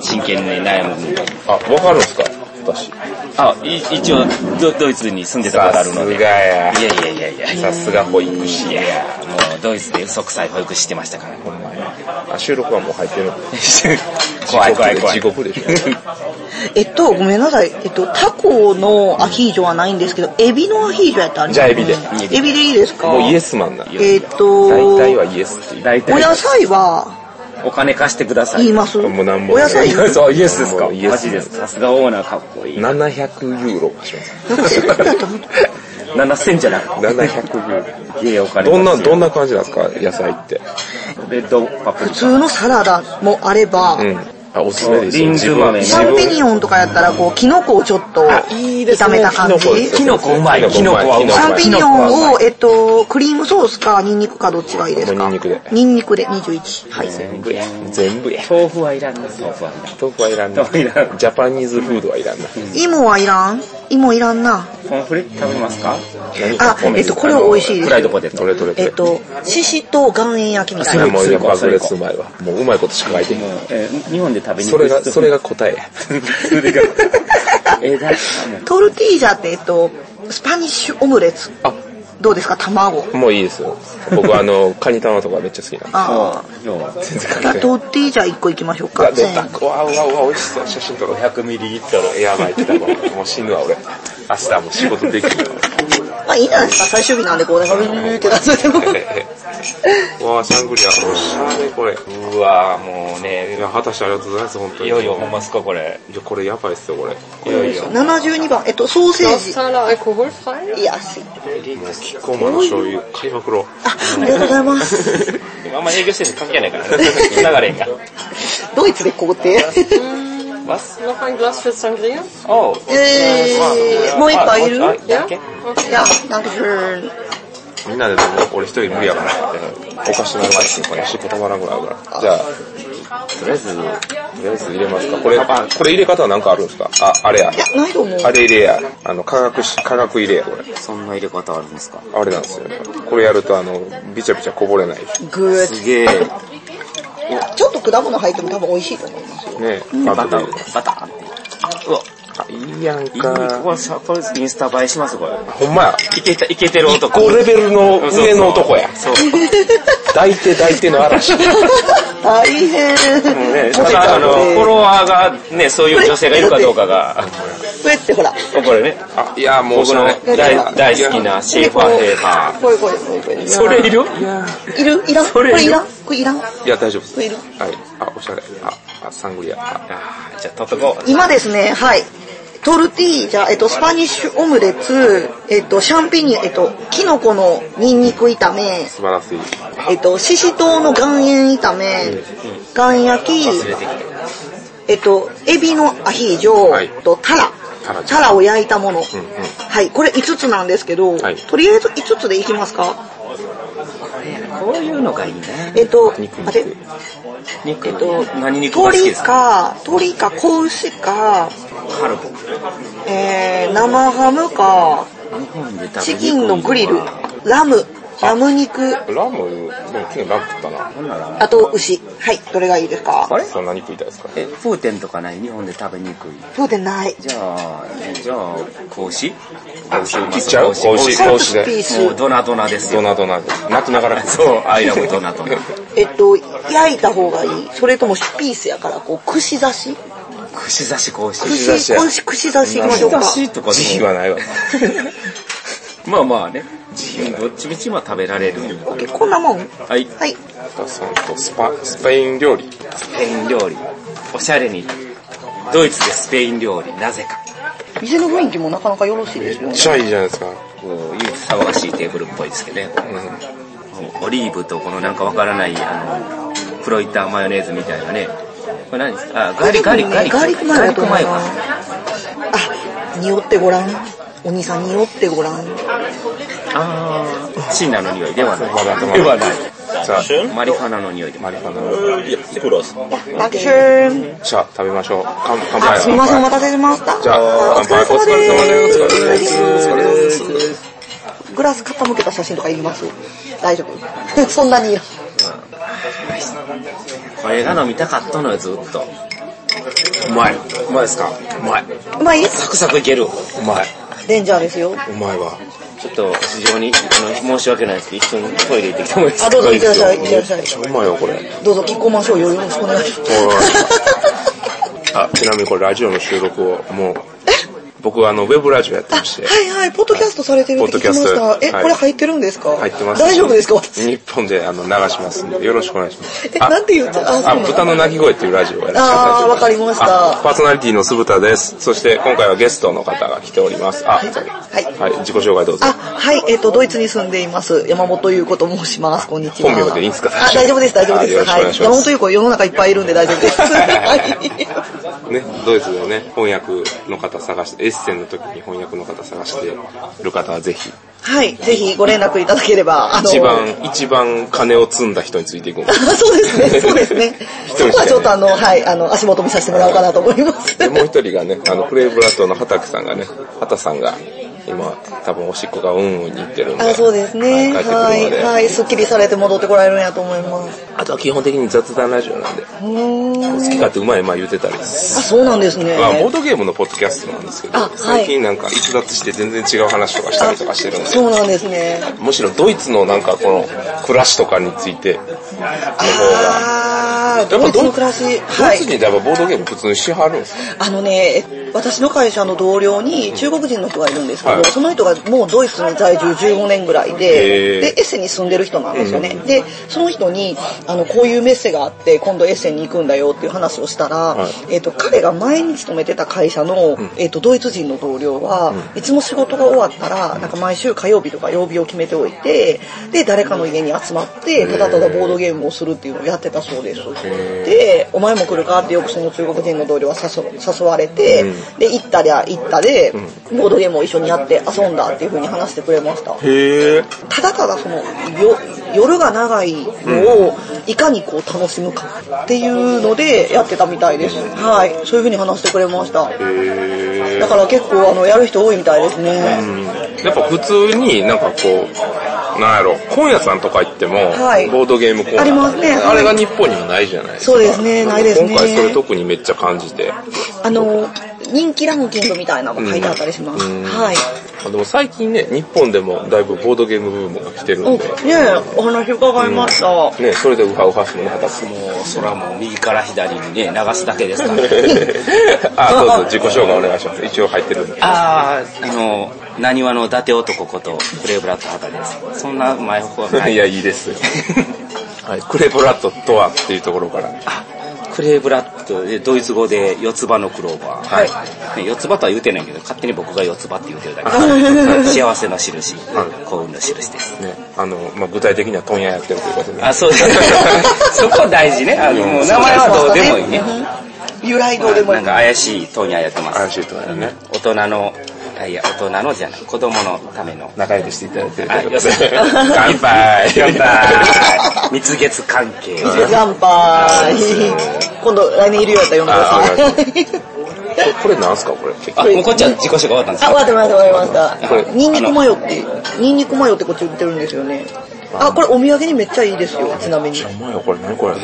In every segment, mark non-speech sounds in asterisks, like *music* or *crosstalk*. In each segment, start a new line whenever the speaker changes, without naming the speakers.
真剣に悩む。
あ、わかるんすか私。
あ、い一応ド、ドイツに住んでたこと
さ
ある
す
の
が
で。いや
や。
いやいやいやいや。
さすが保育士
い
や。
やもうドイツで嘘くさい保育士してましたから。
あ、収録はもう入ってるの
怖い怖い怖
地
い。
獄でしょ。
えっと、ごめんなさい。えっと、タコのアヒージョはないんですけど、エビのアヒージョやったらあれ
じゃあエビで。
エビでいいですか
もうイエスマンな。
えっと、
大体はイエスっていう。
大
お野
体、
菜は
お金貸してください。
言います
もうなんも
お野菜
ない
そう、イエスですか
もうイエス
マジです。さすがオーナーかっこいい。
700ユーロ貸します。
7000じゃなく
700ユー
て。いやいや、お金
ロ。どんな、どん
な
な感じなんですか野菜って。
レッドパプリ
普通のサラダもあれば、
うん。あ、おすすめですよ。
リン
自
グ
分
豆ね
シャンペニオンとかやったら、こう、キノコをちょっと
あいいです
炒
ね
めた感じ。
キノコです
キノコうまい。
キ
キ
ノ
ノ
コ
コ
うまい
はう
シャ
ま
ン
い。
ペ
キノ
ニ
コ
オ
はうま
ン
い。
を、えっと、クリームソースかニンニクかどっちがいいです
もう
か
ニンニクで
ニンニクで21。はい。
全部や。全部や。
豆腐はいらんな。豆腐はいらん。
豆腐はいらんな。
豆腐いらん
ジャパニーズフードはいらんな。
芋はいらん芋いらんな。
コーンフレーク食べますか
何か米
えっとこれ美味しいです
フライドポテト。
どれどれど
え
れ
っと、シシと岩塩焼きみたいな。
もうやっぱ
そ
爆
れこ
裂
そう
まいわ。もううまいことしか書いてへ
も
ん。
う、えー日本で食べに
そ
く
れ
い
が、
人
それが答えや。
それが。えー、だ、も
トルティージャって、えっと、スパニッシュオムレツ。
あ、
どうですか卵。
もういいですよ。僕あ *laughs* の、カニ玉とかめっちゃ好きなんで
あ
う要は、
全然
あ。
書
じゃあ
いてへん。
トルティージャ1個いきましょう
うわ
か。
出
1000
た。
円。
うわうわうわ、美味しそう。写真撮ろう。100ミリリットル。やばい、出たもん。もう死ぬわ、俺。明日もう仕事できるわ。
まあいいんじゃないですか。最終日なんでこう、なんかビビビビって出せても。
うわシャングリア、おしゃれこれ。うわもうね。いや、果たしてありがとうございます、本当に。
いよいよ、ほんますか、これ。
いや、これやばいっすよ、これ。いやいや。
72番、えっと、ソーセージ。
Saler alkoholfrei?
いや、安い。
キッコーマンの醤油、買いまくろう。
あ、ありがとうございます。
あんま営業してる関係ないから。流れんか。
ドイツで皇帝。
Noch ein Glas für Sangria?
おう。
えー、もう一杯いる
あ
Ja?
いや、なんかそう、
みんなで飲もう。俺一人無理やから。お菓子のうまいっすね、これ。足固まらんぐらいあるから。じゃあ、とりあえず、とりあえず入れますか。これ、あ、これ入れ方はなんかあるんですかあ、あれや。
いや、ないと思う。
あれ入れや。あの、化学し、化学入れや、これ。
そんな入れ方あるんですか
あれなんですよ。これやると、あの、ビチャビチャこぼれない。
グー
すげえ。
ちょっと果物入っても多分美味しいと思います。
ねバ
バタ
ター。
ー、バターって。
あ、いいやん
ここ
か。
はさ、とりあえずインスタ映えします、これ。
ほんまや。
いけた、いけてる男。
こうレベルの上の男や。
そう。
抱いて抱いての嵐。
大変。
ね、
ポテ
た
ト
だ、あの、フ
で
ォロワーがね、そういう女性がいるかどうかが、
これってほら。
これね、
あ、いや、もう
僕
そ
の
の、
大大好きなシーファーヘーハ
これこれこれこれ。
ー。それいる
いるいらんこ
れ
れいらんこれいらん
いや、大丈夫です。
これいる
はい。あ、おしゃれ。あ、あサングリア。あ、
あじゃあ、取っとこう。
今ですね、はい。トルティージャ、えっと、スパニッシュオムレツ、えっと、シャンペニえっと、キノコのニンニク炒め、
素晴らしい。
えっと、シシトウの岩塩炒め、岩塩焼き、えっと、エビのアヒージョ、
はい
えっとタラ
タラ、
タラを焼いたもの。
うんうん。
はい、これ5つなんですけど、
はい
とりあえず5つでいきますか
こういうのがいいね。
えっと、
肉
待て、
肉と、何肉が好き
鶏
ですか
か、鶏か、子牛か、
カルボ。
えー、生ハムか、
日本で食べにくい
チキンのグリル、ラム、ラム肉、
ラム、でも昨日ラム食ったな。
あと牛。はい、どれがいいですか
あれ
そんなに食いたいですか
え、プーテンとかない日本で食べにくい。
そうでない。
じゃあ、えじゃあ、子牛
切っちゃう子牛、子牛
ピー
で。
ス。
もうドナドナです
ド
よ。 *laughs*
ナドナで。泣きながら食う。
そう、アイラブドナドナ。
えっと、焼いた方がいい。それともピースやから、こう、串刺し
串刺し子牛。
串
刺しや
串串刺しいきましょうか。
串とかでも
慈悲はないわ。
まあまあね。どっちみちまあ食べられる。
オッケーこんなもんは
はい。
い。
豚さんとスパ、スペイン料理。
スペイン料理。おしゃれに。ドイツでスペイン料理。なぜか。
店の雰囲気もなかなかよろしいですよ
めっ
ね。
ちゃいいじゃないですか。
こう、唯一騒がしいテーブルっぽいですけどね。
うん。
オリーブとこのなんかわからない、あの、フロイターマヨネーズみたいなね。これ何ですかあ、ガリガリガリ。
ガリックマヨだと思うな
ガリック
あ、匂ってごらん。お兄さん匂ってごらん。
あー、シンナーの匂いではない。
まだまだ
ではない。
じゃあ、
マリファナの匂いで。
マリファナ。
ダンケシューン。
じゃあ、食べましょう。乾乾
あ、
杯。
すみません、お待たせしました。
じゃあ、乾杯。お疲れ様です。お疲れ様です。お疲れ様です。
す。グラス傾けた写真とかいります大丈夫 *laughs* そんなにいらん
これが飲みたかったのよ、ずっと。
うまい。うまいですかうまい。
うまい
サクサクいける。うまい。
レンジャーですよ。
うまいわ。
ちょっと非常にあの申し訳ないですけど、一緒にトイレ行ってきてもいいです
あ、
か
どうぞ、いってらっしゃい、いってらっしゃい。
うまいわ、これ。
どうぞ、キッコーマンショーよろしくお願いします。
あ、ちなみにこれラジオの収録を、もう、僕はあの、ウェブラジオやって
あ、
まして。
はいはい、ポッドキャストされてるって聞きまし
ポッド。
た
キャ
え、
ストはい
これ入ってるんですか
入ってます。
大丈夫ですか私。
日本であの流しますんで、よろしくお願いします。
え、なんて言ったあ、そう
あ、
なん
豚
だ。
の鳴き声っていうラジオをやらせていただいてます
あーわかりました
あパーソナリティの酢豚です。そして今回はゲストの方が来ております。あ、はい。
い
はい、自己紹介どうぞ
あ、。はい、えっ、と、ドイツに住んでいます、山本優子と申します。こんにちは。
本名でいいんですか
あ、大丈夫です、大丈夫です。
あよろしくお願いします
山本優子、世の中いっぱいいるんで大丈
*laughs*
夫です。はい。
ね、ドイツのね、翻訳の方探して、エッセンの時に翻訳の方探してる方はぜひ、
はい、ぜひご連絡いただければ、あ
一番、一番金を積んだ人についていくんで。
あそうですね、そうですね
*laughs* 一人しかいない
そこはちょっとあの、はい、あの、足元見させてもらおうかなと思います。
で、もう一人がね、あの、クレイブラッドの畑さんがね、畑さんが、今、多分おしっこがうんうんに行ってるんで。
あ、そうですね。
はい帰ってくるま
はい、
で
はい、すっきりされて戻ってこられるんやと思います。
あとは基本的に雑談ラジオなんで、
うーん。
好き勝手うまいまあ言ってたりです。
あ、そうなんですね。
まあ、ボードゲームのポッドキャストなんですけど、
あはい
最近なんか逸脱して全然違う話とかしたりとかしてるんで、
そうなんですね。
むしろドイツのなんかこの暮らしとかについての方が、
あー、ドイツの暮らし。
ド
は
イ
い
ツ。人ってやっぱボードゲーム普通にしはるんですか
あのね、え私の会社の同僚に中国人の人がいるんですけど、
はい
その人がもうドイツに在住15年ぐらいで
へー、
で、エッセンに住んでる人なんですよね。で、その人に、あの、こういうメッセがあって、今度エッセンに行くんだよっていう話をしたら、
い
えっ、と、彼が前に勤めてた会社の、えっ、と、ドイツ人の同僚は、いつも仕事が終わったら、なんか毎週火曜日とか曜日を決めておいて、で、誰かの家に集まって、ただただボードゲームをするっていうのをやってたそうです。で、お前も来るかってよくその中国人の同僚は誘誘われて、で、行ったりゃ行ったで、ボードゲームを一緒にやって遊んだっていう風に話してくれました。
へえ。
ただただそのよ夜が長いのをいかにこう楽しむかっていうのでやってたみたいです。はい。そういう風に話してくれました。だから結構あのやる人多いみたいですね。
やっぱ普通になんかこう、なんやろ、本屋さんとか行っても、
はい
ボードゲームコーナー
ありますね
あれが日本にはないじゃないですか。
そうですねないですね
今回それ特にめっちゃ感じて。
あの、人気ランキングみたいなのが書いてあったりします。はい。
あでも最近ね、日本でもだいぶボードゲームブームが来てる
お、
ん
ね
で、
え、お話伺いました。
ね、それでウハウハするの畑さん
もう、それはもう右から左にね、流すだけですから。 *laughs*
*laughs* あ、どうぞ自己紹介お願いします。一応入ってるんで。
あー、あの、なにわの伊達男こと、クレイブラッド畑です。そんな前方はない
い。や、いいですよ。はい、クレブラットとはっていうところから。
あクレーブラッドで、ドイツ語で四つ葉のクローバー。はい。四つ葉とは言うてないけど、勝手に僕が四つ葉って言うてるだけ。 *laughs* 幸せの印、幸運の印です。
ね、あの、まあ、具体的には問屋やってるということで、ね。
あ、そうです。 *laughs* そこ大事ね。あの、もう名前はどうでもいいね。
由来どうでもい
ないん。か怪しい問屋やってま
安
す。
心とはね、
大人の、あいや、大人のじゃない、子供のための。
仲良くしていただいてると
あ、
いうこ
よ *laughs*
と
せ。
で。 *laughs* 乾杯
*laughs* 乾杯蜜月関係。
乾杯。今度来年いるようやったら呼んでください。
ここれなんすかこれ。結
あ、
構
もうこっちは自己紹介終わったんです
あ、
か
わかってます、わかりまし
こ
た。
れ
ニンニクマヨって、ニンニクマヨってこっち売ってるんですよね。あ、これお土産にめっちゃいいですよ、ちなみに。
お前よ、これ何これ。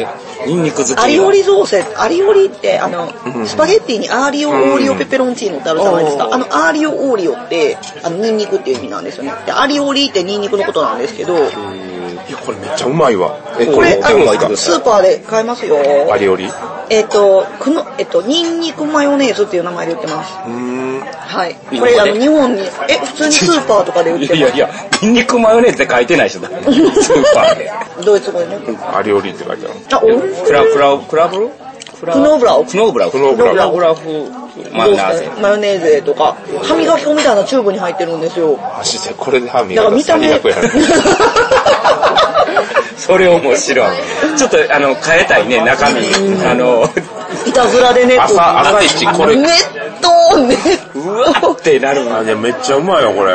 ニンニク好きの。
アリオリ雑炊、アリオリってあの、スパゲッティにアーリオ、オーリオ、ペペロンチーノってあるじゃないですか。あの、アーリオ、オーリオって、あの、ニンニクっていう意味なんですよね。で、アリオリってニンニクのことなんですけど、
いや、これめっちゃうまいわ。え、
こ
これ
れ、
持っ
あ
てるんで
の
すか、
スーパーで買えますよ。
パリオリ。う
えっと、くの、えっと、ニンニクマヨネーズっていう名前で売ってます。
ーん。
はい。
日本で
これ、あの、日本に、え、普通にスーパーとかで売ってます。
いやいや、ニンニクマヨネーズって書いてない人だ。スーパーで。
ドイツ語でね。
パリオリって書いてある。
あ、おいしい
クラ、クラ、クラブルクラ
クノーブラウ
クノーブラウ。
クノーブラウ
クノーブラフ。まあ、なぜ。
マヨネーゼとか、歯磨き粉みたいなチューブに入ってるんですよ。
マジでこれで歯
だか
磨
ら
き
見た目。
最悪やね。
それ面白い。ちょっと、あの、変えたいね、中身。あの、
いたずらでね。
朝、朝一これ
ネッ。トネッ
うわーってなる
あ、
わ。
でもめっちゃうまいわ、これ。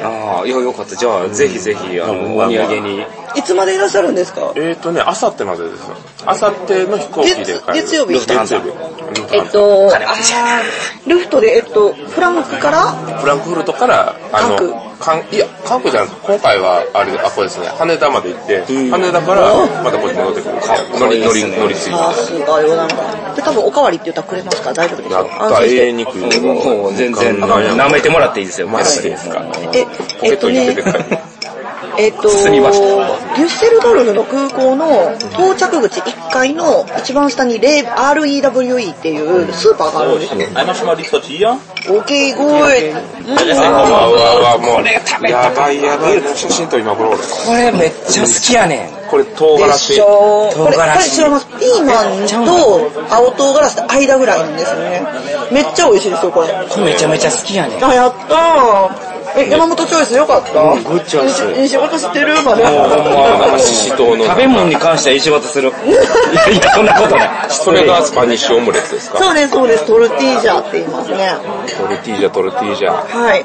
ああ、よ、よかった。じゃあ、ぜひぜひ、あの、お土産に。
トいつまでいらっしゃるんですか
えーとね、あさってまでですよ。あさっての飛行機で帰る。
月月曜日
ルフトハンザ
月
月
え
曜
っ
日。
と、あールフトで、えっと、フランクから
フランクフルトから、あ
各
の、かん、いや、韓国じゃなくて、今回は、あれ、あ、これですね、羽田まで行って、羽田から、またこっち戻ってくるんですよ。乗り、乗り、乗り継いで。
あーすごいよなんか。で、多分おかわりって言ったらくれますから大丈夫です
な
よ
っ。
安
た、
心し
永
て。
遠に食い
もうもう全然、舐めてもらっていいですよ。
マジで
ですか。
え、
ポケ
え
ッ
っ
ト
と
に入れ
ね
て、帰る。
えっと、デ
包みまし
ュッセルドルフの空港の到着口1階の一番下にレ REWE っていうスーパーがあるんですよ。
Einmal schon mal die Tortilla?
大きい声。
うわうわうわ、もう、やばいやばい。写真と今頃俺。
これめっちゃ好きやねん。
これ、唐辛
で
子
し。ょ
唐辛子
これ、これ知らます。ピーマンと青唐辛子って間ぐらいなんですよね。めっちゃ美味しいですよ、これ。
これめちゃめちゃ好きやねん。
あ、やったー。え、山本チョイスよかったグッチョイス。西本知ってるまで。
なんか、シシトウの。
食べ物に関してはいい仕事 *laughs* する。いやいや、そんなことない。
それがスパニッシュオムレツですか
そうです、そうです。トルティージャーって言いますね。
トルティージャ、トルティージャ。
はい。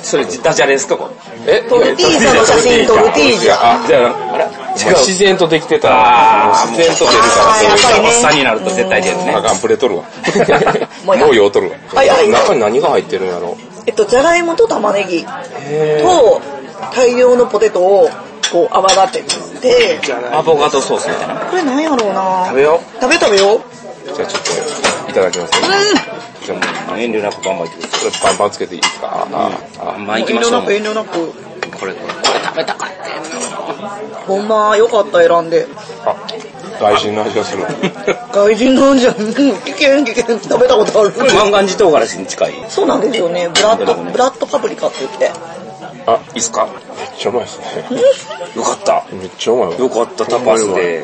それ、ダジャレですかこれ
え
トルティージャの写真トルティージャ
あ、じゃあ、あれ違う。自然とできてた。もう自然と出るから、
あーやっぱりね
おっさんになると絶対出るね。
あかん、プレ取るわ。
もういい
もうよう取るわ。
はいはい
中に何が入ってるんやろ
えっと、じゃがいもと玉ねぎと大量のポテトをこう泡立てて、
アボカドソースみたいな。
これなんやろうな
食べよ
食べ食べよ
う。じゃあちょっと、いただきますね。じゃあもう、
遠慮なく頑張ってくだ
ちょっとパンパンつけていいですかああ、
さい。
あ
まあ行き
遠
まし
慮
ょう
な。く遠慮なく。
これ、これ、食べたかったやつ。
ほんま、よかった選んで。
あ、外人の味がする。
外人なん *laughs* じゃん。うん危険危険。食べたことある。
万願寺唐辛子に近い。
そうなんですよね。ブラッド、ブラッドパプリカって言って。
あ、いいっすかめっちゃうまいっすね。
よかった。
めっちゃうまいわ
よかった、タパスで。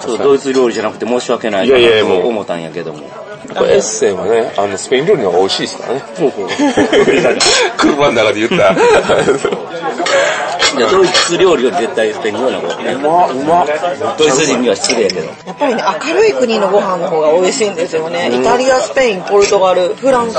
ちょっとドイツ料理じゃなくて申し訳ない
いやい
な
やもう
と思ったんやけども。
これエッセンはね、あの、スペイン料理の方が美味しいですからね。 *laughs* 車の中で言った。
いやドイツ料理は絶対スペイン料理の方がね
うま、うま。
ドイツ人には失礼やけど。
やっぱりね、明るい国のご飯の方が美味しいんですよね。イタリア、スペイン、ポルトガル、フランス。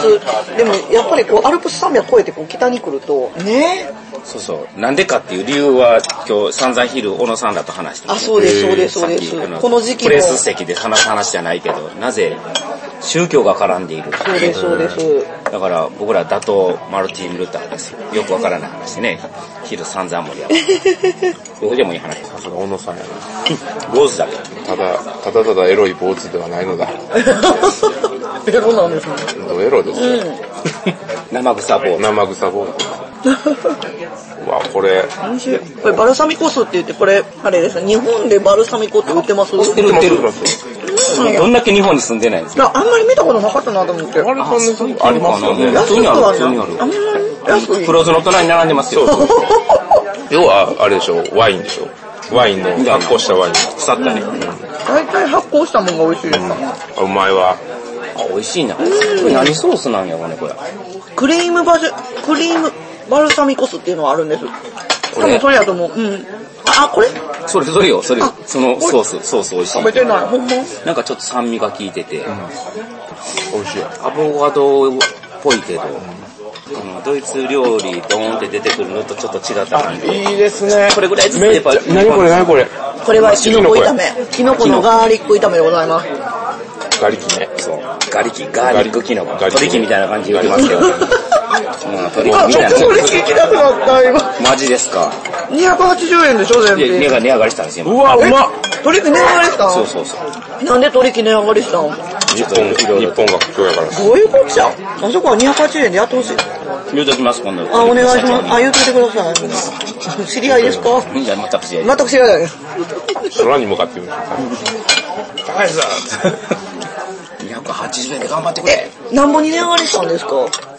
でも、やっぱりこう、アルプス山脈越えてこう、北に来ると、ね。
そうそう。なんでかっていう理由は、今日散々昼、小野さんらと話してま
あ、
す
そうです、そうです、そうで
さっきあ
す。この時期
プ
も。
レ
そ
ス席で話す話じゃないけど、なぜ宗教が絡んでいるか
うです、そうです。
だから僕ら打倒マルティン・ルターですよ。よくわからない話ね。昼散々盛り上が
*laughs*
って。どうでもいい話。
さすが小野さんやな。
坊主だけど。
ただ、ただただエロい坊主ではないのだ。
ベロなんですね。
ドエロですよ。
生臭坊主。
生臭坊主。
*laughs*
うわ、これ、
美味しい。これ、バルサミコ酢って言って、これ、あれですね。日本でバルサミコって売ってます売って
売ってる
うん。
どんだけ日本に住んでないんですか
あんまり見たことなかったなと思っ
あ
て。
れこんなとこありますよね。
普
安
通に
く
ある
は
普通にあ
な
る。
い。安くいい。
黒酢の隣に並んでますよ。
要は、あれでしょ、ワインでしょ。ワインの、発酵したワイン。
腐ったね。
大体発酵したもんが美味しいですから。
あうまいわ。
あ、美味しいな。これ何ソースなんやろね、これ。
クリームバジュ、クリームバルサミコ酢っていうのがあるんです。多分それやと思う。うん。あ、これ
それそれよ、それ
あ。
そのソース、ソース美味し
食べ
い。
てない。ほんま
なんかちょっと酸味が効いてて、
美味しい。
アボカドっぽいけど、あのドイツ料理ドーンって出てくるのとちょっと違った感じ。
いいですね。
これぐらいずつ
め
やっ
っちゃ
ぱ、、
何これ何これ。
これはキ
キ
ノ
ノ
コ
コ
炒め。キノコのガーリック炒めでございます。
ガリキね。
そう。ガリキ、ガーリックキノコ。
ガリ
トリキみたいな感じで言ってますけど。うん、トリキ
あ、
み
ちょ
たいな
っとこれ。聞きなくなった、今。
マジですか。
280円でしょ、全
で、値
品。
が値上がりしたんですよ。
うわ、うまっ
鳥貴値上がりした
そうんそうそう。
なんで鳥貴値上がりしたん
日本、日本が不況やから。
どういうことじゃんあそこは280円でやってほしい。
言うときます、今度。
あ、お願いします。あ、言うといてください。知り合いですか
す。じゃあ、また口で。
全く知らないです。
空に向かってる。高橋さん。
280円で頑張ってくれ
え。、なんぼに値上がりしたんですか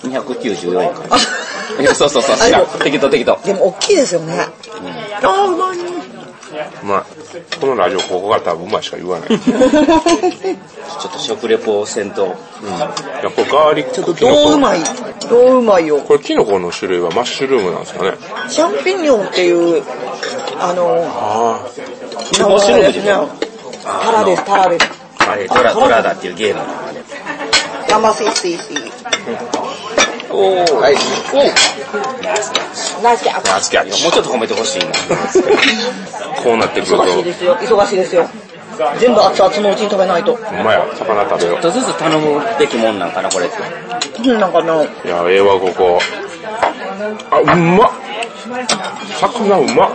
294円か
あ
いやそうそうそう、知らん適当適当。
でも大きいですよね。あー、うまい。
うまい。このラジオ、ここから多分うまいしか言わない。
*laughs*
い
ちょっと食レポをせんと。
や、これガーリック。
ちょっとどううまいどううまいよ。
これキノコの種類はマッシュルームなんですかね。
チャンピニオンっていう、あの、
あ
名
面白いで
前ですす
ね
ね。タラです、タラです。
あれ、ドラ、ドラだっていうゲームの。
ナンバーシーシーシ
あ。はい。
ー。ナイスキャッチ。
あ、好きや。もうちょっと褒めてほしいな。
こうなってくる
忙しい
と、
ですよ、忙しいですよ。全部熱々のうちに食べないと。
うまいわ。魚食べよ
ちょっとずつ頼むべきもんなんかな、これって。
うんなんかな、
う。いや、ええわ、ここ。あ、うまっ。魚うまっ。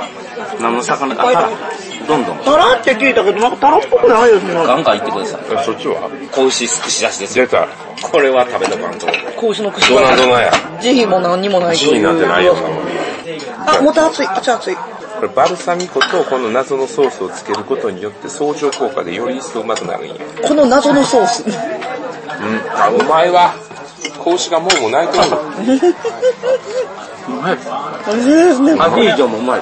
何の魚か、あたら、どんどん、
タラって聞いたけど、なんかタラっぽくないですね。
ガンガン行ってください。
えそっちは
子牛串出しです
出
よ。
た。
これは食べとかんと。
子牛の串
ドナドナや。
慈悲も何にもないと
地
い
になってないよ、そんなもん
あ、もた熱い。あちゃ熱い。
これバルサミコとこの謎のソースをつけることによって相乗効果でより一層うまくなるんや。
この謎のソース。
うん。あ、うまいわ。子牛がもうもう泣いてるもん。
美味しいですね。
アヒージョもうまい。
あ、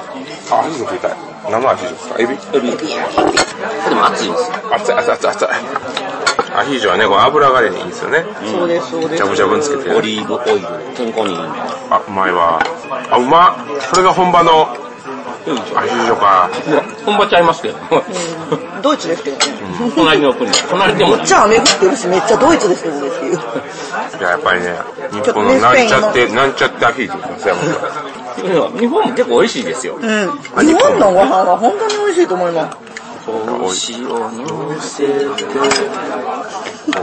アヒージョ食いたい。生アヒージョですかエビ
エビ。でも熱いんですよ。
熱い熱い熱い熱い。アヒージョはね、こう油がね、いいんですよね。
そうです、そうで
ジ
す。
ャブジャブにつけて
オ。リーブオイル、健康にいいんで。
あ、うまいわ。あ、うまっこれが本場のアヒージョか。
本場ちゃいますけど。
ドイツですけどね。
*laughs* 隣の国。隣でも
めっちゃ雨降ってるし、めっちゃドイツですけどねっていう。
いや、やっぱりね、日本のなんちゃって、なんちゃってアヒージョですよ、山本さん
日本も結構美味しいですよ。
うん。日本のご飯は本当に美味しいと思います。
星を乗せて。
も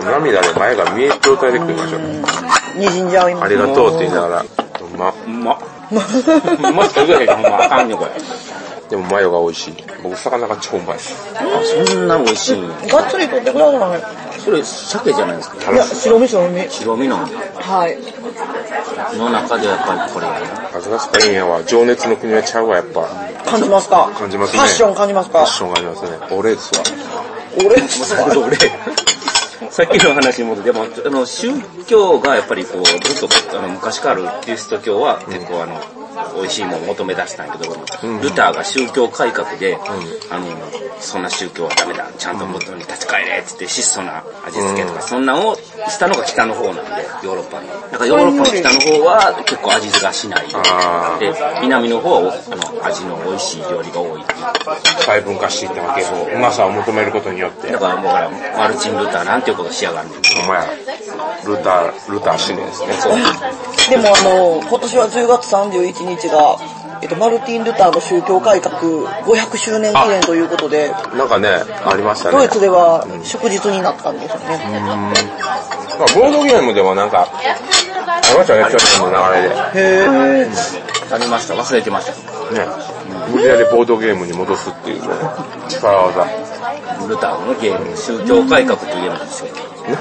う涙で前が見える状態で食いましょう。
にじんじゃいます。
ありがとうって言いながら、うま
うまっ。うまっしか言わへんから、ほんまあかんよ、これ。
でもマヨが美味しい。僕、魚が超うまいです。
そんな美味しいんや
がっつり取ってくださ
それ、鮭じゃないですか。
い。いや、白身白身。
白身なんで。
はい。
の中でやっぱりこれやな。
アズガスパインやは情熱の国はちゃうわ、やっぱ。
感じますか
感じますね。
ファッション感じます
ファ
か
ッションがありますね。俺ですわ。
俺ですか
俺、さっきの話に戻って、でも、あの、宗教がやっぱりこう、ずっと、あの、昔からあるキリスト教は結構あの、美味しいものを求め出したんやけど、ルターが宗教改革で、あの、そんな宗教はダメだ、ちゃんと元に立ち返れ、つって質素な味付けとか、そんなんをしたのが北の方なんで、ヨーロッパの。だからヨーロッパの北の方は結構味がしない。
あ
で、南の方はあの味の美味しい料理が多いっていう
細分化していったわけよ。うまさを求めることによって。
だからもうほら、マルチン・ルターなんていうことしやがるん
お前、ルター、ルター新年ですね。そう。
でもあの、今年は10月31日が、えっと、マルティン・ルターの宗教改革500周年記念ということで、
なんかね、ありましたね。
ドイツでは祝日になったんですよね。
まあ、ボードゲームでもなんか、ありましたね、去年の流れで。
へー。
ありました、忘れてました。
ね、無理やりボードゲームに戻すっていうね、力技。
ルターのゲーム、宗教改革といえばですよ。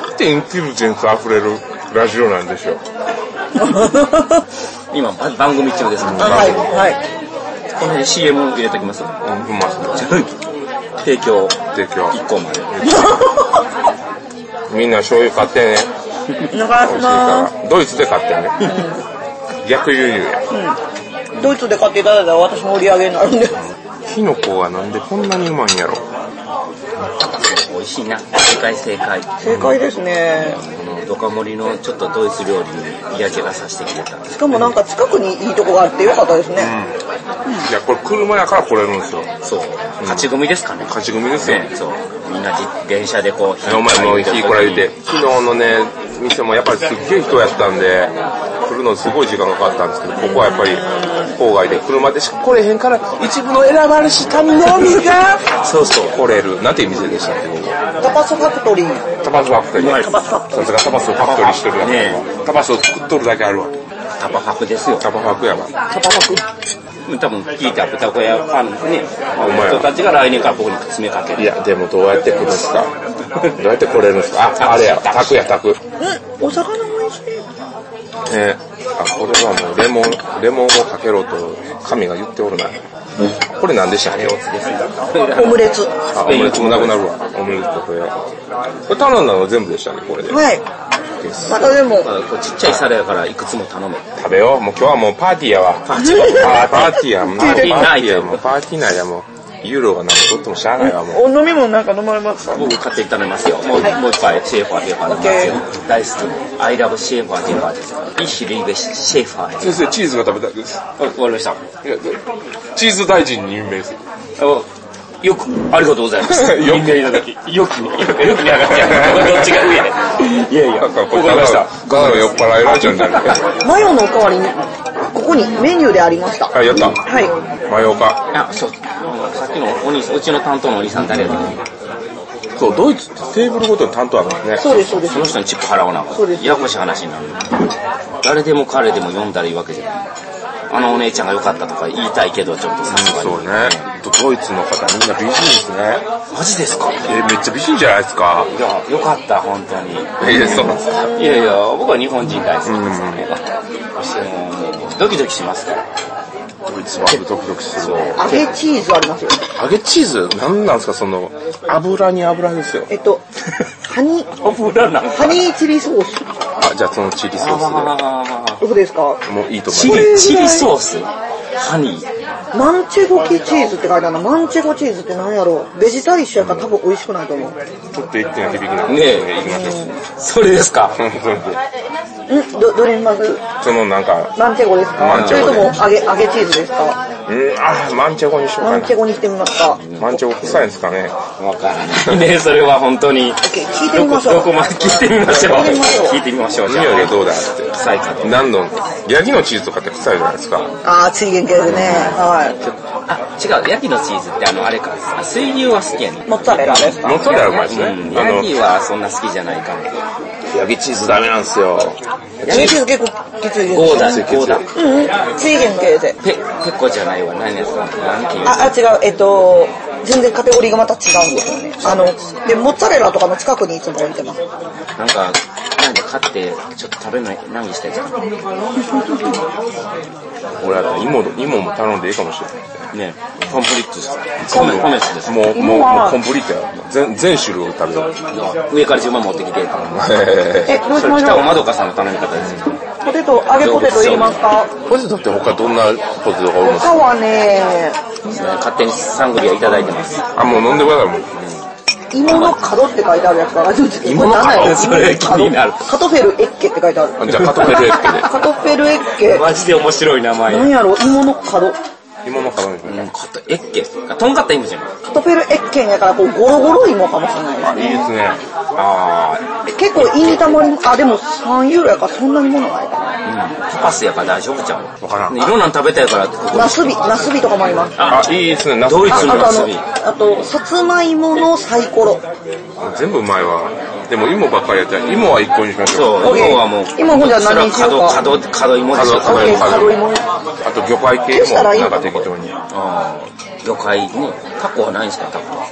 なんてインテリジェンス溢れるラジオなんでしょう。
今、ば番組中ですから、
はい、はい。
この辺で CM 入れておきます。
うん、うまそう。
提供、
提供。
1個まで。
みんな醤油買ってね。
お願いしま
ドイツで買ってね。逆輸入や。
す。ドイツで買っていただいたら私の売り上げになるんで。
キノコはなんでこんなにうまいんやろ。
美味しいな。正解正解。
正解ですね。
このドカ盛りのちょっとドイツ料理に嫌気がさせてくれた。
しかもなんか近くにいいとこがあってよかったですね。
いや、これ車やから来れるんですよ。
そう。勝ち組ですかね。
勝ち組ですよ。
ね、そう。みんなじ電車でこう、
お前もういいから言うて、昨日のね、店もやっぱりすっげえ人やったんで、来るのすごい時間かかったんですけど、ここはやっぱり郊外で車でしか来れへんから、一部の選ばれし民のみが、そうそう、来れる。なんていう店でしたっけ、ここ
タパスファクトリー。
タバスファクトリー。
タ
バスファク
さすがタバスをファクトリーしてるやん。
ね
タバスを作っとるだけあるわ。
タバハクですよ。
タバファクやわ。
タパファク。
多分聞いた豚小屋ファンのね、
お前
人たちが来年から僕に詰めかけ
い
る。
や、でもどうやって来るんです *laughs* かどうやって来れるんですかあ、あれや、タクや、タク。
うん、お魚も美味しい。
ねあ、これはもうレモン、レモンをかけろと神が言っておるな。これ何でしたっけ
オムレツ。
あ、オムレツもなくなるわ。オムレツとこれ。これ頼んだの全部でしたね、これで。
はい。またでも、
こうちっちゃい皿やからいくつも頼め。
食べよう。もう今日はもうパーティーやわ。パーティーや。もうパーティーや。もうパーティー内や。もうユーロが何とってもしゃあないわ、もう。
お飲み物なんか飲まれますか
僕買って頼みますよ。もう、もう一杯シェーファーゲーファー飲みますよ。大好き。I love シェーファーゲーファーですから。一種類べシェーファー。
先生、チーズが食べたいです。
お終わりました。
いやチーズ大臣に任命する。
およく、ありがとうございます。
よく
みんないただき。よく、よくやがってやる。どっちが上やねん。いやいや、
だからこれ、
わかりました。
ガラ酔っ払いラジオになる。
マヨのおかわりに、ここにメニューでありました。
あ、やった。
はい。
マヨか。
あ、そう。さっきのお兄さん、うちの担当のお兄さん誰やったっけ
そう、ドイツってテーブルごとに担当あるんですね。
そうです、そうです
そ。の人にチップ払わなあかん
そうです
ややこしい話になる。誰でも彼でも読んだらいいわけじゃない。あのお姉ちゃんが良かったとか言いたいけど、ちょっとさすがに。
そうね。ドイツの方みんな美人ですね。
マジですかい
え、めっちゃ美人じゃないですか。
や、良かった、本当に。
え、そうなんですか。
いやいや、僕は日本人大好きですね。私もうドキドキしますから。
ドイツはドキドキするわ。
揚げチーズありますよ。
揚げチーズなんなんですかその、油に油ですよ。
えっ
*laughs*
と、ハニー、
油なん
ハニーチリソース。
あ、じゃあそのチリソー
どうですか
スで。もういいと
チ
思い
リ、チリソースハニー。
マンチェゴキチーズって書いてあるな。マンチェゴチーズって何やろうベジタリッシュやから多分美味しくないと思う。
ます。ちょっと一点響きなん
ね
で。
え
行きましょう。
それですか
んど、どれにします
*laughs* そのなんか、
マンチェゴです
マ
か
ン
そ
チェ
れ
ゴ
と
で
も揚げ、揚げチーズですか
うん、あ、マンチェゴにしよう
マ
か
ンチ
な。
ェゴにしてみますかオッ
マンチェゴ臭いんですかね。
わからないねそれは本当に。
ケー、聞いて
ど
み
こ、
ましょ
どこ
う。
まで聞いてみましょう。聞
聞
いてみましょう。
匂
じゃ
いが
あ、
どうだって。
臭いかと。
何の、ヤギのチーズとかって臭いじゃないですか。
あー、水源系でね。は
あ、違う。ヤギのチーズってあの、あれか。あ水牛は好きやね
い。モッツァレラですか
モッツァレラうまいですね。
うん。
あ
ヤ
の、
ギはそんな好きじゃないかも。
ヤギチーズダメなんですよ。
揚げチーズ結構きついです。
ゴーダ、
水牛
ゴーダ。
うんうん、水源系で。
ペ、ペコじゃないわ。何やつなんていうの
あ、あ、違う、えっと、全然カテゴリーがまた違うんですよね。あの、で、モッツァレラとかの近くにいつも置いてます。
なんか、なんか買って、ちょっと食べない、何したいですか
俺は芋の、芋も頼んでいいかもしれな
ね
い。
コンプリートですかコメ、コメスです。
もう、もう、
芋は
もうコンプリートや。全、全種類を食べる。
上から順番持ってきて。
え
え、どうし
それ
ましょ
北尾
う
まどかさんの頼み方ですよ。
ポテト、揚げポテトいりますか
ーポテトって他どんなポテトが多いんです
他
か
はね、
勝手にサングリアいただいてます。
あ、もう飲んでください、もう。
芋の角って書いてあるやつから、
芋の角
これ何やろ
それ気になる
カトフェルエッケって書いてある。
あじゃあ、カトフェルエッケで。
カトフェルエッケ。
マジで面白い名前。う
何
ん、
やろ芋の角。
芋の鏡ですね。
カット、えっけあとんかった芋じゃない
カトフェルエッケやから、こう、ゴロゴロ芋かもしれないで
いいですね。
あ
す。結構、いいたまり、あ、でも3ユーロやからそんなにものないかな。
ー、うん、パパスやから大丈夫じゃん。わ
からん
いろんなの食べたいから、ここ
ナスビ、ナスビとかもあります。
あ、いいですね。ナス
ドイ
あ
ツの
あと
ナ
あ
スビ。
の、あと、さつまいものサイコロ。
あ全部うまいわ。でも芋ばっかりやったら、芋は一個にしましょう。
そう、
OK
芋はもう、
芋ほんじゃあ何にしようか
それは角、角、角芋でしょ。
角
角
い
芋。
角芋。
あと魚介系もなんか適当に。
あー魚介ね。タコはないんですか、タコは。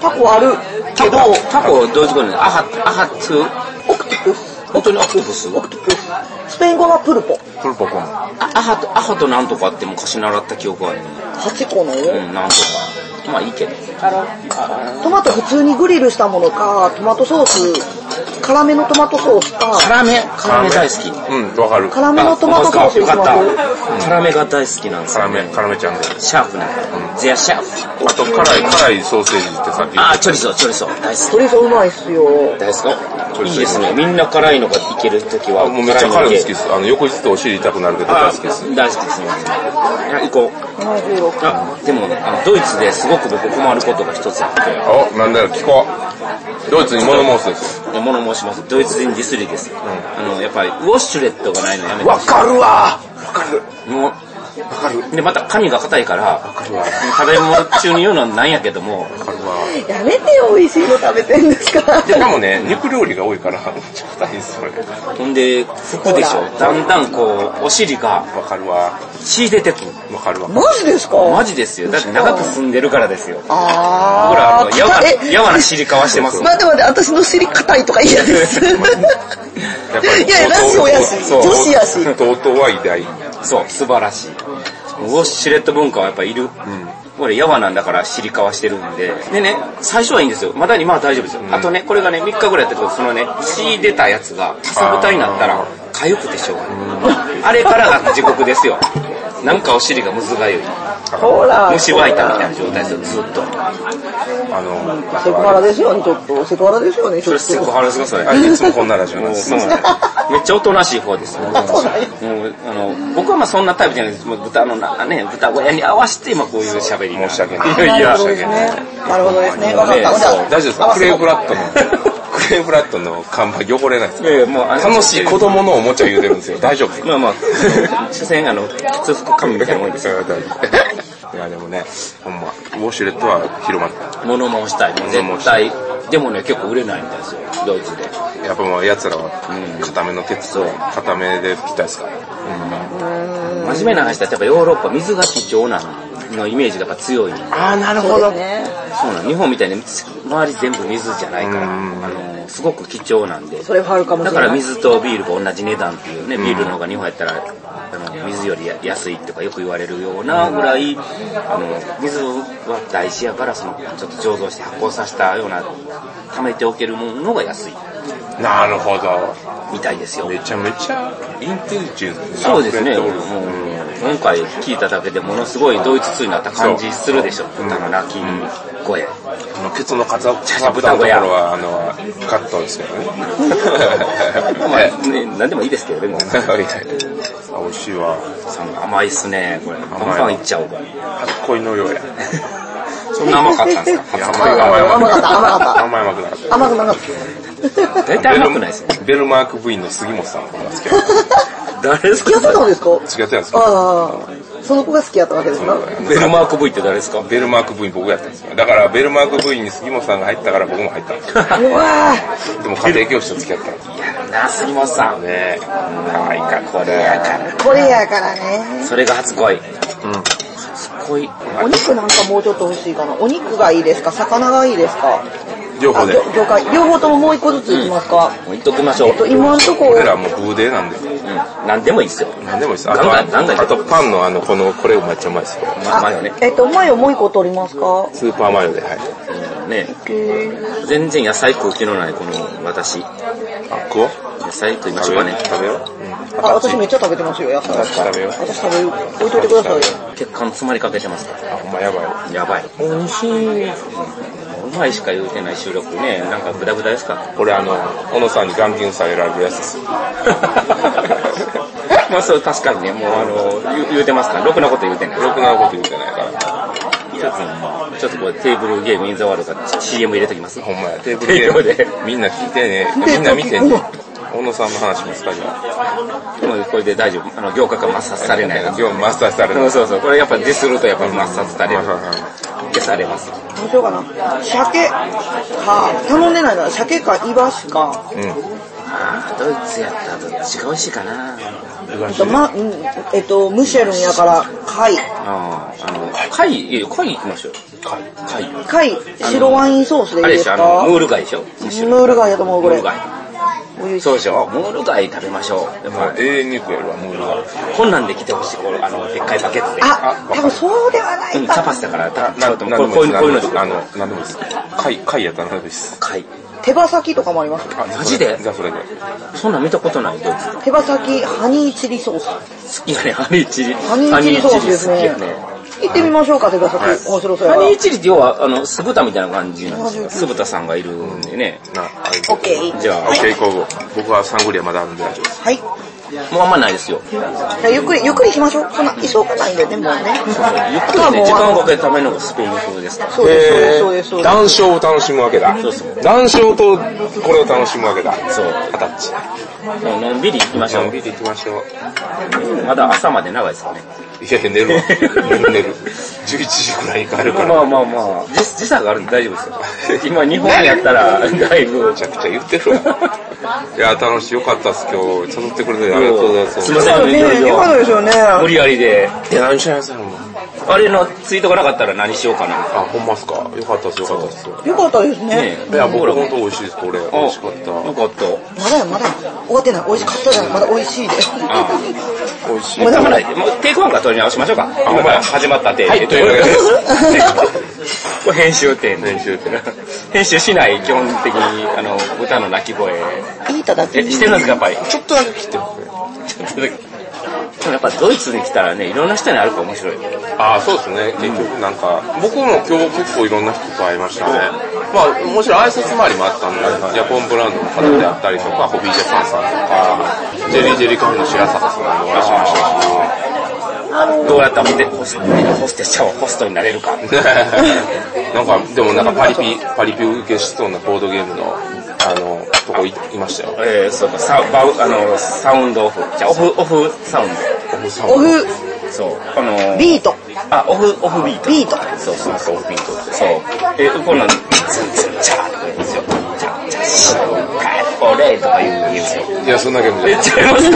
タコあるけど、
タコ、ドイツ語で、アハ、アハツ
オクティクス。
本当にアクープス
オクティクス。スペイン語はプルポ。
プルポコン。
あアハと、アハとなんとかって昔習った記憶あるね。
8個の、
うん、なんとか。まあいいけど。
トマト普通にグリルしたものか、トマトソース、辛めのトマトソースか、
辛め、辛め大好き。
うん、わかる。
辛めのトマトソースに
よ
し
か
ま
っ
す
た。うん辛めが大好きなんです
辛
よ
め、
ね。
辛めちゃんで。
シャープな。ゼアシャープ。
あと、辛い、辛いソーセージってさっき。
あー、チョリソ、チョリソ。大好き。
それぞうまいっすよ。
大好き。
リソ
いいですね。みんな辛いのがいけるときは。
あもうめっちゃ
の
辛いの
い
好き
け
です。あの、翌日お尻痛くなるけど大
あ
好きです。
ー大好きですね。いや行こう。
76。
あ、でもね、あの、ドイツですごく僕困ることが一つあって。
お、なんだよ、聞こう。ドイツに物申すですよ。
物申します。ドイツ人ディスリです。あの、やっぱり、ウォッシュレットがないのやめて
わ
ほし
かるわわかる。
い。もう、
わかる。
で、また髪が硬いから、食べ物中に言うのはなんやけども、
わかるわ。
やめてよ、美味しいの食べてんですから。
しかもね、肉料理が多いから、 *laughs* めっちゃ硬いんですよ、これ。
ほんで、服でしょ。だんだんこう、お尻が
わかるわ。
血出てくる。
わかるわ。
マジですか
マジですよ。だって長く住んでるからですよ。僕ら、あ
あ
の、
ー。
やわ
硬い
ら、やわら尻かわしてます。
待って待って、私の尻硬いとか
*laughs*
嫌です。
やっぱり
いやいやラジオやし
そう
女子やし
そう TOTO は偉大。
そう、素晴らしい。ウォッシュレット文化はやっぱいる。俺、ヤワなんだから知り交わしてるんで。でね、最初はいいんですよ。まだ今は大丈夫ですよ。あとね、これがね、3日ぐらいやってると、そのね、血出たやつが、かさぶたになったら、痒くてしょうがない。あれからが地獄ですよ。なんかお尻がむずがゆい。
ほら。
虫湧いたみたいな状態ですよ、ずっと。
あの、
セクハラですよね、ちょっと。セクハラですよね、ち
そ
ょ
れ
っ
セク
と。
ハラですか、それ。
あいつもこんなラジオなん
もう
です。
そうなんですめっちゃおとなしい方です。
そうなんや
もうあの僕はまあそんなタイプじゃないです。もう豚のなね豚小屋に合わせて今こういう喋りが
申し訳ない
いやいや
なるほどですね。なるほどですね。わかっ
ね
た。じゃ
そ
あ
大丈夫ですかクレーフラットの、クレーフラットの看板汚れないですか
いやいやもうあの
楽しい子供のおもちゃ言うてるんですよ。大丈夫ですか
まあまあ所詮あ *laughs* の靴服神みたいなもんですよ。
いやでもね、ほんま、ウォシュレットは広まった。
物申したいもう絶対でもね結構売れないみたいですよドイツで。
やっぱもう奴らは、固めの鉄を、固めで吹きたいですから。
真面目な話だとやっぱヨーロッパ水が貴重なのイメージがやっぱ強いんで
ああ、なる
そ
ほ
うで
ど。
すね。
そうなん日本みたいに周り全部水じゃないから、
うん
あのすごく貴重なんで
それはあるかもし
だ
れ
か
ない。
ら水とビールが同じ値段っていうね、ビールの方が日本やったら、あの水よりや安いとかよく言われるようなぐらい、あの水は大事やから、そのちょっと醸造して発酵させたような、貯めておけるものの方が安い
なるほど。
みたいですよ。
めちゃめちゃ、インテリジェンスな
そうですね、
フ
もう
レンドルうん
今回聞いただけでものすごいドイツ通になった感じするでしょ、
う
豚の鳴き声。
あの、ケツのかさぶたのところは、あの、カットですけどね。
まあ、ね、何でもいいですけど、で *laughs* も。
*laughs* あ美味しいわ。
甘いっすね、これ。パンパンいっちゃおうか。
初恋のようや。
そんな甘かったんですか *laughs*
いや
初
甘
恋
い
は
甘い
甘かった甘かった
甘い甘くなかった。
甘くなかっ
大体甘くないですよね。
ベルマーク部員の杉本さんのことが好きや
誰です
た。付き合ってたのですか
付き合ってたんですよ。
ああ、その子が好きやったわけですな。
ベルマーク V って誰ですか
ベルマーク部員僕やったんですよ。だからベルマーク部員に杉本さんが入ったから僕も入ったんですよ。
うわー
でも家庭教師と付き合ったんですよ。
なあ、杉本さん。ね
ね
可愛いか、これやから。
これやからね。
それが初恋。うん。初恋。
お肉なんかもうちょっと欲しいかな。お肉がいいですか魚がいいですか
両
あ、
方で。
業業界。両方とももう一個ずついきますか、
もう言っときましょう。
と今んとこ、
俺らもうブーデーなんで。
うん。何でもいいっすよ。
何でもいいです。あ
ガン
と
ガ
は、
ン、ガンガン
あとパンのあの、この、これめっちゃうまいですよ。
まあまあよね。
えっと、前をもう一個取りますか
スーパーマリオで、はい。
うんね。
え
全然野菜食う気のないこの私。
あ、食おう。
野菜食いまし
食
ょう
べよ
か
う
ね。。
食べよう。
ー、あ、私めっちゃ食べてますよ、野菜。
私食べよう。
私食べる。置いといてくださいよ。
血管詰まりかけてますから。
あ、ほんまやばい。
やばい。
美味しい。
うまいしか言うてない収録ね。なんかグダグダです *laughs* か
これあの、小野さんにガンギンされられるやつです。
まあそう、確かにね、もうあの、言う言うてますから。ろくなこと言うてない。
ろくなこと言うてないから。
ちょっと、ちょっとこれテーブルゲームインザワールドから CM 入れときます。
ほんまや、テーブル
テーブルで。
みんな聞いてね。みんな見てね。小野さんの話もスタジオ。
でもこれで大丈夫。あの、業界が抹殺されないように。
今日マスターさ
そ
れる
う。そうそう。これやっぱディスるとやっぱ抹殺される
うんうんうん。
消されます。
どうしようかな。鮭か、頼んでないなら鮭かイワシか、
うん。
ああ、ドイツやったらどっちが美味しいかな。
えっと、ま、うんえっと、ムシェルンやから、貝。
ああ、あの、貝、いや貝行きましょう。貝。貝。
貝、白ワインソースでい
あ
い
れです
で
しょ、
か
あの、ムール貝でしょ。むしろ
ムール貝やと思う、こ
ムー
れ
ル。貝。
お湯
そうでしょ。ムール貝食べましょう。やっ
ま
ぱ
あ、永遠に食えるわ、ムールは。
こんなんで来てほしい。このあの、でっかいバケツで。
あ、多分そうではな
うん、
い
チャ
か
パ。スだから、たち
な
ょ
ん
っ
で
と
も
こうこういうの、こういうので
いいです。あの、なんでもいいです。貝、貝やったらなんでもいいです。
貝。
手羽先とかもあります。
あ
マジで
じゃあそれで。
そんなん見たことない、ドイツ。
手羽先、ハニーチリソース。
好きやね、ハニーチリ。
ハニーチリソースです
ハニーチリ好
ね
きやね。。
行ってみましょうか、手羽先。
はい
面白そうや
ハ
から。
ニーチリって要は、あの、酢豚みたいな感じなんですよ。酢豚さんがいるんでね。
な、あれ。
オッケー。
じゃあ
オッケー、行こう。僕はサングリアまだあるんで大丈夫です。
はい。じ
もうあんまないですよ。そう
ゃあ、ゆっくり、ゆっくり行きましょう。そんな、急がないんでね、もうね。
ゆっくりね、時間をかけて食べるのがスペイン風ですから。
そうです、そうです、そうです。
談笑を楽しむわけだ。
そうそう
談笑とこれを楽しむわけだ。
そう。
アタッチ。
もうのんびり行きましょ
のん
う
び。り行きましょう。
まだ朝まで長いですからね。
いやいや、寝るわ。寝る寝る。11時くらいに帰るから。
まあまあまあ、時時差があるんで大丈夫ですよ。今日本やったら、だいぶ
め。ちゃくちゃ言ってるわ。いや、楽しい。よかったっす、今日。誘ってくれてありがとうございます。
すいません、
ね
いろい
よ
ろ
かったですよね。
無理やりで。
いや、何しないですよ、もう
あれのツイートがなかったら何しようかな。
あ、ほんまっすか。よかったっす、よかったっす。
よかったです
ね
ね。
いや、僕ら本当美味しいです、これ。美味しかった。
よかった。
まだよ、まだよ。終わってない。美味しかったじゃん。まだ美味
*laughs*
しいで。
美味しい。
もう食べないで。もうテイクワンから取り直しましょうか。今から始まったテ
はい、というわけで。
これ編集点。編集点。編集しない、基本的に、あの、歌の鳴き声。
いただき
え、。してるんですか、やっぱり。
ちょっとだけ切ってますね。
でもやっぱドイツに来たらね、いろんな人に会うから面白い。
ああ、そうですね。結局なんか、僕も今日結構いろんな人と会いましたね。まあ、もちろん挨拶回りもあったんで、ジャポンブランドの方であったりとか、ホビージャパンさんとか、ジェリージェリーカフェの白坂さんにお会いしましたし。
どうやったらホテホスホステスちゃうホストになれるか。
*laughs* なんか、でもなんかパリピ、パリピ受けしそうなボードゲームの、あの、とこいいましたよ。
えー、そうか、サバウあのサウンドオフ。じゃあ、オフ、オフサウン
おふさん
オフ、
ド。そう。あのー
ビート。
あ、オフ、オフビート。
ビート
そうそうそう、オフビート。そう。え、こんなん、ツンツン、チャーってくるんですよ。チャーチャー俺とかいうゲーム。
いや、そんなゲームじゃ
え、
な
違
い。
います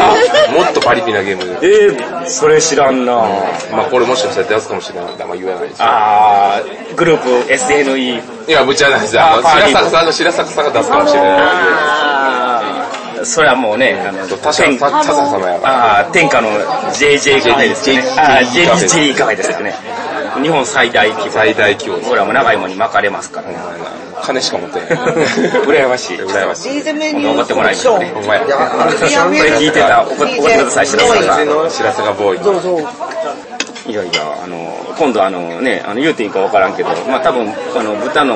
か
もっとパリピなゲームで。
えー、それ知らんな
まあこれもしかしたらやつかもしれないんで、あんま言えないです。
あー、グループ SNE。
いや、無茶ないですよ。
あ
あの
パリ
白
ピ
坂さんの白坂さんが出すかもしれない。
あー、それはもうね、あの、
確かに、田坂様やから。
ああ、天下の JJ カフェですよね
JG。
ああ、
カフェ
JG カフェですよね。日本最大規模。
最大規模です
僕らも長いものに巻かれますからね。
金しか持ってない。
羨ましい。
羨ましい。
リーゼメニ
今
ュ
度奢
ー
って
セ
もらい
ク
ま
シ
しょ
ョ
う
ン
ね。
ほんまや。
いやめ
これ聞いてた、おこおこってください、白坂さん。
白坂ボーイ。
どうぞ。
いやいや、あの、今度あのね、あの、言うていいかわからんけど、まあ多分、あの、豚の、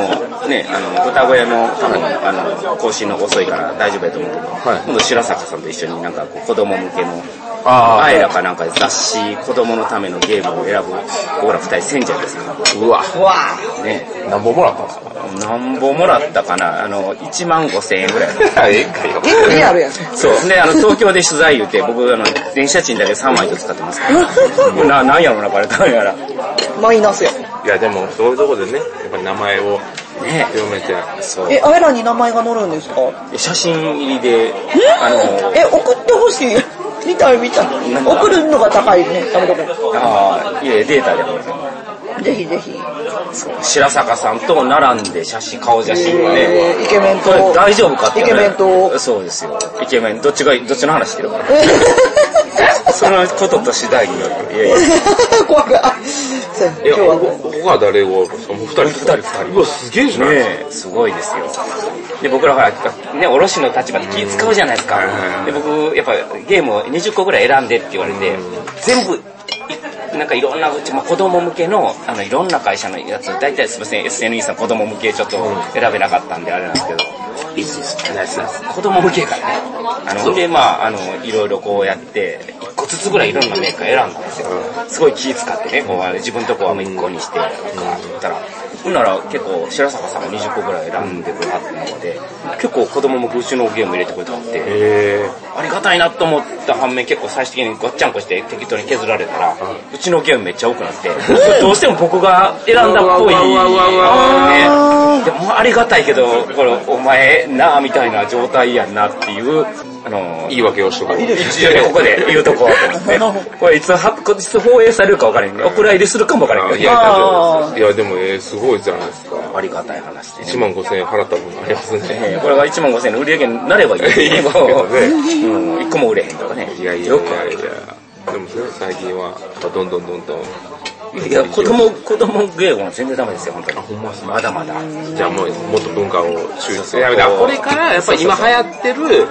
ね、あの、豚小屋の、多分、あの、更新の遅いから大丈夫やと思うけど、
はい
今度白坂さんと一緒になんかこう、子供向けの、
あ
あえらかなんか雑誌、子供のためのゲームを選ぶ、僕ら二人選者ですか
あ、うわ。
わ
らね。
なんぼもらったんですか
なんぼもらったかなあの、1万5千円ぐらい。
ええんかよ。
ぁ。結構リア
*laughs*
ルやね。
そう。で、あの、東京で取材言うて、僕、あの、電車賃だけ3枚と使ってますから。な、なんやろうな、これ、どうやら。ね
マイナスや。
いや、でも、そういうとこでね、やっぱり名前を
え
広めて。
そう。
え、あえらに名前が載るんですか
で写真入りで、あの、
え、送ってほしい。見たい見たい。送るのが高いね。やめとこ
ああ、いえ、データでも、
う。ぜひぜひ。 *laughs*
そう、白坂さんと並んで写真、顔写真をね。
えーイケメンと
これ大丈夫かって、
イケメンと
そうですよ。イケメン、どっちが、どっちの話してる
*laughs*
か。そのことと次第による。いやいや。
怖くあそう
いや、
今日は
ここが誰を、その二人。二
人二人
うわ、すげえじゃないですか。
ねえ、すごいですよ。で、僕らほら、ね、卸の立場で気使うじゃないですか。で、僕、やっぱゲームを20個ぐらい選んでって言われて、全部、いなんかいろんな、まあ、子供向けの、あの、いろんな会社のやつ、大体すいません、SNE さん子供向けちょっと選べなかったんであれなんですけど、いいです、ナイスナイス。子供向けからね。あの、で、まああの、いろいろこうやって、1個ずつぐらいいろんなメーカー選んだんですよ。すごい気使ってね、こうあの自分のとこは1個にして、ガーッとったら、ほんなら結構白坂さんが20個ぐらい選んでくれはったので、結構子供もうちのゲーム入れてくれたって、
え
ありがたいなと思った反面結構最終的にごっちゃんこして適当に削られたら、うちのゲームめっちゃ多くなって、どうしても僕が選んだっぽい。
うわうわうわ
ねでもありがたいけど、これお前なあみたいな状態やんなっていう、あの
ー、、言い訳をしとこう。
一応ねここで言うとこ *laughs* うと思って。これいつは、こいつ放映されるか分からへんけど、お蔵入りするかも分からへん
い
けど
や、、大丈
あ
夫ですいや、でも、えー、すごいじゃないですか。
ありがたい話でね
1。万5000円払った分ありますね。
えーこれが1万5000円の売り上げになればいいけどうん、1個も売れへんとかね。
いやいや
よ
い
くあ
や
る
いや。でも最近は、どんどんどんどん。
いや、子供、子供芸語は全然ダメですよ、本当に。まだまだ。
じゃあもう、もっと文化を周知
う
やめて、あこれからやっぱり今流行ってる、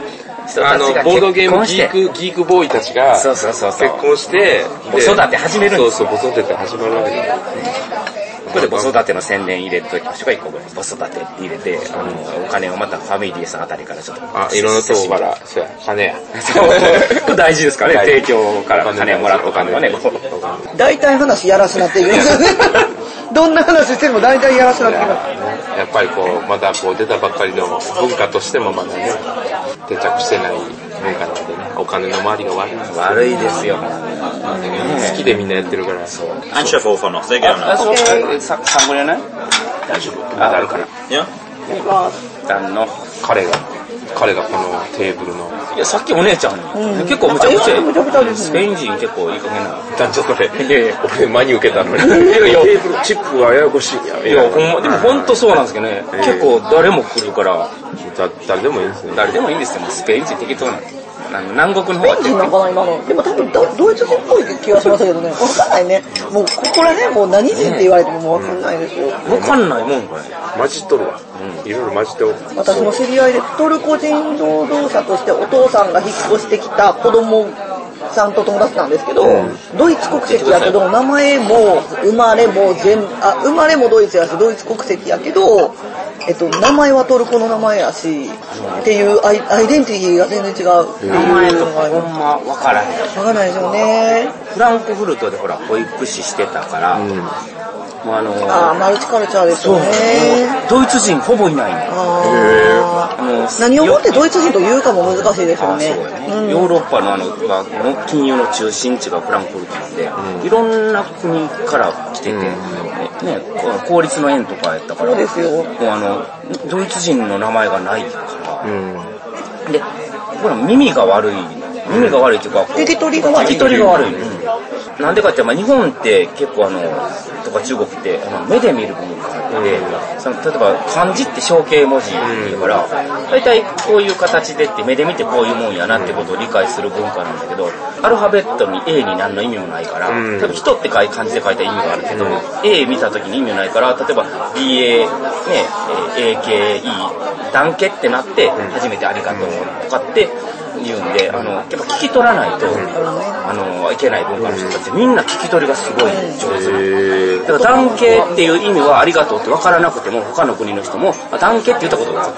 そう
あの
人たちが、
ボードゲームギ
結
ー
婚して
ク、ギークボーイたちが、
そうそうそうそう
結婚して、
子育て始めるん
そ
で
うそう、子育てって始まるわけだ。
ここで子育ての宣伝入れときましょうか、一個ぐらい。子育てって入れて、あの、お金をまたファミリーさんあたりからちょっと。
あ、いろんなとこから、そうや、金や。
*laughs* そう。これ *laughs* 大事ですからね、
大事
提供から金をもらうお金はね、こう
大体話やらしなっていく *laughs* どんな話しても大体やらしなっていきます
やっぱりこう、まだこう出たばっかりの文化としてもまだね、定着してない文化なのでね、お金の回りが悪いんですよ
悪いですよ。
好きでみんなやってるから。そう。
Handschrift over nog, zeker nog.
あ、そう、さ3分やない大丈夫。あ、あるから。
Ja?
旦の。
彼が、彼がこのテーブルの、
いや、さっきお姉ちゃん、結構むちゃくちゃ
あいやむちゃくちゃで、す
スペイン人結構いい加減な。
団長それ、
いやいや
俺真に受けたのに。
いやいや
テーブルチップはややこしいんや。
いや、ほんま、でも本当そうなんですけどね、結構誰も来るから、
だ誰でもいいですね。
誰でもいいんですよ、もうスペイン人適当なんであの南国の方は
ペンギンなのかな今の。でも多分ドドイツ人っぽい気がしましたけどね。わかんないね。もうここら辺もう何人って言われてももうわかんないですよ。
わかんないもん、これ。
混じっとるわ。いろいろ混じっておる。
私の知り合いでトルコ人労働者としてお父さんが引っ越してきた子供さんと友達なんですけど、ドイツ国籍やけど、名前も生まれも全、あ、生まれもドイツやし、ドイツ国籍やけど、えっと、名前はトルコの名前やし、っていうアイアイデンティティが全然違う。
名前とかほんまわからへん。
わかんないですよね。
フランクフルトでほら、保育士してたから、もうあの
あーマルチカルチャーですよね。
ドイツ人ほぼいないの
あ
あのの、
何をもってドイツ人と言うかも難しいですよ
あ
ね。
そうやね、ヨーロッパのあのがの金融の中心地がフランクフルトなんで、いろんな国から来てて、ねこう公立の園とかやったから
そうですよ
もうあのドイツ人の名前がないから、でほら耳が悪い耳が悪いっていうか、こう
聞き取りが悪い
聞き取りが悪い、なんでかって、まあ、日本って結構あの、とか中国って、あの目で見る文化なんで、その例えば漢字って象形文字だから、大体こういう形でって目で見てこういうもんやなってことを理解する文化なんだけど、アルファベットに A に何の意味もないから、
うん
例えば人って書い漢字で書いたら意味があるけど、A 見た時に意味ないから、例えば BA、ね、えー AKE、団結ってなって、初めてありがとうとかって、言うんで、あの、やっぱ聞き取らないと、あの、いけない文化の人たち、みんな聞き取りがすごい上手なの。だから、団結っていう意味はありがとうって分からなくても、他の国の人も、あ団結って言ったことが、うん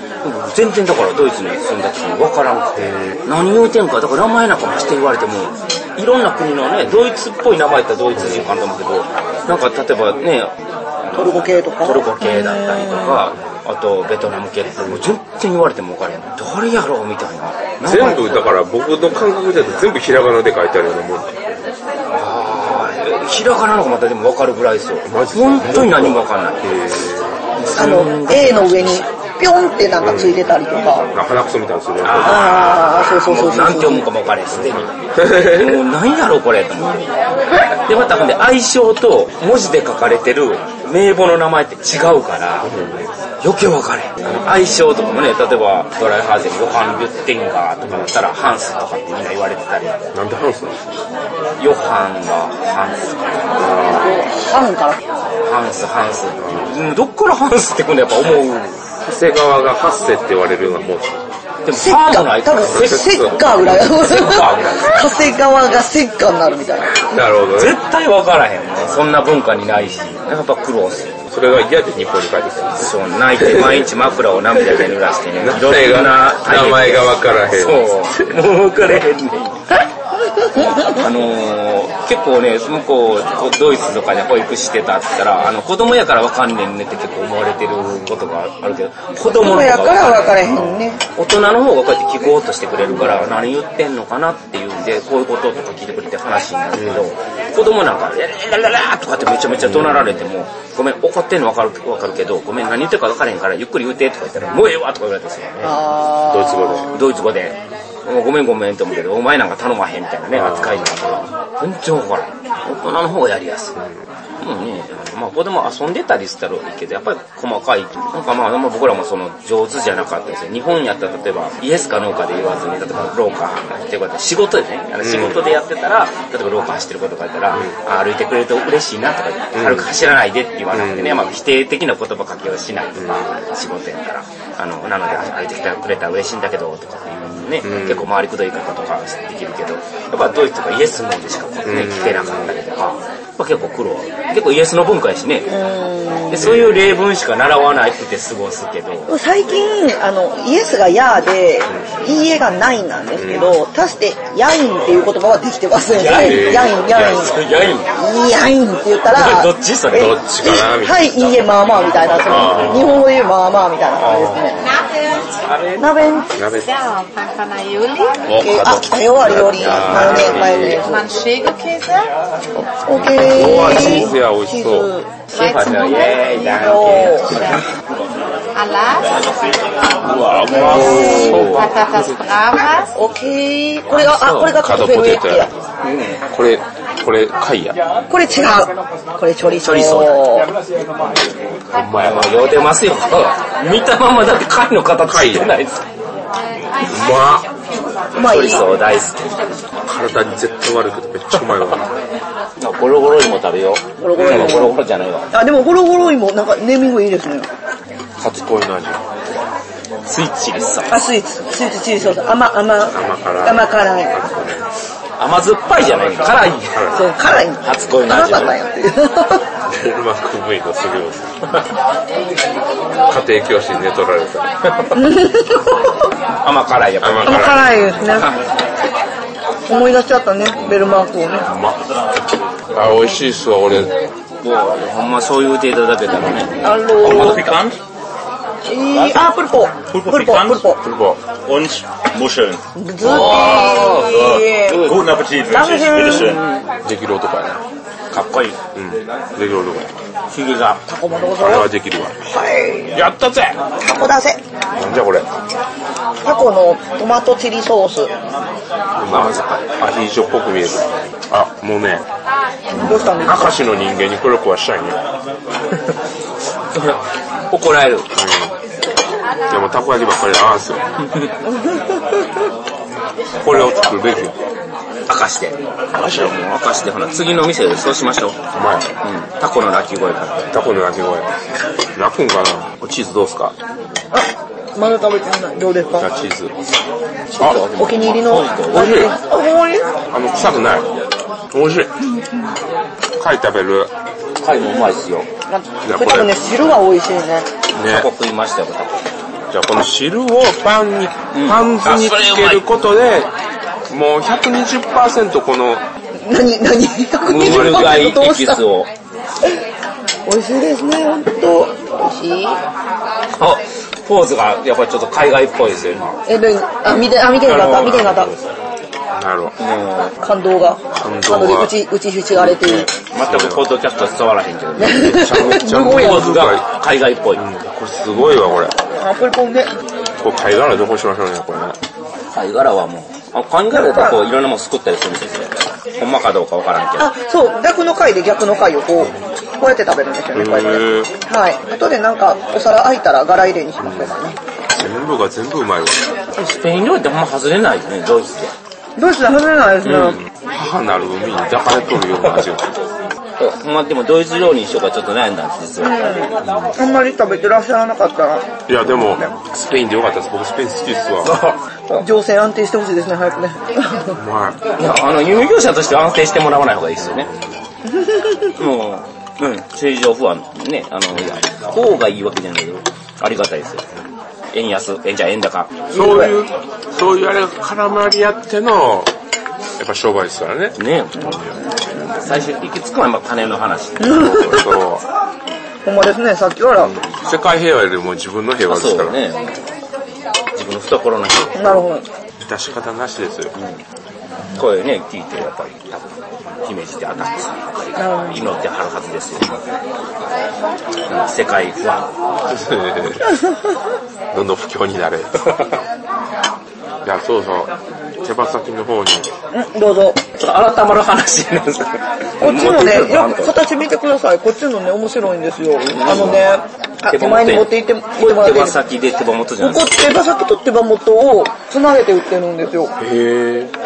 全然だからドイツに住んだ時に分からなくて、何言うてんか、だから名前なんかまして言われても、いろんな国のね、ドイツっぽい名前やったらドイツ人かなと思うけど、なんか例えばね、
トルコ系とか。
トルコ系だったりとか、あとベトナム系とか、もう全然言われても分からへん。誰やろうみたいな。
全部、だから僕の感覚だと全部ひらがなで書いてあるようなもん。
ひらがなのがまたでも分かるぐらいですよ。本当に何も分かんない。
あの、A の上に、ぴょんってなんかついてたりとか。
あ鼻くそみたいなのするよね。
ああ、そうそうそうそう。
なんて思うかも分かれへん、すでに。もう何やろ、これ。と思ってで、またほんで、愛称と文字で書かれてる名簿の名前って違うから、余計分かれへん。愛称とかもね、例えば、ドライハーゼン、ヨハン・ビュッテンガーとかだったら、ハンスとかってみんな言われてたり、
なんでハンスなの
ヨハンがハンスかな
あるから。
ハンス、ハンスっていう。うんどっからハンスってくんのやっぱ思う。
長谷川がハッセって言われるようなもん。
でも、
セ
ハ
ッ
ーもな
カ
い
ー。
か
多
ら
分、セッカーぐらい。 *laughs* 長谷川がセッカーになるみたいな。
なるほどね。
絶対分からへんね。そんな文化にないし。やっぱ苦労する。
それが嫌で日本に帰ってきた。
そう、泣いて毎日枕を涙で濡らしてね。
*laughs* 名
いろ
前
ん
が、
な
名前がわからへん。
そう。もう分からへんねん。あのー、結構ね、向こう、こうドイツとかで保育してたって言ったら、あの、子供やから分かんねんねって結構思われてることがあるけど、子
子
供の方
供
が
や
分
か
からへ
ら
ん
分かれへんね。
大人の方がこうやって聞こうとしてくれるから、何言ってんのかなっていうんで、こういうこととか聞いてくれて話になるけど、子供なんか、ララララとかってめちゃめちゃ怒鳴られても、ごめん、怒ってんのわかる、わかるけど、ごめん、何言ってるかわからへんから、ゆっくり言うてとか言ったら、もうええわとか言われたんですよ。
あ
ドイツ語で。
ドイツ語で、もうごめんごめんって思うけど、お前なんか頼まへんみたいなね、扱いになるから、全然わからへん。大人の方がやりやすい。もうね、まあ子供遊んでたりしたらいいけど、やっぱり細かい。なんかまあ、あんま僕らもその上手じゃなかったですよ。日本やったら例えば、イエスかノーかで言わずに、例えば廊下っていうことで仕事でね、あの仕事でやってたら、例えば廊下走ってることかやったら、あ歩いてくれると嬉しいなとか言って、軽く走らないでって言わなくてね、まあ否定的な言葉かけをしないとか、仕事やったら、あの、なので歩いてきてくれたら嬉しいんだけど、とかっていうね、結構回りくどい言い方とかできるけど、やっぱドイツとかイエスもんでしかこうね、聞けなかったりとか、まあ結構苦労。結構イエスの文化やしね。でそういう例文しか習わないくて過ごすけど、
ー最近、あの、イエスがヤーで、いいえがないなんですけど、足して、ヤインっていう言葉はできてますね。ヤイン、ヤイン、ヤイン。
やいん
ヤインって言ったら、
どっちそれ
え
どっちかなみた
はい、いいえ、まあまあみたいな、その日本語で言うまあまあみたいな感じですね。
あれ
鍋、
鍋。
Ja, Panpanayoten,
えーあ、来たよ、アリオリ。マヨネーズ、マヨネーズ。
Manchego-Käse,
オッケー。
うわチーズや美味しそう
チーズ
シェファーのイェーイだ
お
Alas,
うわ、うまそう。
Patatas Bravas,
オッケー。これが、あ、これがカトフェルエッテや。
これ、これ、貝や。
これ違う。これチョリ
チ
ソー。
ョリソ
ほんまやわ。う
酔うてますよ。 *laughs* 見たままだって貝の形してないです。
まっ。
うまい
ソリ。ソー大好
体に絶対悪いけどめっちゃうまいわ。
き。ゴロゴロ芋食べよう。
ゴロゴロ芋
ゴロゴロじゃないわ。
あ、でもゴロゴロ芋、なんかネーミングいいですね。
初恋の味。
スイッチです
あ、スイーツ、スイーツチーズソース。甘、甘、甘
辛い
甘辛い。
甘酸っぱいじゃない辛い。
そう、辛い。
初恋の
辛
味
かったんやっていう。
デルマーク部位のすごい家庭教師に寝取られた。
甘辛いやっぱり。
甘
甘
辛い。
辛いですね。思い出しちゃったね、ベルマークをね。
あ、美味しいっすわ、俺。
もう、ほんまそう言うていただけたらね。
あのー、
ピカン
えー、あ、プルポ。
プルポ
プルポ、
ピカン
プルポ。
プルポ。
Und Muscheln.
グズー
Guten Appetit wünsche ich.
Dankeschön.
Bitteschön.
できる男やな。
かっこいい。
うん。できる男や。
ヒゲが。
タコもどうぞ
あ。れはできるわ。
はい。
Ja, tatsächlich.
タコ出せ。
なんじゃこれ。
タコのトマトチリソース。
まあ、アヒージョっぽく見える。あ、もうね、
どうしたんですか
明石の人間にこれを食わしたいね。
怒られる。
でもたこ焼きばっかり合わんすよ。これを作るべきよ。
明かして。明かして、もう明かして、ほら、次の店でそうしましょう。
うまい。
うん。タコのラッキー声から。
タコの鳴き声。泣くんかなチーズどうすか
あ、まだ食べてない。どうです
じゃあ
か
チーズ。あ、
お気に入りの。
美味しい
あ、ほんまに
あの、臭くない。美味しい。貝食べる。
貝もうまいっすよ。
じゃあ
これ多分ね、汁は美味しいね。
タ
ね
コ。食いましたよ、タコ。
じゃあこの汁をパンに、パン
あ
酢に
それう
つ
まい
けることで、もう120%この
何、何、120
ムール貝エ
どう
キ
した
スを。
美味しいですね、ほんと。美味しい。
あ、ポーズがやっぱりちょっと海外っぽいですよ、今。
え、何あ、見て、あ、見てなかった、見てなかっ
なるほど。
た。感動が。
感動が
で打ち、打ちひしがれている。
全くポッドキャストは伝わらへんけど、ね、
めちゃめ
*laughs*
ちゃ
すごい
ポ
や
ーズが海外っぽい。
これすごいわ、これ。
あ、これポンで。
これ貝殻どこしましょうね、これね。
貝殻はもう、あ貝殻でこういろんなもの作ったりするんですよ。ほんまかどうかわからんけど。
あ、そう、逆の回で逆の回をこう、こうやって食べるんですよね、こうやって。
へー
はい。後でなんか、お皿空いたら柄入れにしましょうかね。
全部が全部うまいわ。
スペイン料理ってほんま外れないよね、ドイツで。
どうして食べないですね。
母なる海に抱かれとるような味が。
ほんまでもドイツ料理にしようかちょっと悩んだんです、実は。
あんまり食べてらっしゃらなかったら、
いや、でも、スペインでよかったです。僕スペイン好きで
*laughs*
すわ。
情勢安定してほしいですね、早くね。 *laughs*
うまい。
いや、あの、輸入業者として安定してもらわない方がいいです *laughs* よね。もう、うん、正常不安。ね、あの、いや、方がいいわけじゃないけど、ありがたいですよ。円安、円じゃ円高。
そういう、そういうあれが絡まり合っての、やっぱ商売ですからね。
ね最終的につくのはまあ金の話。
そう。
ほんまですね、さっきから。
世界平和よりも自分の平和ですか
そう
ら。
ね。自分の懐の人、
なるほど。
出し方なしですよ。 *laughs*
声ね、聞いて、やっぱり、多分、姫路でアタックさんばかりが祈ってはるはずですよ。世界不安。
どんどん不況になれ。いや、そうそう。手羽先の方に。
うん、どうぞ。
ちょっと改まる話なんですけど
こっちのね、いや
持ってきたぞ
形見てください。こっちのね、面白いんですよ。あのね、あ
手羽元
手前に持っていって、行ってもらっ
手
ていい
羽
ですか
先で手羽元じゃ
こ
ないで
こ手羽先と手羽元を繋げて売ってるんですよ。
へえ。
すか。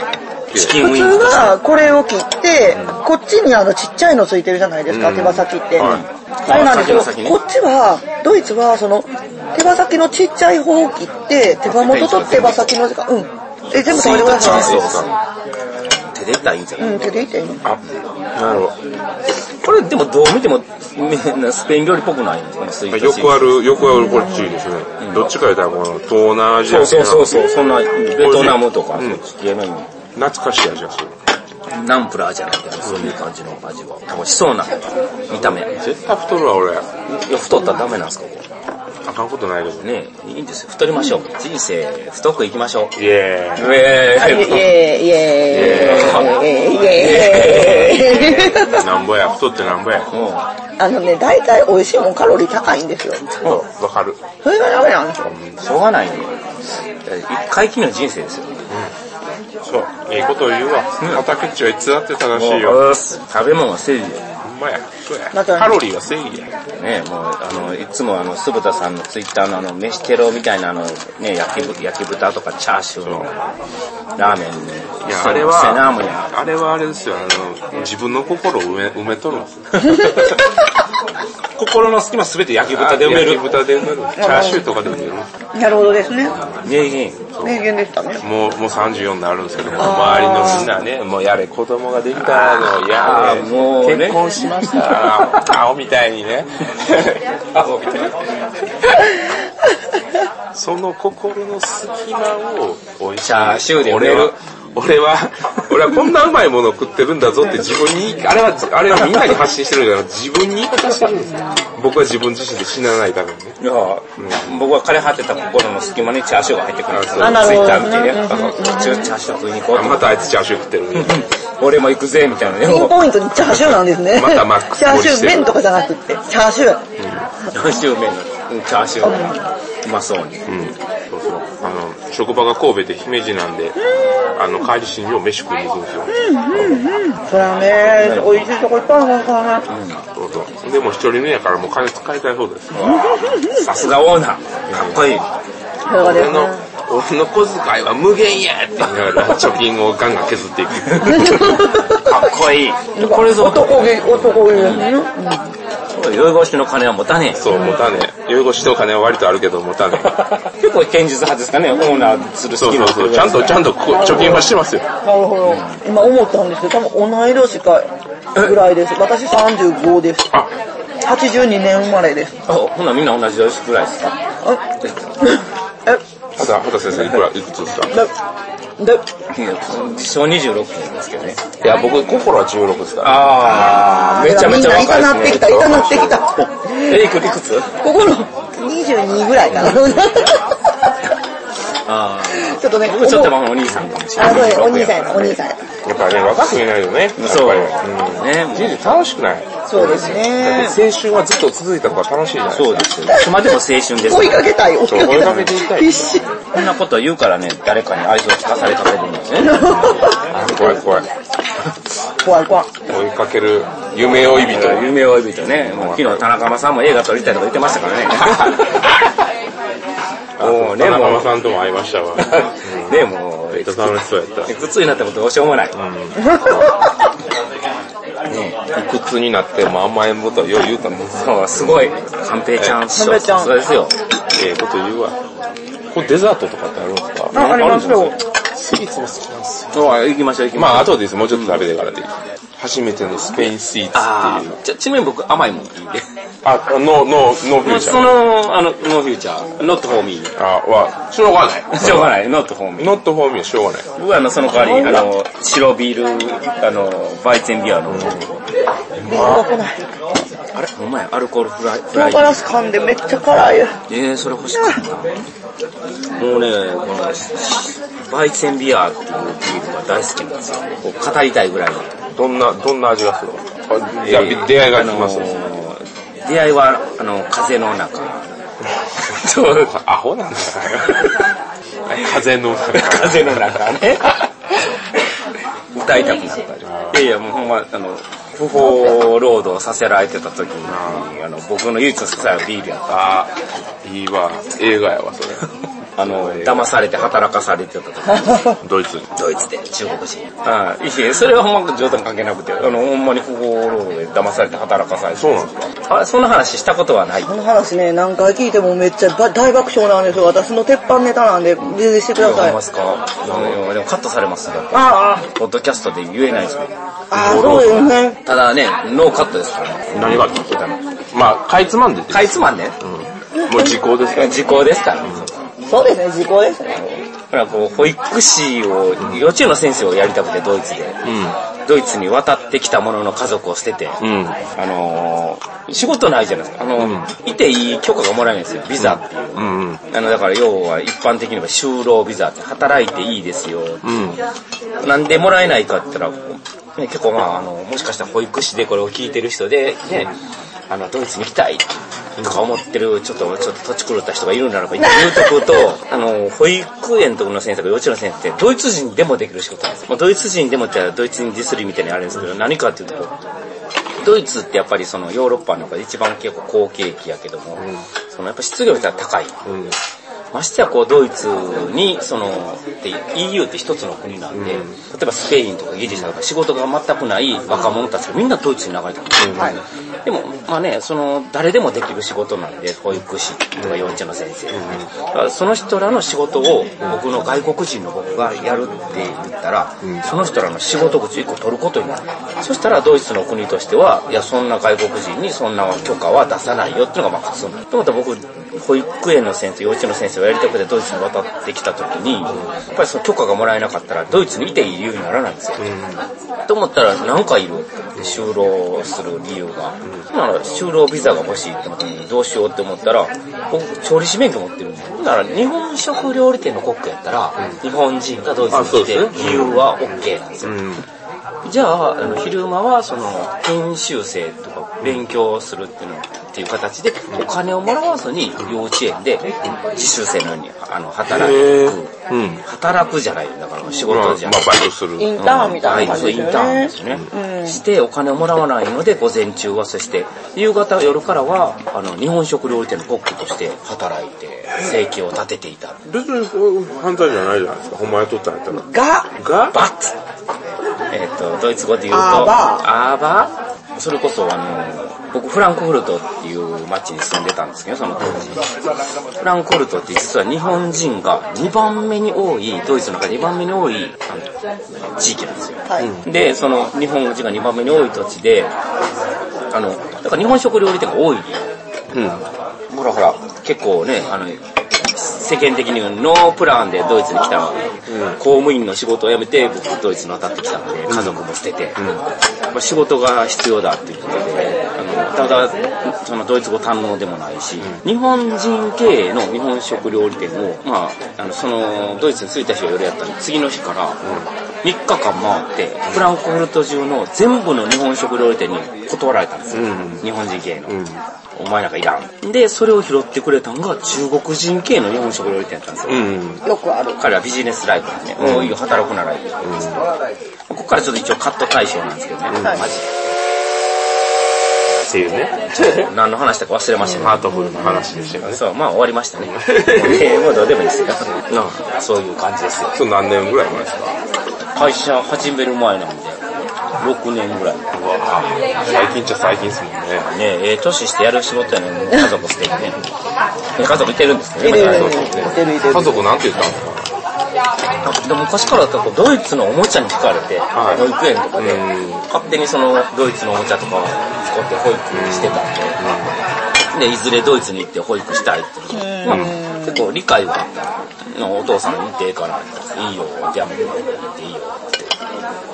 チキンウ
普
ィング
通。はこれを切って、こっちにあのちっちゃいのついてるじゃないですか、手羽先って。
はい
あれなんですけど、
あ先の先ね
こっちは、ドイツはその、手羽先のちっちゃい方を切って、手羽元と手羽先の時間、うん。え、全部食べてくだ
チャンス
さい。
手でいったらいいんじゃない
うん、手でいっていいの
あ、なるほど。
これでもどう見ても、ねスペイン料理っぽくないこのスイート
よ
チ
くある、よくあるこっちですね。どっちか言ったらこの東南アジア
そう
系
そう
な
そうそう、そんな、ベトナムとか、
うん
そっち系の意味
懐かしい味がする。
ナンプラーじゃないけど、そういう感じの味は。楽しそうな見た目。い
絶対太るわ、俺。あ
や、太ったらダメなんですかこ
かんことないけ
れ
どね。
ねいいんですよ。太りましょう。人生、太くいきましょう。
イエーイ。
え
あイェイイェイイェイイェイイェイ
なんぼや、太ってなんぼや。
もう、
*laughs* あのね、大体美味しいもんカロリー高いんですよ。
そう、わかる。
それがダメなんですよ。
しょうがないね。一回きりの人生ですよ。
そう、ええこと言うわ。畑っちはいつだって正しい
も
よ。
う食べ物は正義だ
ほんまや、そうや。
また
カロリーは正義や。
よね。もう、あの、いつもあの、酢豚さんのツイッターのあの、飯テロみたいなあの、ね、焼きぶ焼き豚とかチャーシューのラーメン
い
に、
や、
そ
あれ
れはセナームや。
は、あれはあれですよ、あの、自分の心を埋め、埋めとるん *laughs* ですよ。
心の隙間すべて焼き
豚で埋める。豚で埋める。チャーシューとかで埋める。
なるほどですね。
名言。
名言でしたね。
もう、もう34になるんですけども、周りのみんなね、もうやれ、子供ができたの、やれ、
あーもうね
結婚しました、青みたいに *laughs* ね。青みたいに。その心の隙間を、おいしい
チャーシューで埋め
俺
る
は、俺は、俺はこんなうまいものを食ってるんだぞって自分に、あれは、あれはみんなに発信してるんじゃなくて自分に言い方してるんですよ僕は自分自身で死なないためにね。
いや、僕は枯れ果てた心の隙間にチャーシューが入ってくるんですよ。
あ
な
ツ
る
イ
ほ
ッ
ど
ター見てね、あのチャチャーシュー食いに行こう
あ
と
またあいつチャーシュー食ってるみたいな。
俺も行くぜ、みたいなね。
ピンポイントにチャーシューなんですね。
またマックス
チャーシュー麺とかじゃなくって、チャーシュー。
チャーシュー麺の、チャーシューがうまそうに。
うん、そうそう。あの、職場が神戸で姫路なんで、あの、帰りしによう飯食いに行くんですよ。
そりゃね、美味しいとこいっぱいあるからね。
そうそう。でも一人目やからもう金使いたい方です。
さすがオーナー。かっこいい。
それがで
俺
す
の
ね。、
俺の小遣いは無限やって言いながら貯金をガンガン削っていく。
かっこいい。これぞ、
男気、男気ですね。
宵越しの金は持たねえ。
そう、持たねえ。酔い越しとお金は割とあるけど持たねえ。
結構堅実派ですかね、オーナーする
そ
好
う
き
そ
な
う
人
*laughs* そう。ちゃんと、ちゃんとこう貯金はしてますよ。
なるほど。今思ったんですけど、多分同い年かぐらいです。私35です。
あ、
82年生まれです。
あほなみんな同じ年くらいですか
あえ、
さあ、畑先生いくら、いくつですか
で、で、
いや自称26期なんですけどね。
いや、僕、心は16ですから。
ああ、めちゃめちゃ
みんな
若
痛
い
なっ
で
て
すね。
きた、痛なってきた。
え、いくいくつ
ここの22ぐらいかな。
あ
ちょっとね、
あ。僕ちょっとまあお兄さんかもしれ
あ、
な
そうで
い。
す、お兄さんやな、お兄さんや
やっぱね、若く見えないよね。やっぱり
そう。
うん。
ね、
人生楽しくない。
な。そうですね。
青春はずっと続いた方が楽しいじゃないですか。
そうですよ。いつまでも青春ですよ。
追いかけたい、追いか
そう追いかけ
け
ていき
た
た
い。
い
必死。
こんなこと言うからね、誰かに愛想を聞かされかけてるんですね。
怖い怖い。
怖い怖い。
追いかける夢追い人。
夢を追い人ね。もう昨日田中間さんも映画撮りたいとか言ってました
*laughs*
からね。
もうね、
ね
田
もう
中さんとも会いま *laughs* したわ。
ね *laughs* もう、
めっちゃ楽しそうやった。
いくつになってもどうしようもない。
いくつになっても甘えんことはよう言うたもん。
そう、すごい。寛平ちゃん師匠、
寛平ちゃん
さすがですよ。
ええこと言うわ。これデザートとかってあるんですか
あ、ありますよ。
そう、行きましょう行きましょう。
まあ、後でいいです。もうちょっと食べてからでいい。初めてのスペインスイーツ
あ
っていう。
あ、ちちなみに僕甘いもんいいんで。
あ、ノー、ノー、ノーフューチャ
そ
ー。
の、あの、ノーフューチャー、ノットフォーミ
あ、は、しょうがない。
ー。しょうがない、ノットフォーミー。
ノットフォーミーはしょうがない。
僕はあの、その代わり、あの、白ビール、あの、バイツェンビアの、あれお前、アルコールフライ、フラ
唐
イ。
辛子噛んでめっちゃ辛い。
えー、それ欲しかった。もうね、この、バイツェンビアっていうビールが大好きなんですよ。こう語りたいぐらいの。
どんな、どんな味がするのじゃあ、出会いが来ます
あ。のー出会いは、あの、風の中。 *laughs* そう、
アホなんだよ。 *laughs* 風の中。
風の中ね。歌いたくなったり。いやいや、もうほんま、あの、不法労働させられてた時に、あの、僕の唯一の支えはビールやった。
あー、いいわ。映画やわ、それ。
あの、騙されて働かされてた時 *laughs*
ドイツに。
ドイツで、中国人。ああ、いや、それはほんま冗談関係なくて、あの、ほんまに不法労働で騙されて働かされて。
そうなんですか
あ、そんな話したことはない。
この話ね、何回聞いてもめっちゃば大爆笑なんですよ。私の鉄板ネタなんで、全然してくだ
思
さ
い
い。
ますかあのでもカットされますよ。
あ
ポッドキャストで言えないですよ。
あ、ああ、そうですね。
ただね、ノーカットですからね。
何があったのまあ、かいつまんでて。
かいつまんね。
もう時効ですから。
時効ですからね。
そうですね、時効ですね。
ほら、こう、保育士を、幼稚園の先生をやりたくて、ドイツで。ドイツに渡ってきたものの家族を捨てて、
うん。うん。
あのー仕事ないじゃないですか。あのーいていい許可がもらえないんですよ。ビザっていう。
うんうん。
あの、だから要は一般的には就労ビザって働いていいですよ。
うん。
なんでもらえないかって言ったら、ね、結構まあ、あの、もしかしたら保育士でこれを聞いてる人で、ね、あの、ドイツに行きたいとか思ってる、ちょっと、ちょっと土地狂った人がいるならば、言うとく *laughs* と、あの、保育園とかの先生が幼稚園の先生って、ドイツ人でもできる仕事なんですよ。まあ、ドイツ人でもって言ったらドイツ人ディスりみたいにあるんですけど、何かっていうと、ドイツってやっぱりそのヨーロッパの中で一番結構好景気やけども、そのやっぱ失業率は高い。ましてやこうドイツにそので EU って一つの国なんで、例えばスペインとかギリシャとか仕事が全くない若者たちがみんなドイツに流れてくる、でもまあねその誰でもできる仕事なんで保育士とか幼稚園の先生、だからその人らの仕事を僕の外国人の僕がやるって言ったら、その人らの仕事口1個取ることになるそしたらドイツの国としてはいやそんな外国人にそんな許可は出さないよっていうのがまあ普通なのでも僕保育園の先生、幼稚園の先生がやりたくてドイツに渡ってきた時に、やっぱりその許可がもらえなかったら、ドイツにいていい理由にならないんですよ。と思ったら、何かいるって思って就労する理由が。ほんなら、就労ビザが欲しいってことに、どうしようって思ったら、僕、調理師免許持ってるんで。ほんなら、日本食料理店のコックやったら、日本人がドイツに
あそう
来
で
て、
すね
理由は OK なんですよ。
うん。
じゃあ、あの昼間はその研修生とか勉強するっていうのっていう形でお金をもらわずに幼稚園で自習生のようにあの働
へ
く
ー。うん。
働くじゃないだから仕
まあ、ま
事
あ
じゃ
バ
ない。
イトする。
インターンみたいな感じです
イン
よ
ターンで
ね。
すね、してお金をもらわないので午前中はそして夕方夜からはあの日本食料理店のコックとして働いて生計を立てていた
別にこう犯罪じゃないじゃないですか。ほんま雇ったんやったら。
が、
が
バッツえっ、と、ドイツ語で言うと、
アーバ
アーバーそれこそ、あの、僕、フランクフルトっていう町に住んでたんですけど、その当時。フランクフルトって実は日本人が2番目に多い、ドイツの中で2番目に多いあの地域なんですよ。
はい。
で、その日本人が2番目に多い土地で、あの、だから日本食料理店が多い。
うん。
ほらほら、結構ね、あの、世間的にノープランでドイツに来たので、公務員の仕事を辞めて僕ドイツに渡ってきたので、家族も捨てて、まあ仕事が必要だっていうことで、あのただ、そのドイツ語堪能でもないし、日本人経営の日本食料理店を、まあ、あの、その、ドイツに着いた日が夜やったんで、次の日から、3日間回って、フランクフルト中の全部の日本食料理店に断られたんですよ。日本人経営の。お前なんかいらん。で、それを拾ってくれたのが中国人系の日本食料理店だったんですよ。
うん。
よくある。
彼はビジネスライフなんで、もういいよ、働くならいいよ。ここからちょっと一応カット対象なんですけどね、マジ
っていうね。
で。 *laughs* 何の話だか忘れましたけど
ハートフルな話でしたよね。
そう、まあ終わりま
*laughs*
したね。もうねもうどうでもいいですよ。そういう感じですよ。
それ何年ぐらい前ですか
会社始める前なんで、6年ぐらい。ね
うわぁ最近っちゃ最近ですもんね。
ええ年してやる仕事やねん。家族捨てて
*laughs*
ね。家族いてるんですけどね。
そうですね。家族なんて言ったんですか
でも昔からこうドイツのおもちゃに惹かれて、
はい
保育園とかで
うん、
勝手にそのドイツのおもちゃとかを使って保育してたんで、で、いずれドイツに行って保育したいっていうのが、まあ、結構理解はあったの。お父さん見てから、いいよ、やめてもらっていいよ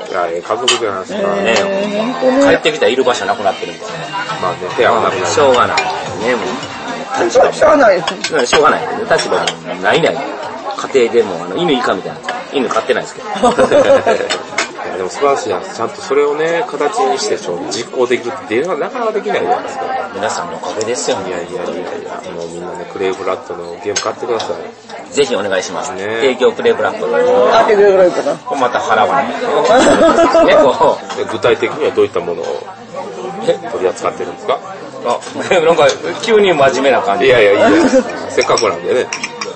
って。
いや、ええ家族じゃないですか。
ね、帰ってきたらいる場所なくなってるんですね。
まあね、部屋はなくな
しょうがない。ね、もう。
しょしょうがないです。
うんしょうがないけど、立場もないない。家庭でも、あの、犬以下みたいな。犬飼ってないですけど。
いやでも素晴らしいじゃないですか。ちゃんとそれをね、形にしてちょ実行できるっていうのはなかなかできないじゃないですか。
皆さんのおかげですよ
いやいやいやいや、もうみんなね、クレイブラッドのゲーム買ってください。
ぜひお願いします。
ね
提供プレイブラック。
あってくれるぐらいかな。
また払わ *laughs* ない。ね、こう。
で具体的にはどういったものを
え
取り扱ってるんですか
あ、なんか、急に真面目な感
い
じ。
やいやいや、せっかくなんでね。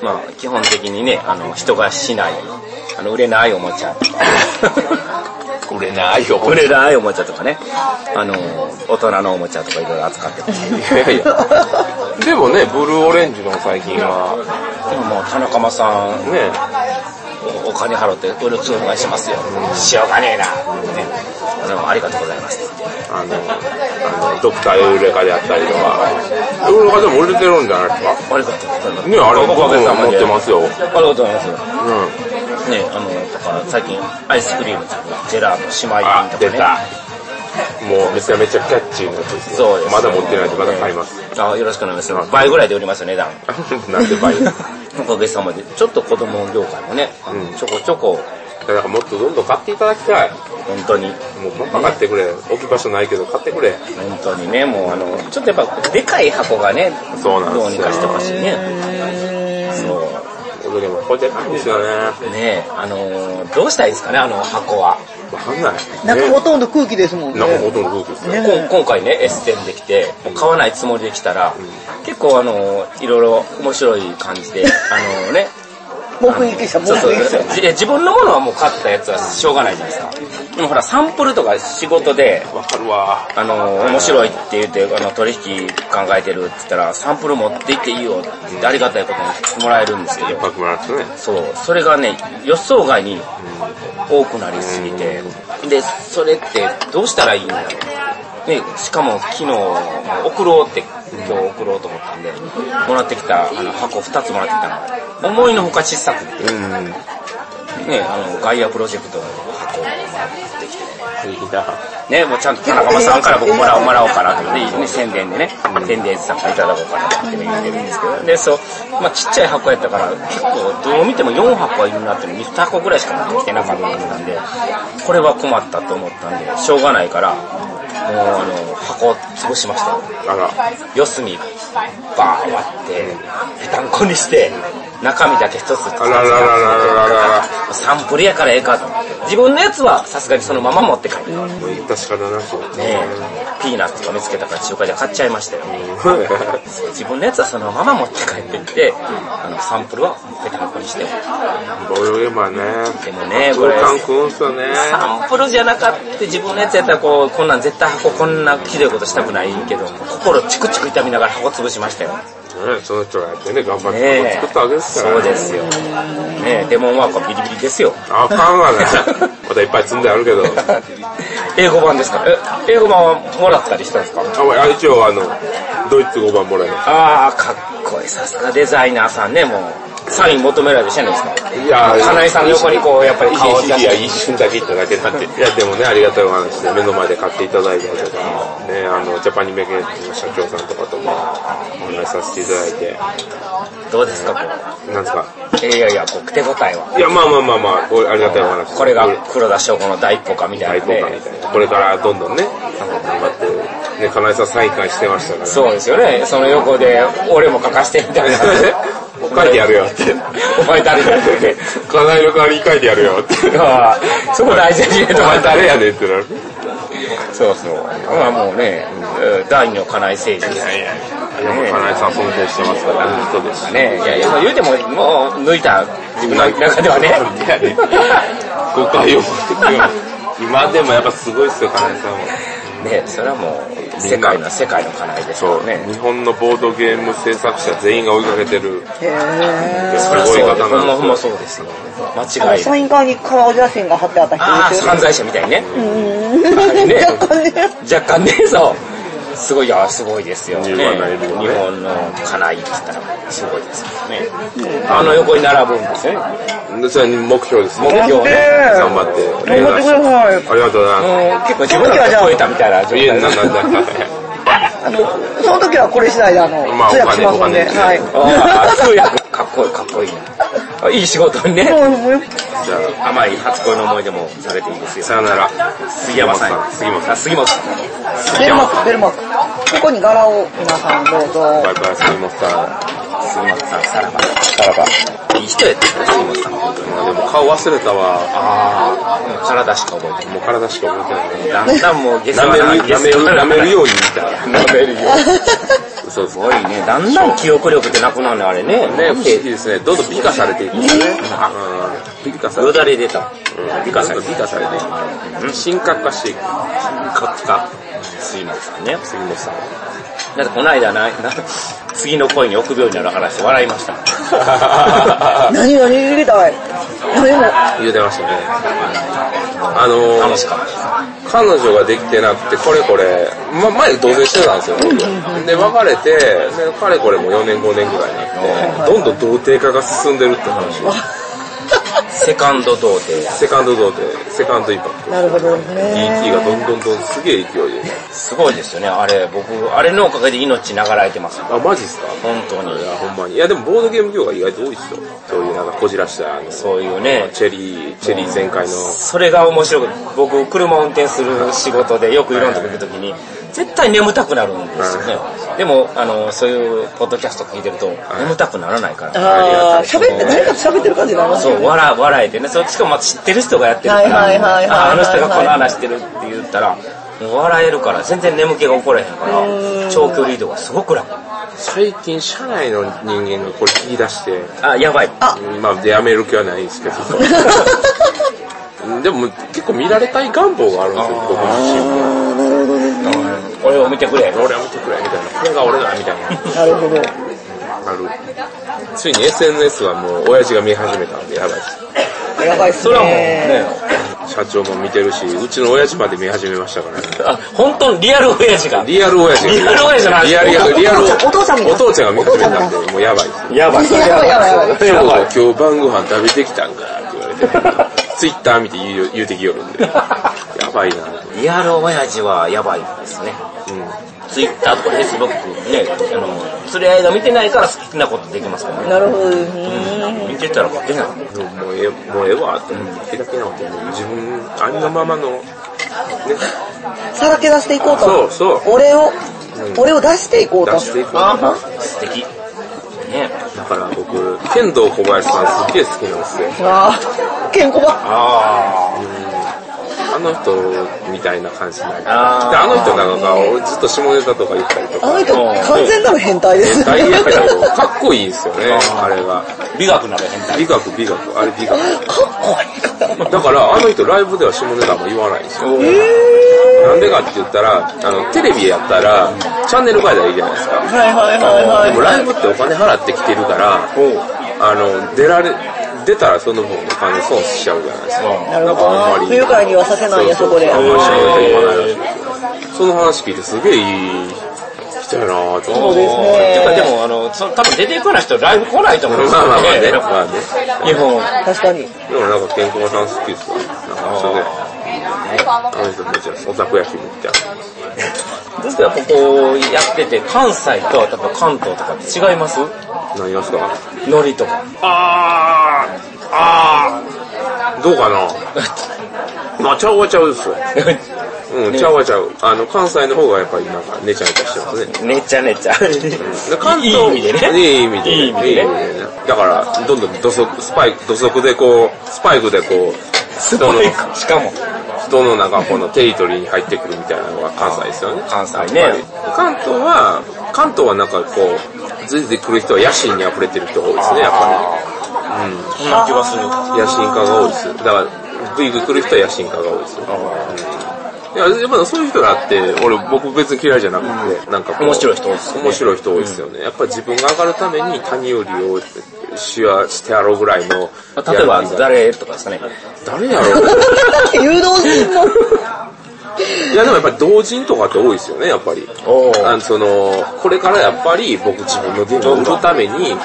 まあ、基本的にね、あの、人がしない、あの、売れないおもちゃ。
売れないよ、
*laughs* 売れないおもちゃとかね。あの、大人のおもちゃとかいろいろ扱ってます。
いやいや。でもね、ブルーオレンジの最近は、
でももう、田中間さん、
ね、
お金払って、よろしくお願いしますよ。しょうがねえな。ね。あの、ありがとうございます。
あの、あのドクターエウレカであったりとか、エウレカでも売れてるんじゃないですか
ありがとうございます。
ね、あれ僕も
げさま
持っ
で
てますよ。
ありがとうございます。
うん。
ね、あの、だから最近、アイスクリームとか、ジェラート、姉妹
あ、
品
出
とか
た
ね。。
もうめちゃめちゃキャッチーなやつですね。
そうです
まだ持ってないんでまだ買います。 *laughs*
あ、よろしくお願いします。倍ぐらいで売りますよ、値段。
なんで倍だ
おかげさまで、ちょっと子供業界もね、あの
うん
ちょこちょこ、
からもっとどんどん買っていただきたい。
本当に、
もうパパ買ってくれ。置き場所ないけど買ってくれ。
本当にね、もうあの、ちょっとやっぱ、でかい箱がね、
そうなんですよ
どうにかしてほしいね。そ
俺でもこれでかいんですよね。
う。ねあの、どうしたらいいですかね、あの箱は。
わかんない。
なんか
ね
ほとんど空気ですもんね。
なんかほとんど空気ですね。
こん今回ね、エステンできて、もう買わないつもりできたら、結構あの、いろいろ面白い感じで、あのね、
目撃者、目
そうそう
撃者。
じ自分のものはもう買ったやつはしょうがないじゃないですか。でもほら、サンプルとか仕事で、
わかるわ。
あの、面白いって言って、あの、取引考えてるって言ったら、サンプル持って行っていいよって言ってありがたいことにしてもらえるんですけど、
パクマラですね。
そう、それがね、予想外に多くなりすぎて、で、それってどうしたらいいんだろう。ね、しかも昨日、送ろうって今日送ろうと思ったんで、もらってきた、あの、箱2つもらってきたの。思いのほか小さくて、
うん。
ね、あの、ガイアプロジェクトの箱をもらってきてね。ね、もうちゃんと田中さんから僕もらおう、もらおうかなと思って、ね、宣伝でね、宣伝さんからいただこうかなと思って言ってるんですけど、で、そう、まあちっちゃい箱やったから、結構どう見ても4箱はいるなって、3箱ぐらいしか持ってきてなかったはずなんで、これは困ったと思ったんで、しょうがないから、もうあの、箱を潰しましたよ。
あら、
四隅バー割ってぺたんこにして中身だけ一つ
あらららららららら。
サンプルやからええかと自分のやつはさすがにそのまま持って帰ってね
もう言った仕方なく。
えピーナッツが見つけたから中華で買っちゃいましたよ
*laughs*
そう自分のやつはそのまま持って帰ってきてあのサンプルはぺたんこにして
ボヨゲマね。
でもねこ
空
れ
間食うんすよね。
サンプルじゃなかった自分のやつやったらこうこんなん絶対箱こんなひどいことしたくないけど心チクチク痛みながら箱潰しましたよ
ねその人がやってね、頑張っ
ね
て
え
作ったわけですから。
そうで。すよ。ねえ、デモンワークはビリビリですよ。
あかんわ
*laughs*
ね。またいっぱい積んであるけど。
英語版ですから。え、英語版はもらったりしたんですか
あ、まあ一応あの、ドイツ語版もらえ
ああ、かっこいい。さすがデザイナーさんね、もう。サイン求められるじゃないですか。
る。いや
金井さんの横にこう、やっぱり顔を出
い
し
や、
て。
一瞬だけ行っただけなんで。いや、でもね、ありがたいお話で、目の前で買っていただいたりとか、ね、あの、ジャパニメゲンの社長さんとかとも、お話しさせていただいて、
どうですか、こ
なんですか。
う。いやいや、こう、手応えは。
いや、まあまあまあまあ、こうありがたいお話
これが黒田翔吾の第一歩かみた
大
いな
交換
ね
み。たいな。これからどんどんね、頑張って、ね、金井さん再開してましたから。
そうですよね。その横で、俺も書かしてみたいな。
*laughs*
*laughs*
書いてやるよ *laughs* って。
お前誰だって。
金井の代わりに書いてやるよって。
ああそこ大事にね
*laughs* お前誰やねんってなる。
そうそう。まあもうね、うん第二の家内政治ですね。
金井さん尊敬してますから、あの人ですしね。
いやいや、まあ言うても、もう抜いた自分の中ではね。
誤解を。 *laughs* 今でもやっぱすごいっすよ、金井さんは。
ね、それはもう、世界の、世界の家内ですよね。
日本のボードゲーム制作者全員が追いかけてる、
へー
す
そりゃそ
ご
う
い
で
方
す。ほんま
なん
ほんま
ですよ。
そうですよ。間
あ
違
の
いな
サ
い。
イン側に顔写真が貼ってあった
ああ、
人
犯罪者みたいにね。
*laughs* ですよ
ね
ね。若干ね
若干ね、そう。すごい、いや、すごいですよね。
日
日
本のね
本の家内って言ったら、すごいですよね。あの横に並ぶんですよね。
でそれに目標ですね。
目標ね。
頑張って。
頑張ってください。
ありがとうございま
うん結構自分の声超えたみたいな状
す。
態
いえ、な、
で
な、な、
あの、その時はこれ次第であの、
まあ
通訳しますので、
お金お金
はい。
ああ、通訳。かっこいい、かっこいいな。いい仕事にね。
もうもう
じゃあ、甘い初恋の思い出もされていいですよ。
さよなら。
杉山さん。
杉本さん
あ、杉本さん。
ベルマーク、ベルマーク。ここに柄を皆さんどうぞ。
バイバイ、杉本さん。
杉本さん、さらば。さらば。いい人やったよ杉本さん、本当に。
まあでも顔忘れたわ。
ああ、体しか覚えてない。
もう体しか覚えてないね。
だんだんもう、ゲス
舐める、
ゲ
舐
ス
める、舐めるようにみたいな。
舐めるよ。
そう
す
そう。
ごいね。だんだん記憶力ってなくなるね、あれね。
ね、不思議ですね。どんどん美化されていくんですね。うん美化され
よ
て
だれ出た。
美化されて美化されていく。神格化していく。
カッカ。杉本さんね。
杉本さん。
だってこの間な、な次の恋に臆病になる話で笑いました。
何何入れたい何も。
言うてましたね。あのー
楽しかった。
彼女ができてなくて、これこれ、ま、前同棲してたんですよ、僕で、別れて、で、かれこれも4年5年ぐらいになって、どんどん童貞化が進んでるって話。
セカンド童貞や。
セカンド童貞、セカンドインパクト。
なるほどね。
ET がどんどんどんすげえ勢いで。
すごいですよね、あれ。僕、あれのおかげで命流られてます。
あ、マジっすか
本当に。
あほんまに。いや、でもボードゲーム業界意外と多いっすよ。そういうなんかこじらした、あの、
そういうね。
チェリー、チェリー全開の。
それが面白くて、僕、車運転する仕事でよくいろんなとこ行くときに、絶対眠たくなるんですよね。でも、あの、そういうポッドキャスト聞いてると、眠たくならないから。
ああ、喋って、何か喋ってる感じになります
そ
よ
う、
ね。
笑、笑えてね。そしかも知ってる人がやってるから、
はいはいはいはいはい
ああの人がこの話してるって言ったら、もう笑えるから、全然眠気が起こらへんから、長距離移動がすごく楽。
最近、社内の人間がこれ聞き出して、
あ、やばい。
まあ、やめる気はないん
*laughs*
ですけど。でも、結構見られたい願望があるんですよ、僕自身も。
俺を見てくれ。
俺は見てくれ、みたいな。これが俺だ、みたいな。
なるほど。
なる。ついに SNS はもう、親父が見始めたんで、やばいです。
やばいっす
それはもう
ね。
ね、
社社長も見てるし、うちの親父まで見始めましたから
あ、
ね。
本当にリアル親父が。
リアル親父が。
リアル親父なんです
リアル
よ
や、リアル。
お父さんみたい
お父ちゃんが見始めたんで、もうやばいです。
やばい。
やばいやばいやばい。
そうそう今日晩ご飯食べてきたんかって言われて、
*laughs*
ツイッター見て言う言うてきよるんで、やばいなと。
リアル親父はやばいですね。うん。ツイッターとかフェイスブックね、あの、釣り合いが見てないから好きなことできますからね。
なるほどね。
見てたら勝手なの。
もうええ、もうええわって思って、開けなくて、もう自分、ありのままの、ね、
さらけ出していこうと。
そうそう
俺を、俺を出していこうと。
出していこう
素敵。ね
だから僕、剣道小林さんすっげえ好きなんですよ。
ああ、ケンコバ。
ああ。あの人みたいな感じになる。で
あー
あの人なんか俺ずっと下ネタとか言ったりと
あ
か。
の人、完全なる変態ですね。
大変やけど、かっこいいんですよね、あれが。
美学なら変態。
美学、美学、あれ美学。
かっこいいから。
だから、あの人ライブでは下ネタあんま言わないんですよ。なんでかって言ったら、あの、テレビやったら、チャンネル変えたらいいじゃないですか。
*laughs* はいはいはい
でもライブってお金払ってきてるから、あの、出られ、出たらその分お金損しちゃうじゃないですか。
なるほ
だからあんま
ど。
り
不愉快にはさせないんや、そこで。
あんまり下ネタ言わないらしいですよ。その話聞いてすげえいい人やなぁと思
そう
って。
ですね
てかでも、あの、その多分出てこない人ライブ来ないと思うんです
まあ
よ
まあまあね、
ね。
まあね。
日本。
確かに。
でもなんか健康さん好きですわ。なんかそうね。あの人めっちゃオタクやしみたいな。
僕はここやってて、関西と多分関東とかって違います
何がですか
ノリとか。
あー、あー、どうかな
*laughs*
まあ、ちゃうはちゃうですよ。うん、ちゃうはちゃう。あの、関西の方がやっぱりなんか、ネチャネチャしてますね。
めちゃめちゃ。
で関東
いい意味でね
いい意味で。
いい意味でね
ねだから、どんどん土足、スパイク、土足でこう、スパイクでこう、人の、
しかも。
人のなんかこのテリトリーに入ってくるみたいなのが関西ですよね。
関西ね
やっぱり関東は、関東はなんかこう、ずいずい来る人は野心に溢れてる人が多いですね、やっぱり。うん。
そんな気がする。
野心家が多いです。だから、グイグイ来る人は野心家が多いです。いや、でもそういう人だって、俺、僕別に嫌いじゃなくて、なんかこう
面白い人多いですよね
面白い人多いですよね。やっぱり自分が上がるために他人よりをしわしてやろうぐらいの。
例えば誰とかですかね。
誰やろう
誘導人の。
いや、でもやっぱり同人とかって多いですよね、やっぱり。
おー
あのその、これからやっぱり僕自分のゲームを売るために、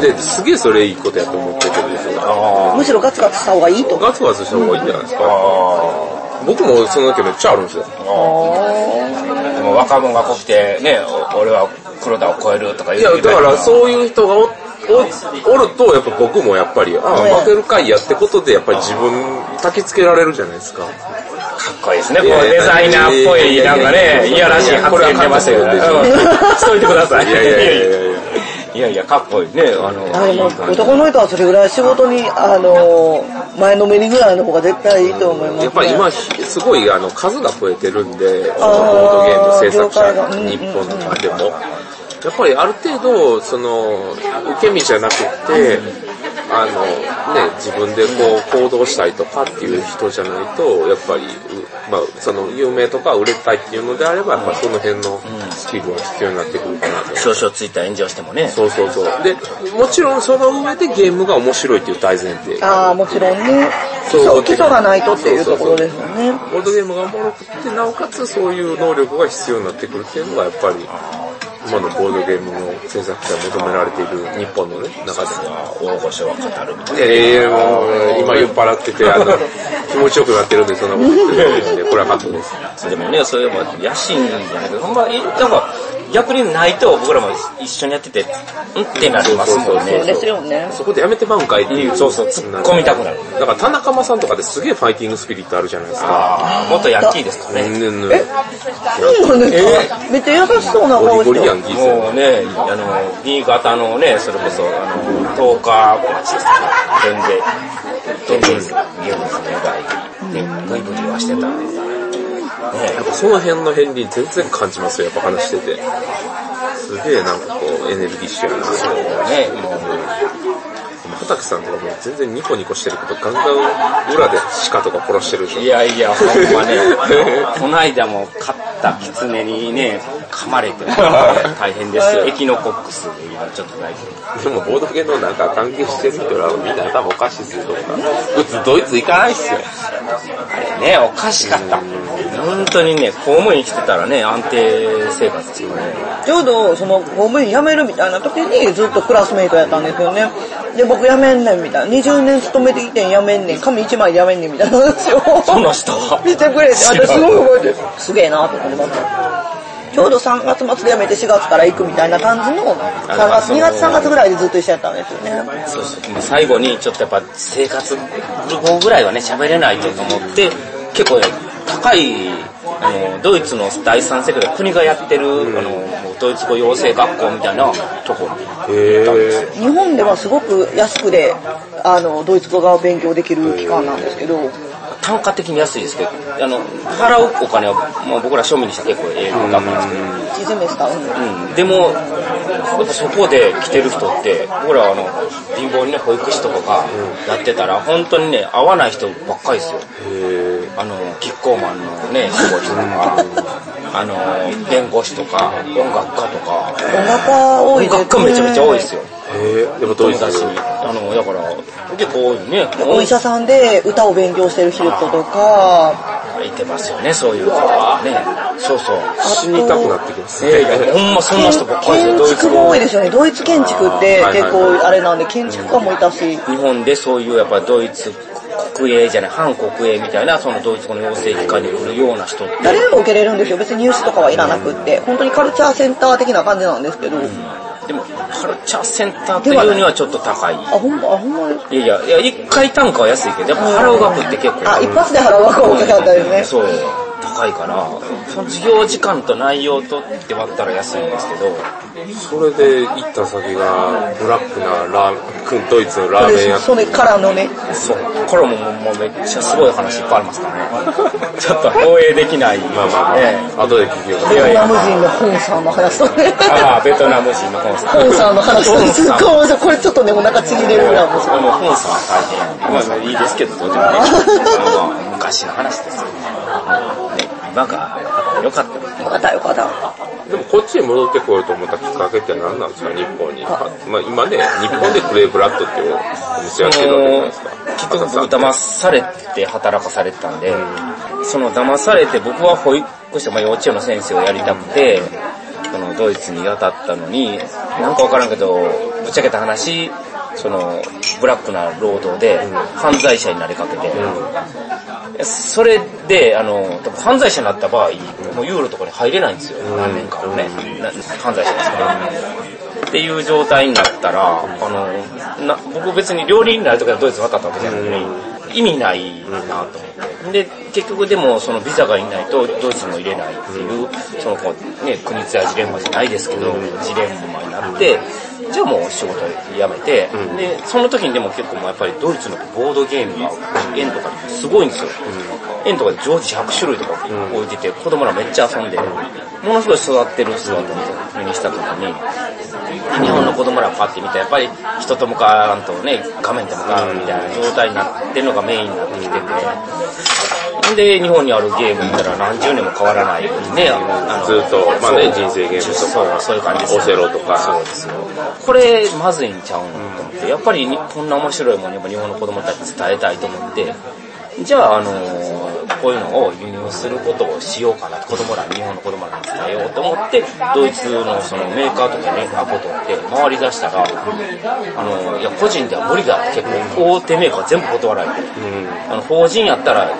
で、すげえそれいいことやと思ってるんですよ。
むしろガツガツした方がいいと。
ガツガツした方がいいんじゃないですか。僕もその時めっちゃあるんですよ。
でも若者がこう来て、ね、お俺は黒田を超えるとか
い
言
や、
う
だからそういう人がおおおると、やっぱ僕もやっぱり、ああ、負けるかいやってことで、やっぱり自分、焚きつけられるじゃないですか。
かっこいいですね。こ
いうやいや
デザイナーっぽ
い
い、な
や
いん
や
か
いや
ね、いやらしい発言出ましたけど、
こ
う
れはカ
んしといてください。
いやいやいやいやいや。
いやいや、かっこいいね。あの、
あの男の人はそれぐらい仕事に、あの、前のめりぐらいの方が絶対いいと思います、ね。
やっぱり今、すごいあの数が増えてるんで、そのボードゲーム制作
業界がう
者、
ん
日本の中でも。やっぱりある程度、その、受け身じゃなくて、あの、ね、自分でこう行動したりとかっていう人じゃないと、やっぱり、うまあ、その、有名とか売れたいっていうのであれば、やっぱその辺のスキルは必要になってくるかなと。
少々ツイッター炎上してもね。
そうそうそう。で、もちろんその上でゲームが面白いっていう大前提。
ああ、もちろんね。基
そう
礎、基礎がないとっていうところですよね。
ボードゲームがおもろくて、なおかつそういう能力が必要になってくるっていうのが、やっぱり、今のボードゲームの制作者に求められている日本のね、中でも。
大御所は語るみたい
ええもう、今酔っ払ってて、あの、気持ちよくなってるんで、そんなこと言ってるんで、これはカットです。
な。でもね、それも野心じゃないけど、ほんま、いなんか、逆にないと僕らも一緒にやってて、んってなりますもん
そう
ね。
ですよね。
そこでやめてまうんかいっていう。
そうそう、突っ込みたくなる。
だから、田中間さんとかですげえファイティングスピリットあるじゃないですか。
元ヤンキーですから
ね
ね。
んねんねん
そうなんですか、めっちゃ優しそうな
ゴ
顔
リゴ
し
リ
て
ヤ。ンキーですよ。
もうね、あの、新潟のね、それこそ、あの、十日町ですから、全然、全然、ゲームですね、外に、ね、ブイブイはしてたんで、
やっ
ね、
ぱその辺の片鱗全然感じますよ、やっぱ話してて。すげえなんかこう、エネルギッシュやなと思って。
ね、
畑さんとかもう全然ニコニコしてるけど、ガンガン裏で鹿とか殺してるでしょ。
いやいや、ほんまね、この間も買った狐にね、噛まれて、大変ですよ。エキノコックス、今ちょっとないけど。
でもボードゲームなんか関係してる人らはみんな頭おかしいっすよ、どっか。普通ドイツ行かないっすよ。
あれね、おかしかった。本当にね、公務員してたらね、安定生活ですよね。
ちょうどその公務員辞めるみたいな時にずっとクラスメイトやったんですよね。で、僕辞めんねんみたいな。20年勤めてきてん辞めんねん。紙1枚で辞めんねんみたいな話を。
そんなんしたわ
してくれて、私すごい覚えてる。すげえなと思ってました。ちょうど3月末で辞めて4月から行くみたいな感じの、3月、2月3月ぐらいでずっと一緒やったんですよね。
そうそうまあ最後にちょっとやっぱ生活旅行ぐらいはね喋れないとと思って結構ね高いあのドイツの第三世界で国がやってる、あのドイツ語養成学校みたいなとこに
へぇ
日本ではすごく安くで、あの、ドイツ語が勉強できる期間なんですけど、
単価的に安いですけどあの払うお金は、まあ、僕ら庶民にして結構英語学校なんですけど、
一ゼメスター、うん
うん、でも、やっぱそこで来てる人って、僕らあの、貧乏にね、保育士とかがやってたら、本当にね、会わない人ばっかりですよ。あの、キッコーマンのね、仕事とか、あの、弁護士とか、音楽家とか、
お腹多い
音
ですね
楽家めちゃめちゃ多いですよ。
へぇでもドイ
友
ツ
達に。あの、だから、結構多いね。
お医者さんで歌を勉強してる人とか、
いてますよね、そういう方はね。そうそう。
死にたくなってきます。
ええほんまそんな人ばっかりですよ、
建
ドイツ
築
語
も多いですよね。ドイツ建築っ
は
て
いはい
結構あれなんで、建築家もいたし、
日本でそういうやっぱドイツ国営じゃない、反国営みたいな、そのドイツ語の養成機関に来るような人って、
誰でも受けれるんですよ。別に入試とかはいらなくって、本当にカルチャーセンター的な感じなんですけど、あ、
でもカルチャーセンターというにはちょっと高い。
ほんま、あ、ほんまに。
いやいや、いや一回単価は安いけど、やっぱ払う額って結構。
あ、一発で払う枠は多かったですね。
そう、高いから、その授業時間と内容とって割ったら安いんですけど、
それで行った先が、ブラックなラーメン、ドイツのラ
そ
ー
れ
メン
で
屋
それからのね、
そう、これももうめっちゃすごい話いっぱいあります
*laughs*
からね。ちょっと放映できない。
まあまあまあ、
え
後で聞きよ
ベ
う。
トナム人のホンさんの話とね、
えああ、ベトナム人のコンサート
ホンさんの話と
ホン
ね、
さ
す
ん
っごい面白い。これちょっとね、お腹ちぎれるぐらい面白い。
でも本さんは大変。まあまあいいですけど、どうでもいい。まあ昔の話ですよね。今が良かったら
よかったよかった。
でもこっちに戻ってこようと思ったきっかけって何なんですか、日本に。まあ今ね、日本でクレーブラッドっていうお店やってるわけじゃないですか。
結局僕騙されて働かされてたんで、その騙されて僕は保育士、まあ幼稚園の先生をやりたくて、そのドイツに渡ったのに、なんかわからんけど、ぶっちゃけた話、そのブラックな労働で犯罪者になりかけて、それで、あの、多分犯罪者になった場合、もうユーロとかに入れないんですよ。何年かはね。な犯罪者ですから。っていう状態になったら、あの、な僕別に料理人になるとかドイツなかったわけじゃないのに、意味ないなと思って。で、結局でもそのビザがいないとドイツも入れないっていう、そのこう、ね、国津やジレンマじゃないですけど、ジレンマになって、じゃあもう仕事辞めて、で、その時にでも結構もうやっぱりドイツのボードゲームが円とかにすごいんですよ。円とかで常時100種類とか置いてて、子供らめっちゃ遊んで、ものすごい育ってる姿を目にした時に、日本の子供らパッて見たらやっぱり人と向かわんとね画面と向かわんみたいな状態になってるのがメインになってきててで日本にあるゲーム見たら何十年も変わらないようにねあの
ずっとまあね
そう
人生ゲームとか
そうそういう感じです
オセロとか
そうですよこれまずいんちゃうのと思ってやっぱりにこんな面白いもんやっぱ日本の子供たちに伝えたいと思ってじゃああのこういうのを輸入することをしようかなと子供らに日本の子供らに伝えようと思ってドイツのそのメーカーとかねアコとって回り出したらあのいや個人では無理だって結構大手メーカー全部断られて、あの法人やったら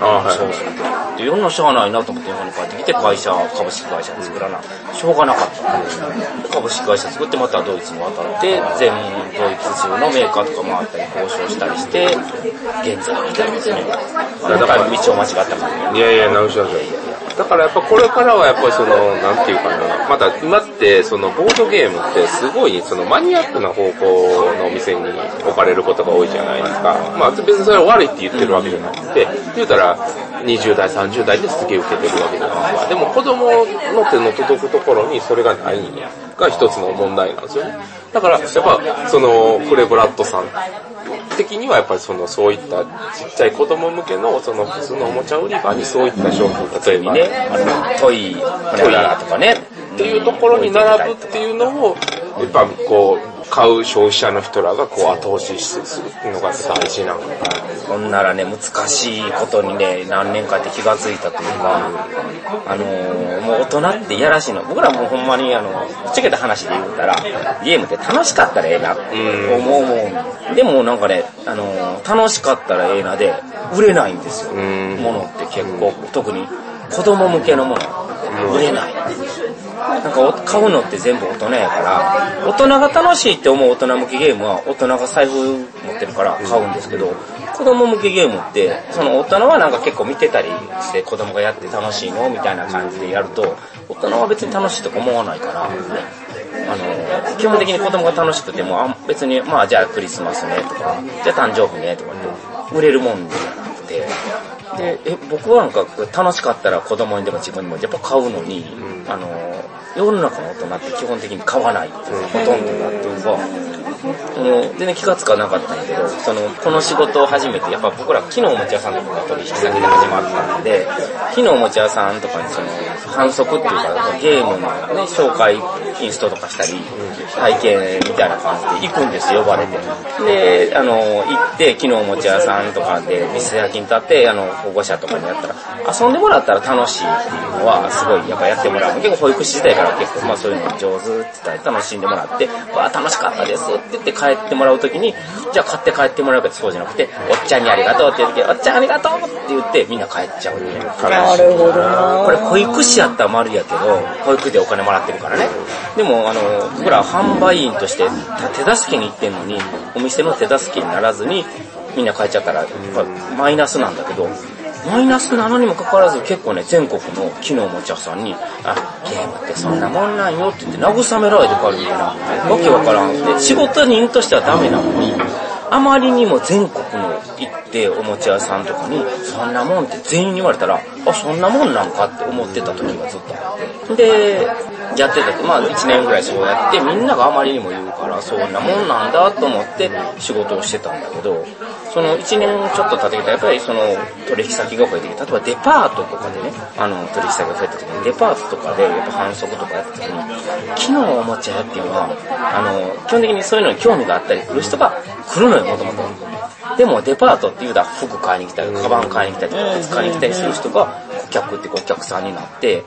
ああ、はい
そう。そうで世のしゃあないなと思って日本に帰ってきて会社株式会社作らなしょうがなかったんで株式会社作ってまたドイツに渡って全ドイツ中のメーカーとか回ったり交渉したりして現在みたいですねだから道を間違った感じ
いやいや、直しましょう。だからやっぱこれからはやっぱりその、なんていうかな、まだ今ってそのボードゲームってすごいそのマニアックな方向のお店に置かれることが多いじゃないですか。まあ別にそれは悪いって言ってるわけじゃなくて、言うたら20代、30代ですげえ受けてるわけじゃないですか。でも子供の手の届くところにそれがないんや、が一つの問題なんですよね。だからやっぱそのクレブラッドさん的にはやっぱりそのそういったちっちゃい子供向けのその普通のおもちゃ売り場にそういった商品例えば
ねあのトイホニャララとかね
っていうところに並ぶっていうのを、やっぱこう、買う消費者の人らがこう後押しするっていうのが大事なのかな。
ほんならね、難しいことにね、何年かって気がついたというか、あのーもう大人ってやらしいの。僕らもうほんまに、あの、ぶっちゃけた話で言うたら、ゲームって楽しかったらええなって思うもん。でもなんかね、あのー楽しかったらええなで、売れないんですよ。も
ん
のって結構、特に子供向けのもの、売れない。なんかお買うのって全部大人やから、大人が楽しいって思う大人向けゲームは大人が財布持ってるから買うんですけど、子供向けゲームって、その大人はなんか結構見てたりして子供がやって楽しいのみたいな感じでやると、大人は別に楽しいとか思わないから、あの、基本的に子供が楽しくても、あ別に、まあじゃあクリスマスねとか、じゃあ誕生日ねとかって、売れるもんじゃなくて、 *laughs* で、え、僕はなんか楽しかったら子供にでも自分にもやっぱ買うのに、あの、世の中の大人って基本的に買わないっていうのがほとんどだっていうか、もう全然気がつかなかったんやけど、その、この仕事を始めて、やっぱ僕ら木のおもちゃ屋さんとかが取引先で始まったんで、木のおもちゃ屋さんとかにその、反則っていうか、ゲームのね、紹介、インストとかしたり、体験みたいな感じで行くんですよ、呼ばれて。で、あの、行って、木のおもちゃ屋さんとかで、店先に立って、あの、保護者とかにやったら、遊んでもらったら楽しいっていうのは、すごいやっぱやってもらう。結構保育士時代から結構、まあそういうの上手って言ったら楽しんでもらって、わあ楽しかったですって言って帰ってもらうときに、じゃあ買って帰ってもらうけどそうじゃなくて、おっちゃんにありがとうって言うとき、おっちゃんありがとうって言ってみんな帰っちゃうね。
なるほどな
これ保育士やったら丸やけど、保育でお金もらってるからね。でも、あの、僕ら販売員として手手助けに行ってんのに、お店の手助けにならずに、みんな買えちゃったら、やっぱマイナスなんだけど、マイナスなのにもかかわらず結構ね、全国の木のおもちゃ屋さんに、あ、ゲームってそんなもんなんよって言って慰められて帰るみたいな、わけわからん。で、仕事人としてはダメなのに、あまりにも全国の行っておもちゃ屋さんとかに、そんなもんって全員に言われたら、あ、そんなもんなんかって思ってた時がずっとあって。で、やってたって、まあ1年ぐらいそうやって、みんながあまりにも言うから、そんなもんなんだと思って仕事をしてたんだけど、その1年ちょっと経ってきたら、やっぱりその取引先が増えてきて、例えばデパートとかでね、あの取引先が増えた時に、デパートとかでやっぱ反則とかやってた時に、木のおもちゃ屋っていうのは、あの、基本的にそういうのに興味があったり来る人が来るのよ、もともと。でもデパートっていうたら服買いに来たり、カバン買いに来たりとか、靴買いに来たりする人が顧客っていうかお客さんになって、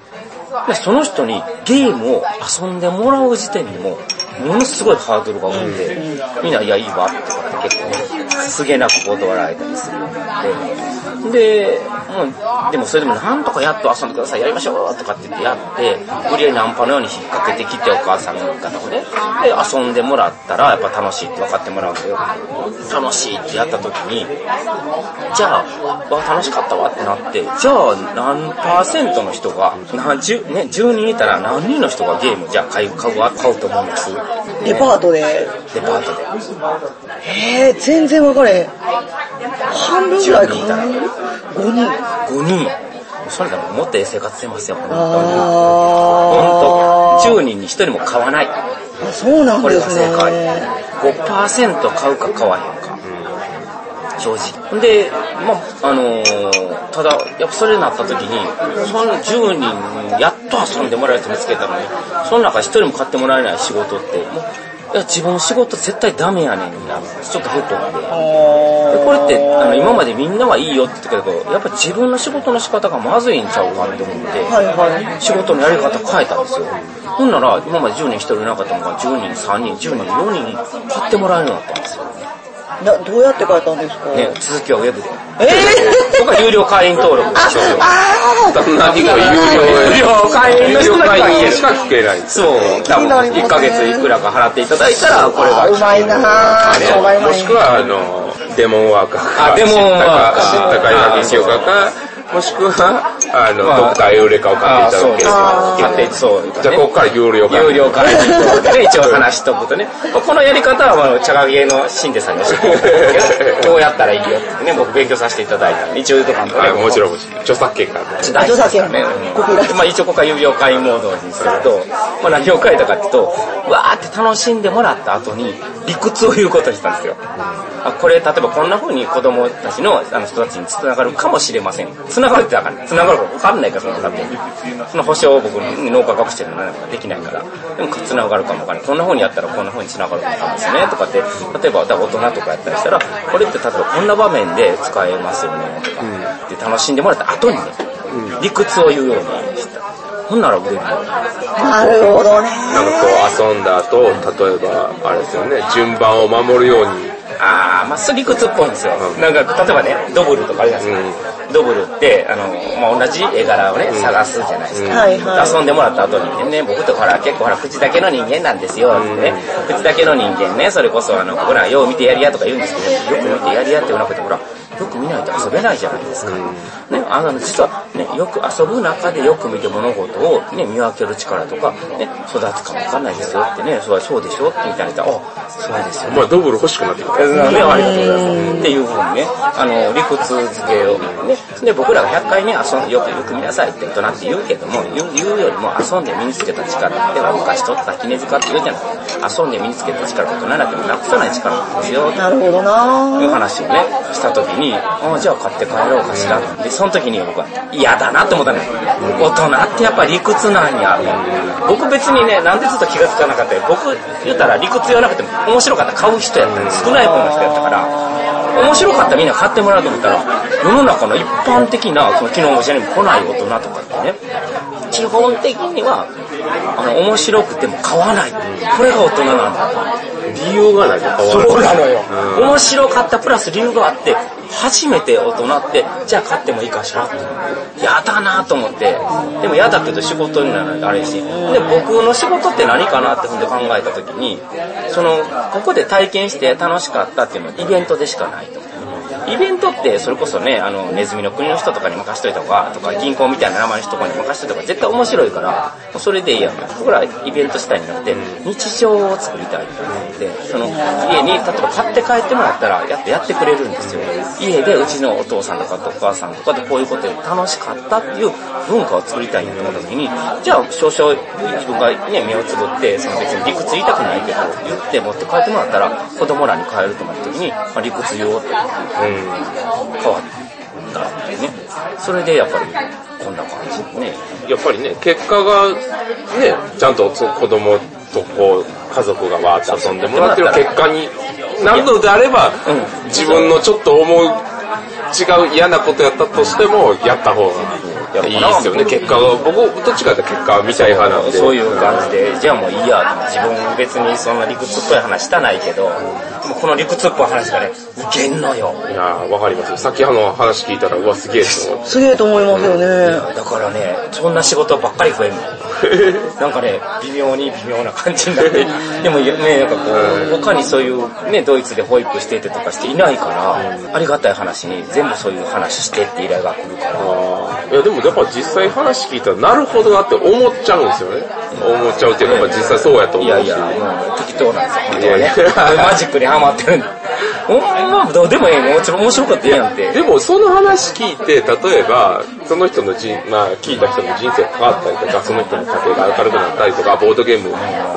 でその人にゲームを遊んでもらう時点でも、ものすごいハードルが多くて、みんな、いや、いいわ、とかって結構、すげなく断られたりするようになって、で、もう、でもそれでもなんとかやっと遊んでください、やりましょう、とかって言ってやって、無理やりナンパのように引っ掛けてきて、お母さん方もね、で、遊んでもらったら、やっぱ楽しいって分かってもらうんだけど、楽しいってやった時に、じゃあ、わ、楽しかったわってなって、じゃあ、何パーセントの人が、何十、ね、10人いたら何人の人がゲーム、じゃあ買う、買うわ、買うと思うんです。
デパートで。
デパートで。
えー、全然分かれへん。半分ぐらいか
10人いた
な
ら。
5人。
5人。それでももっとええ生活してますよ、本当に。
あ
本
ー。
当10人に1人も買わない。
あそうなん
これ
で
が
す
正解
ね。。
5%買うか買わへんか。正直。で、まあ、あのーただ、やっぱそれになった時に、その10人やっと遊んでもらえると見つけたのに、その中1人も買ってもらえない仕事って、もういや自分の仕事絶対ダメやねんな、ちょっとへこんで。でこれってあの今までみんなはいいよって言ってたけど、やっぱ自分の仕事の仕方がまずいんちゃうかって思って、
はいはい。
仕事のやり方変えたんですよ。ほんなら、今まで10人1人いなかったのが、10人、3人、10人、4人買ってもらえるようになったんですよ。
などうやって書いたんですか、
ね、続きはウェブで。
えー、
僕は有料会員登録しようよ。
あー
何が有料
有料会員の
有
人
料
だけが
会
聞け
員
る
し。か聞けないんです。
そう、多分1ヶ月いくらか払っていただいたら、これが
あ、うまいな
ね
ー。商売う
も
ま
し
い
くは、あの、デモンワーカーか、
あデモンワーカー
知ったか、知ったか、研究家か、もしくは、あの、ドクターエウレカを買っていただければ
買って、そう、
じゃあ、ここから有料会員
有料会員登録で一応話しとくとね、このやり方はあの、茶が芸のシンデさんに教えてもらったん *laughs* ですけど、どうやったらいいよってね、僕勉強させていただいたんで、一応言うとかんと
はい、
ね
もちろん、もちろん著作権から。
ちょっと大事ですからね。まあ一応ここは有料会員モードにすると、まあ何を書いたかっていうと、わーって楽しんでもらった後に理屈を言うことにしたんですよ。あこれ例えばこんな風に子供たちのあの人たちに繋がるかもしれません。繋がるってだから、繋がるろわかんないから、その多分。その保証を僕の農家学者にならないからできないから、でもつながるかもわかんない。こんな風にやったらこんな風に繋がるかもわかんないですね、とかって、例えばだから大人とかやったりしたら、これって例えばこんな場面で使えますよね、とか、で楽しんでもらった後にね、理屈を言うようにした。ほんなら売れるの
なるほどね。
なんかこう遊んだ後、例えば、あれですよね、順番を守るように。
あー、まあ、すりくつっぽいんですよ。なんか、例えばね、ドブルとかあるじゃないですか。ドブルって、あの、まあ、同じ絵柄をね、探すじゃないですか。
はいはい。
遊んでもらった後にね、僕とほら、結構ほら、口だけの人間なんですよ、ってね。口だけの人間ね、それこそ、あの、僕ら、よう見てやりやとか言うんですけど、よく見てやりやって言わなくて、ほら、よく見ないと遊べないじゃないですか。ね、あの、実は、ね、よく遊ぶ中でよく見て物事を、ね、見分ける力とか、ね、育つかもわかんないですよってね、そうそうでしょってみたいな人は、あ、そうですよね
まあ、ドブル欲しくなってきた。
ね、ありがとうございます。っていうふうにね、あの、理屈付けをね、で、僕らが100回ね、遊んで、よくよく見なさいって大人って言うけども、言う言うよりも遊んで身につけた力っては昔取った絹塚って言うじゃない遊んで身につけた力大人なんてなくさない力なんですよ。
なるほどな
いう話をね、した時に、あじゃあ買って帰ろうかしら。で、その時に僕は嫌だなって思ったのよ。大人ってやっぱ理屈なんやと。僕別にね、なんでちょっと気がつかなかったよ。僕言ったら理屈言わなくても面白かったら買う人やったんで、少ない方の人やったから、面白かったらみんな買ってもらうと思ったら、世の中の一般的な、その昨日も一緒に来ない大人とかってね、基本的には、あの、面白くても買わない。これが大人なんだ。
理由がないと変わる。
そうなのよ。面白かったプラス理由があって、初めて大人って、じゃあ買ってもいいかしらって。やだなと思って。でもやだけど仕事にならないとあれやし。で、僕の仕事って何かなってほんで考えた時に、その、ここで体験して楽しかったっていうのはイベントでしかないと。イベントってそれこそね、あの、ネズミの国の人とかに任しといた方が、とか銀行みたいな名前の人とかに任しといた方が絶対面白いから、もうそれでいいやん。僕らイベントしたいんじゃなくて、日常を作りたいって言って、その、家に、例えば買って帰ってもらったら、やってやってくれるんですよ。家でうちのお父さんとかとお母さんとかでこういうことで楽しかったっていう文化を作りたいんやと思った時に、じゃあ少々自分がね、目をつぶって、その別に理屈言いたくないけど、言って持って帰ってもらったら、子供らに帰ると思った時に、まあ、理屈言おうって。変わったっていうね。それでやっぱりこんな感じね。
やっぱりね、結果が、ね、ちゃんとそう子供とこう、家族がわーって遊んでもらってる結果になるのであれ
う
ば、
ん
自分のちょっと思う、違う嫌なことやったとしても、やった方がいいですよね。結果が、僕、どっちかって結果みたい派なんで。
そういう感じで、じゃあもういいや、自分別にそんな理屈っぽい話したないけど、でもこの理屈っぽい話がね、ウケんのよ。
いやーわかりますよ。さっきあの話聞いたら、うわ、すげえと思って。
すげえと思いますよね。
だからね、そんな仕事ばっかり増
*laughs*
えるの。なんかね、微妙に微妙な感じになって、でもね、なんかこう、他にそういう、ね、ドイツで保育しててとかしていないから、ありがたい話に全部そういう話してって依頼が来るから、
いやでもやっぱ実際話聞いたらなるほどなって思っちゃうんですよね。思っちゃうっていうか、まあ実際そうやと思うし。
いやいや、もう適当なんですよ、本当はいね
やいや。
マジックにハマってるんで。ほんま、どうでもええもちろん面白かったらええやんって。
でもその話聞いて、例えば、その人の人、まあ聞いた人の人生が変わったりとか、その人の家庭が明るくなったりとか、ボードゲーム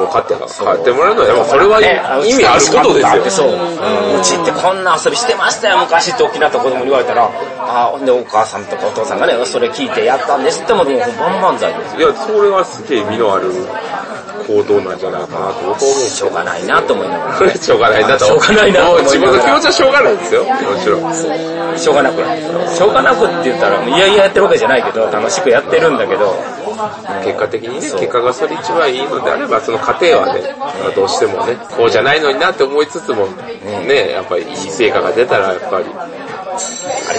を買って、買ってもらうのは、やっぱそれは意味あること
だって
です
そ
よ。
う。うちってこんな遊びしてましたよ、昔って沖縄と子供に言われたら、ああ、ほんでお母さんとかお父さんがね、それ聞いてやったんですっても、もうバンバン剤ですよ。
いや、それはすげえ意味のある行動なんじゃないかなと僕は思うんです
しょうがないなと思いなが
それしょうがないなと。
しょうがないなと思
もう
いながら
自分の気持ちはしょうがないですよ。もちろん。
ら、しょうがなくなる。しょうがなくって言ったら、いやいややってるわけじゃないけど、楽しくやってるんだけど、
結果的にね、結果がそれ一番いいのであれば、その過程はね、どうしてもね、こうじゃないのになって思いつつも、ね、やっぱりいい成果が出たら、やっぱり、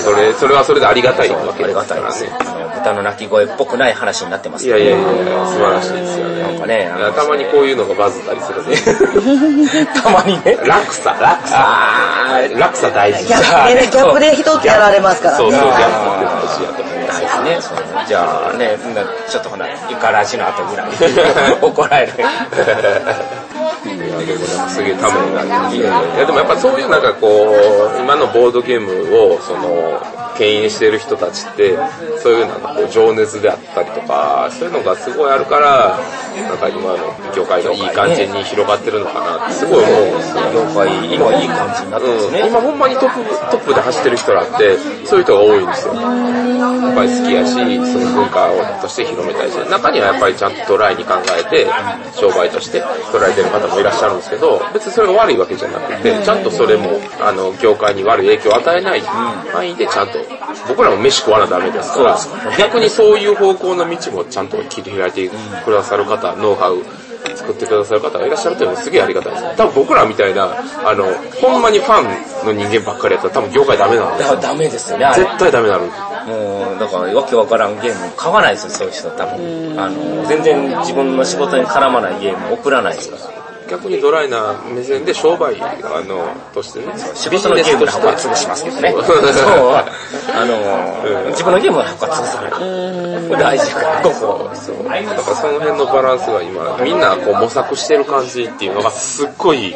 それ、それはそれでありがたいわけ
あ
で
りが
すか
たいで
ら
す
ね
よ。。豚の鳴き声っぽくない話になってますけ
いや
ど
いやいやいや、素晴らしいですよね。
なんかね、あの
たまにこういうのがバズったりするね。
たまにね。
*laughs* 落差、落差。落差大事。
ギャッ
*laughs*
プでね、ギャップで一つやられますから
そうそう、ギ
ね。
ャップって大事やと思う。
ですね。そうじゃあね、みんなちょっとほな、イカラジの後ぐらいに怒られる。
いやでもなんかすげえためになるいやでもやっぱそういうなんかこう今のボードゲームをその牽引してる人たちってそういうなんかこう情熱であったりとかそういうのがすごいあるからなんか今の業界がいい感じに広がってるのかなってすごい思うんですよ。業界、今いい感じになってますね。今ほんまにトップ、トップで走ってる人らって、そういう人が多いんですよ。やっぱり好きやし、そういう文化をとして広めたいし、中にはやっぱりちゃんとトライに考えて、商売として捉えてる方もいらっしゃるんですけど、別にそれが悪いわけじゃなくて、ちゃんとそれも、あの、業界に悪い影響を与えない範囲でちゃんと、僕らも飯食わなダメですから、逆にそういう方向の道もちゃんと切り開いてくださる方、ノウハウ、作ってくださる方がいらっしゃるというのはすげえありがたいです。多分僕らみたいな、あの、ほんまにファンの人間ばっかりやったら多分業界ダメなんで
だ
す
から。
よ
ダメですよね、あれ。
絶対ダメなる。
もう、だから、わけわからんゲーム買わないですよ、そういう人多分。あの、全然自分の仕事に絡まないゲーム送らないですから。
逆にドライな目線で商売あのとしてね
仕事のゲームの箱は潰しますけどね。
そ
そうう。あ
うん
の、自分のゲームの箱は潰さない。大事から、ここ。
そうだからその辺のバランスが今みんなこう模索してる感じっていうのがすっごい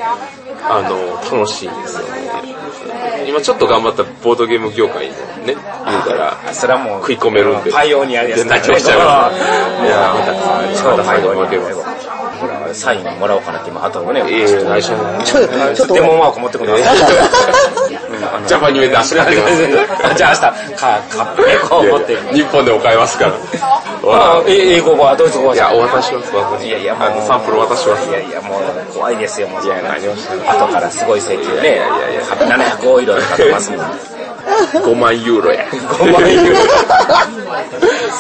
あの楽しいんですよね今ちょっと頑張ったボードゲーム業界のね言うたら
それはもう、
食い込めるんで
パイオニアです
泣きましたよい
*laughs*
やー
ち
近
ょう
田
ど
さ
最
んに
後に
負けま
サインもらおうかなって今、頭をね、
ええ内緒
ちょっと、ちょっと
デモマーク持ってこない。
ジャパニメで足がありま
*laughs*
す
じゃあ明日、カップね、こう持 *laughs* っていく。
日本でも買えますから
あえ英語はドイツ語はい
やお渡ししますお渡し
いやいや、
あのサンプル渡します
いやいや、もう怖いですよ、もう。いや、
何をしてる
後からすごい請求ね。
いやいやいや
700オイルかけますもん。
5万ユーロや。
5万ユーロ。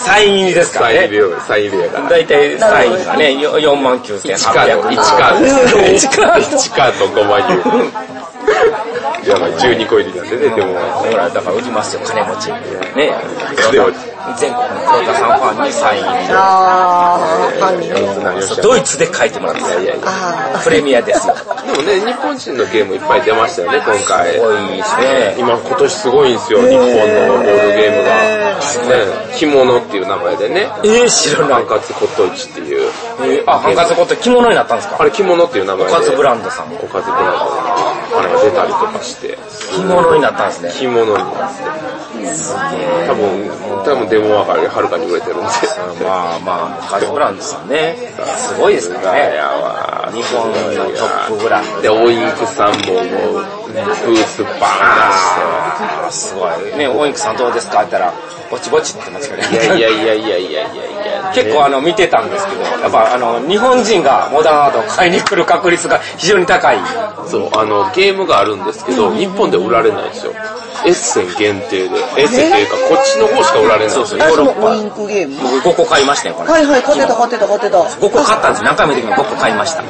サイン入りですから
サイ
ね。
ン入れよう、サイン入れやから。
だいたいサインがね、よ4万9千
1カード、1
800。
カード。
1カード
1カード5万ユーロ。やばい、12個入りなんでね、でも。
ほら、だから売りますよ、金持ち。ね。
金持ち
全国の黒田さんファンにサイン入り。
あー、犯人ね。
何をしてる
ドイツで書いてもらってます。
いやいや
あ
プレミアです。
でもね、日本人のゲームいっぱい出ましたよね、今回。
多いですね。
今、今年すごいんですよ、日本のボードゲームが。ね、着物っていう名前でね。
えー、知らな
ハ
い
ン。カツコットイチっていう。
えー、あ、ハンカツコット着物になったんですか
あれ着物っていう名前
お
で。
かずブランドさんも
おかずブランドのあれが出たりとかして。
着物になったんですね。
着物になって。多分、多分デモワーカーよりはるかに売れてるんで。
まあまあ、おかずブランドさんね。すごいですから
い
ね。
やわ
日本のトップブランド
で、オインクさんももう、ブースバーン
あすごい。ね、オインクさんどうですかって言ったら、ぼちぼちって言ってますけど
出して。い
ね。
やいやいやいやいやいやいや。
結構あの見てたんですけど、やっぱあの日本人がモダンアートを買いに来る確率が非常に高い。
そう、あの、ゲームがあるんですけど、日本で売られないんですよ。エッセン限定で。エッセンっていうか、こっちの方しか売られない。そうそう
ー、あ、そのオインクゲーム
僕5個買いましたよ、これ。
はいはい、勝てた勝てた勝てた。
5個買ったんです。何回も言って5個買いました。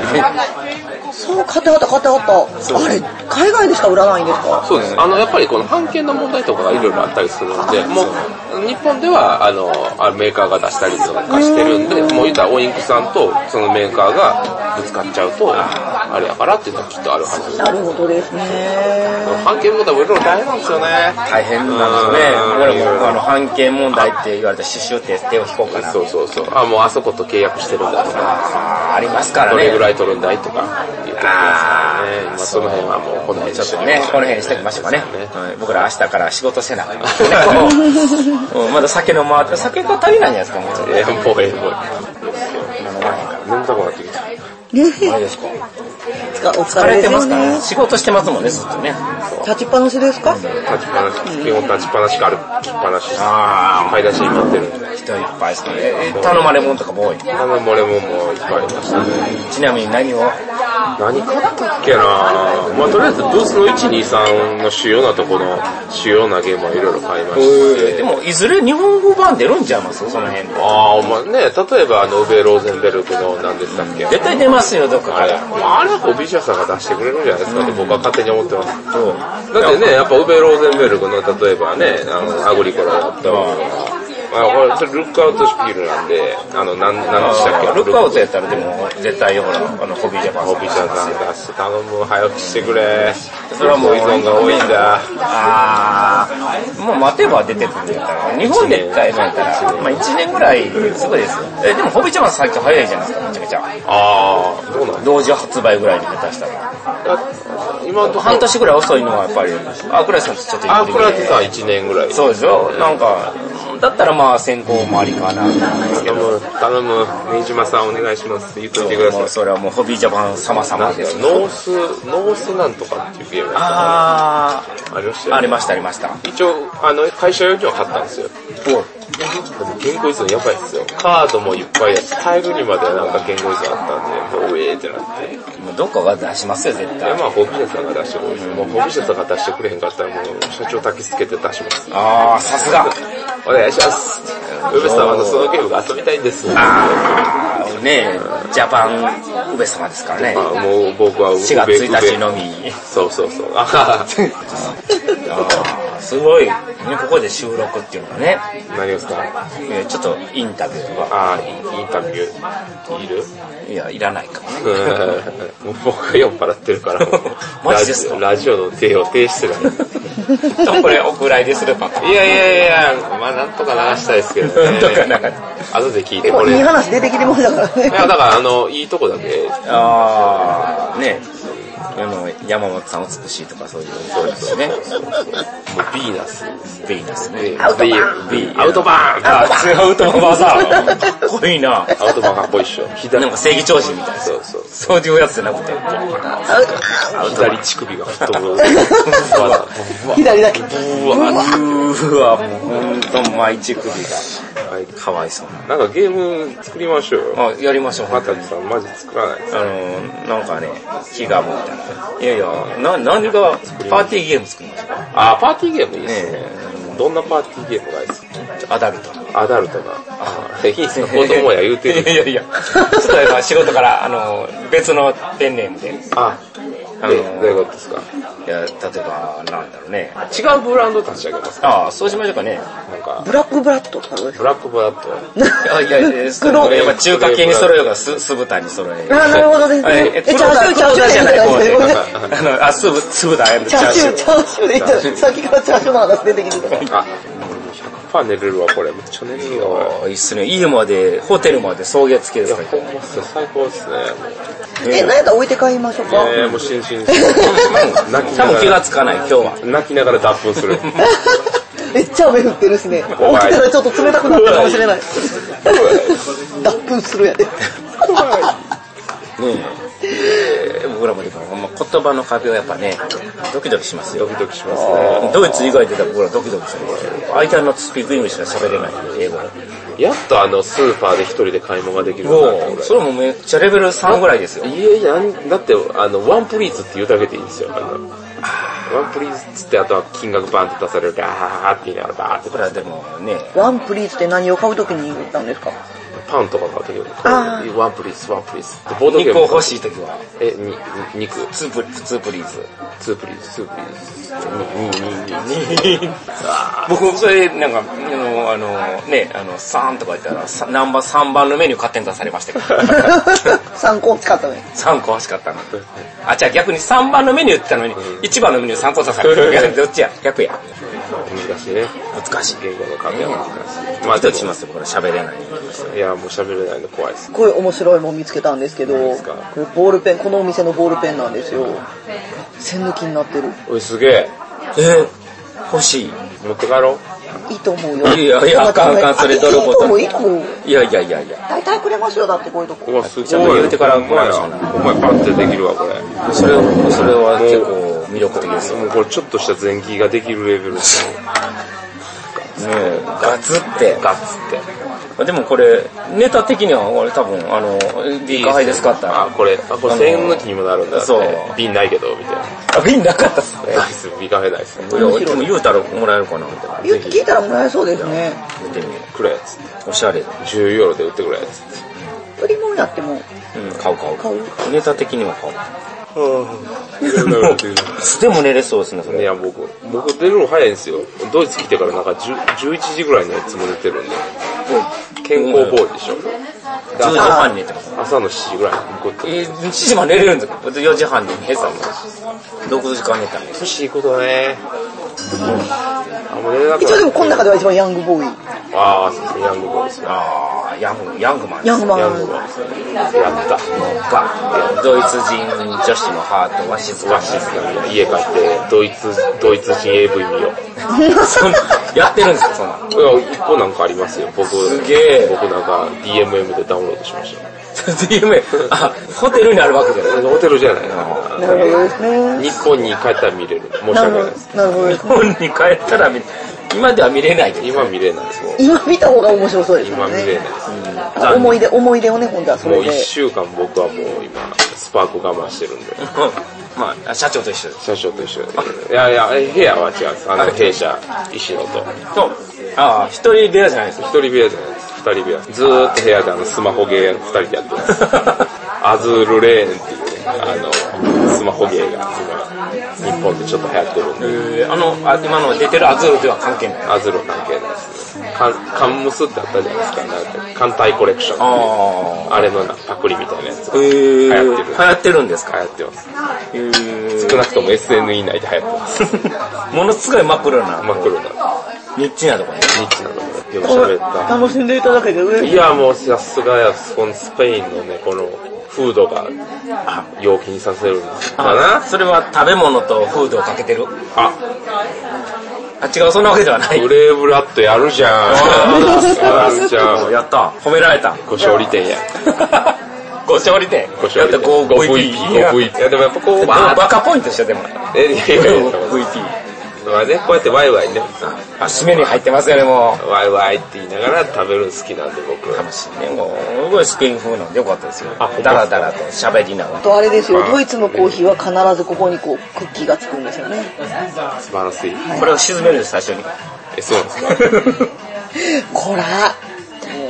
そう、勝てはった勝てはった。あれ、海外でしか売らないんですか
そうです。あの、やっぱりこの版権の問題とかがいろいろあったりするんで、もう、日本では、あの、あメーカーが出したりとかしてるんで、もう言ったらオインクさんとそのメーカーがぶつかっちゃうと、あれやからっていうのはきっとあるはずです。
なるほどですね。
版権問題もいろいろ大変なんですよね。
*laughs* 大変なんですね。
うん
俺もうあの、判権問題って言われたらシュッシュって手を引こうかな。
そうそうそう。あ、もうあそこと契約してるんだとか、
あーありますから
ど
ね
れぐ。らい取るんだいとか、言ってきますからね。まあその辺はもう、この辺
ちょっとね、この辺にしておきましょうかね。はい僕ら明日から仕事せなあか *laughs* んからねうんまだ酒飲まって、酒が足りないんじゃないですか、もうちょっと。
えー、もうええ、もう
飲まへんか
ええ。眠たくなってきた。
ら。あれですか。
お疲
疲
れ
れ
で
てますすから
ね
ね。。仕事してますもんね、ずっとね。
立ちっぱなしですか
立ちっぱなし、基本立ちっぱなしか歩きっぱなし。
あ
買い出しになってるんで。
あ、人いっぱいですからね。え頼まれ物とかも多い。
あの、俺ももういっぱいありましたね。
ちなみに何を
何買ったっけなまあとりあえずブースの123の主要なとこの主要なゲームはいろいろ買いまして。
でも、いずれ日本語版出るんちゃいますその辺で。
ああ、お前ね、例えばあの、ウベ・ローゼンベルクの何でしたっけ
絶対出ますよ、どっか
あ
か
れ、
ら。
まあ、あれはこうビジュアさんが出してくれるんじゃないですかって僕は勝手に思ってます。
そう。
だってね、やっぱウベ・ローゼンベルクの例えばね、あの、アグリコラだったりとか、まあ、これ、それルックアウトシピールなんで、あの、なん、なんでしたっけ
ルックアウトやったらでも、絶対ほら、あの、ホビージャパン。
おびちゃんさん出して頼む、早くしてくれ。
それはもう
依存が多いんだ。
あー、もう待てば出てくるんだから、日本で買えないから、まあ1年ぐらいすぐですよ。え、でも、ホビちゃんは最近早いじゃないですか、めちゃめちゃ。
ああ、どうなんだ
同時発売ぐらいで下手したら。
今のとこ
半
ろ、
年ぐらい遅いのはやっぱり、アークライスさんとちょっと
アークラ
イ
ティさん1年ぐらい。
そうですよ。なんか、だったらまあ先行もありかなと思うんですけ
頼
ど。
む、頼む、新島さんお願いします。言っといてください
もう。それはもうホビージャパン様
な
様
んだ
で
よ
す。
ノース、ノースなんとかっていうゲームやっ
あ
たありました
ー、
よ
あ
ね
りましたありました。
一応、あの、会社用には買ったんですよ。だって言語依存やばいっすよ。カードもいっぱいやし、タイルにまでなんか言語依存あったんで、もうウえーってなって。で、
もうどこが出しますよ、絶対。
まあ、ホビシャさんが出してくれる。もうホビシャさんが出してくれへんかったら、もう社長焚きつけて出します。
あー、さすが。
お願いします。ウベス様のそのゲームが遊びたいんです。
あー、ねえジャパン、上様ですからね。
あもう僕はウベ、
4月
ウベ
1日のみ。
そうそうそう。あはは
あーすごい。ね、ここで収録っていうのがね、
何ですか
えーちょっとインタビューは、
あー、インタビュー。いる
いや、いらないかもね。
うん僕が酔っ払ってるからもう、
マジですか
ラジオラジオの手を停止してない。
ちょっとこれお蔵入りするかも。
いやいやいや、まあなんとか流したいですけどね。
なんとか流し
後で聞いて
で
こ
も
れ。
い
い
い
や、
話出てきてましたからね。
だからあの、いいとこだけ、
あー、ねあの、山本さん美しいとかそういう、そうですよね。
もうビーナス。
ベイナスね。
アウトバーンアウトバーン
あ、違うと思うわさ。かっこいいな。
アウトバーンかっこいいっしょ。
な
左
んか正義調子みたいな。
そうそう。
そういうやつじゃなくて。
左乳首が吹っ飛 *laughs* ぶ。
左だけ。
うわうわ
うわ、もうほんと、毎日首が。
はい
かわいそうな。
なんかゲーム作りましょうよ。
まあ、やりましょう、
ま
本当
た
に。
さん、マジ作らないです。
あの、なんかね、気が向いたら。いやいや、な、何が、パーティーゲーム作りましょうか。
あー、パーティーゲームいいっすね。
ね
どんなパーティーゲームがいいっすか
アダルト。
アダルトな。あいいっすね、子供や言うて
いや
*laughs* る。
いやいや、ちょっとやっぱ仕事から、あの、別のペンネームで。
あ、
あ
あ
の
の、どういうことですか
いや、例えば、なんだろうね。
違うブランド立ち上げますか
ああ、そうしましょうかね。
なんか、
ブラックブラッドとかどうです
ブラックブラッド。
あいやいや、そ
黒
れやっぱ中華系に揃えようが、す、酢豚に揃えよう
か
が。
あ、なるほどです
あ
ね。
え、え、
チャーシュー、チャーシュ
黒
ー
豚
でい
じ
い
ゃ
ん
ない
だ
方で
ごめんなさい。
*laughs* あの、あ、酢豚、酢豚、あの
チャーシュー、チャーシューでいいんださっきからチャーシューの話出てきてた。
あ、100%寝れるわ、これ。めっちゃ寝れるわ。
ああいいっすね。家まで、ホテルまで送月付き
い
で
や、
すか
ほ
ら
ん。まっすよ最高っすね。
え、なんやったら置いて帰りましょうか。
えー、もう心身し *laughs* 泣き
多
な
分
が
気が
ら、
つかない、今日は。
泣きながら脱粉す *laughs* る。
*laughs* めっちゃ雨降ってるしね。起きたらちょっと冷たくなったかもしれない。脱粉するやで。
え僕らもでも、ほんま言葉の壁はやっぱね、ドキドキしますよ
ド。キドキしますね。
ドイツ以外で僕らドキドキするんですよ。相手のスピークイングしか喋れないんで、英語で。
やっとあの、スーパーで一人で買い物ができるようになって
それもめっちゃレベル3ぐらいですよ。
いやいや、なんだって、あの、ワンプリーズって言うだけでいいんですよ。あのワンプリーズっつって、あとは金額バーンって出されるから、あーって言いながらバーって
僕らでもね、
ワンプリーズって何を買うときに言ったんですか
パンとか買うとき
あ
に、ワンプリーズ、ワンプリーズって、ボードゲ
肉
ー
を
ム。
欲しい時は、
え、に、に肉、
ツープリ、ツープリーズ。
ツープリーズ、ツープリーズ、に、に、に、に、
僕、それ、なんか、あの、あのね、あの、3とか言ったら、さナンバー3番のメニュー勝手に出されましたけど、 *laughs*
参考使ったね。
3個欲しかったな。あ、じゃあ逆に3番のメニューって言ったのに、1番のメニュー3個出さ *laughs* れた。いやどっちや逆や。
難しいね。
難しい。
言語の関係は難しい。
ま
ま
あ、
あ
一
で
つしますよ、僕ら喋れない。
も、いや、もう喋れないの怖いです
す。ごい面白いもん見つけたんですけど、
何ですか
これボールペン、このお店のボールペンなんですよ。線抜きになってる。
おい、すげえ。
え欲しい。
持って帰ろ
いいと思うよ。
いやいや
そん
あ
な考え
かんあかんそれ泥棒
いいと思う、いいと思う。
いやいやいやいや。
大体くれますよ、だってこういうとこ。
う。うわ、すごい。
ちゃんと言うてから
お前や。お前パンってできるわ、これ。
それを、それは結構魅力的ですよ。
もうこれちょっとした前期ができるレベルですよ。
ねえガツって。ガツって。でもこれ、ネタ的には、俺多分、あの、ビーカーハイですかった
あ、
ら。
これ、あ、これ1000円抜きにもなるんだって。
そう
瓶ないけど、みたいな。
あ、瓶なかったっすね。
ナイス、ビカフェナイス。
いや、でも言うたらもらえるかな、みたいな。
言って聞いたらもらえそうですね。
見てみよ
くれ、つって。
う。おしゃれ。
10ユーロで売ってくれ、つって。
売り物になっても、
うん、買う買う。
買う
ネタ的には買
いや
う。素でも寝れそうですね、そ
い
れ。
や、僕、僕出るの早いんですよ。ドイツ来てからなんか10 11時ぐらいのいつも寝てるんで。健康ボーイでしょ。で
10時
朝
半に寝てます。
朝の7時ぐらい。こう
えー、7時まで寝れるんですか ?4 時半に寝てたの。6時間寝たんです。
年いいことね。あ、もう寝れなくなっ
一応でもこの中では一番ヤングボーイ。
ああ、そうですね、ヤングボーイですね。ああ、ヤング、ヤングマンです
ヤングマン
ヤングボーイですね。やった。もうガッてドイツ人女子のハートは静か
わ
に
しずか家帰って、ドイツ、ドイツ人 AV 見よ
そんなやってるんですか、そんな。
う。いや、一個なんかありますよ。僕、
すげえ
僕なんか DMM でダウンロードしました。
夢、あ、ホテルにあるわけじゃない。
ホテルじゃないな。
なるほどですね。
日本に帰ったら見れる。申し訳
なる
ない
ほ
です。
ど。なるほどです
日。本に帰ったら見今では見れないけど。
今見れないです。もう
今見た方が面白そうです
今
もん
見れ
ね
ない。
思い出、思い出をね、ほんとはそ
も
れ
う
で
一。週間僕はもう今、スパーク我慢してるんで。
まあ、社長と一緒です。
社長と一緒で。いやいや、部屋は違うんです。あの、弊社、石野と。
と、ああ、一人部屋じゃない *laughs* です
一人部屋じゃないです。二人部屋。ずーっと部屋であの、スマホゲー二人でやってます。アズールレーンっていうね、あの、スマホゲーが今、日本でちょっと流行ってるんで、
えーあの、あ今の出てるアズールでは関係ない。
アズールは関係ないですね。カン、カンムスってあったじゃないですか。なんか、艦隊コレクション。
ああ。
あれのなパクリみたいなやつ。
えー、流
流
行
行っ
ってて
る
る。流行ってるんですか
流行ってます。
えー
少なくとも SNE 内で流行ってます。
*laughs* ものすごい真っ黒な、
真っ黒な。
ニッチなとこね。
ニッチなので、よく喋った。
楽しんでいただけて嬉しい
いや、もうさすがや、このスペインのね、この、フードが、陽気にさせるんだ
あ
な。
それは食べ物とフードをかけてる。
あ、
あ、違う、そんなわけではない。
ブレイブラッドやるじゃん。やるじゃん。
やった。褒められた。
ご勝利点や。
*laughs* ご勝利点。
ご勝利
や
点。
った、ご、ご
VP。ご
VP。
VP。いや、でもやっぱこう、
バ
バー
カポイントでしょ、でも。
え、いやいやいや、
VP。
まあね、こうやってワイワイね、
あ、締めに入ってますよね、も
ワイワイって言いながら食べるの好きなんで、僕。
う。楽しいね、もう。すごいスペイン風なんでよかったですよ。
あほんま
だらだらと喋りなが
あとあれですよ、ドイツのコーヒーは必ずここにこう、クッキーがつくんですよね。
素晴らしい。
ら。これを沈めるんです、最初に。
え、そうなんですか。
こら、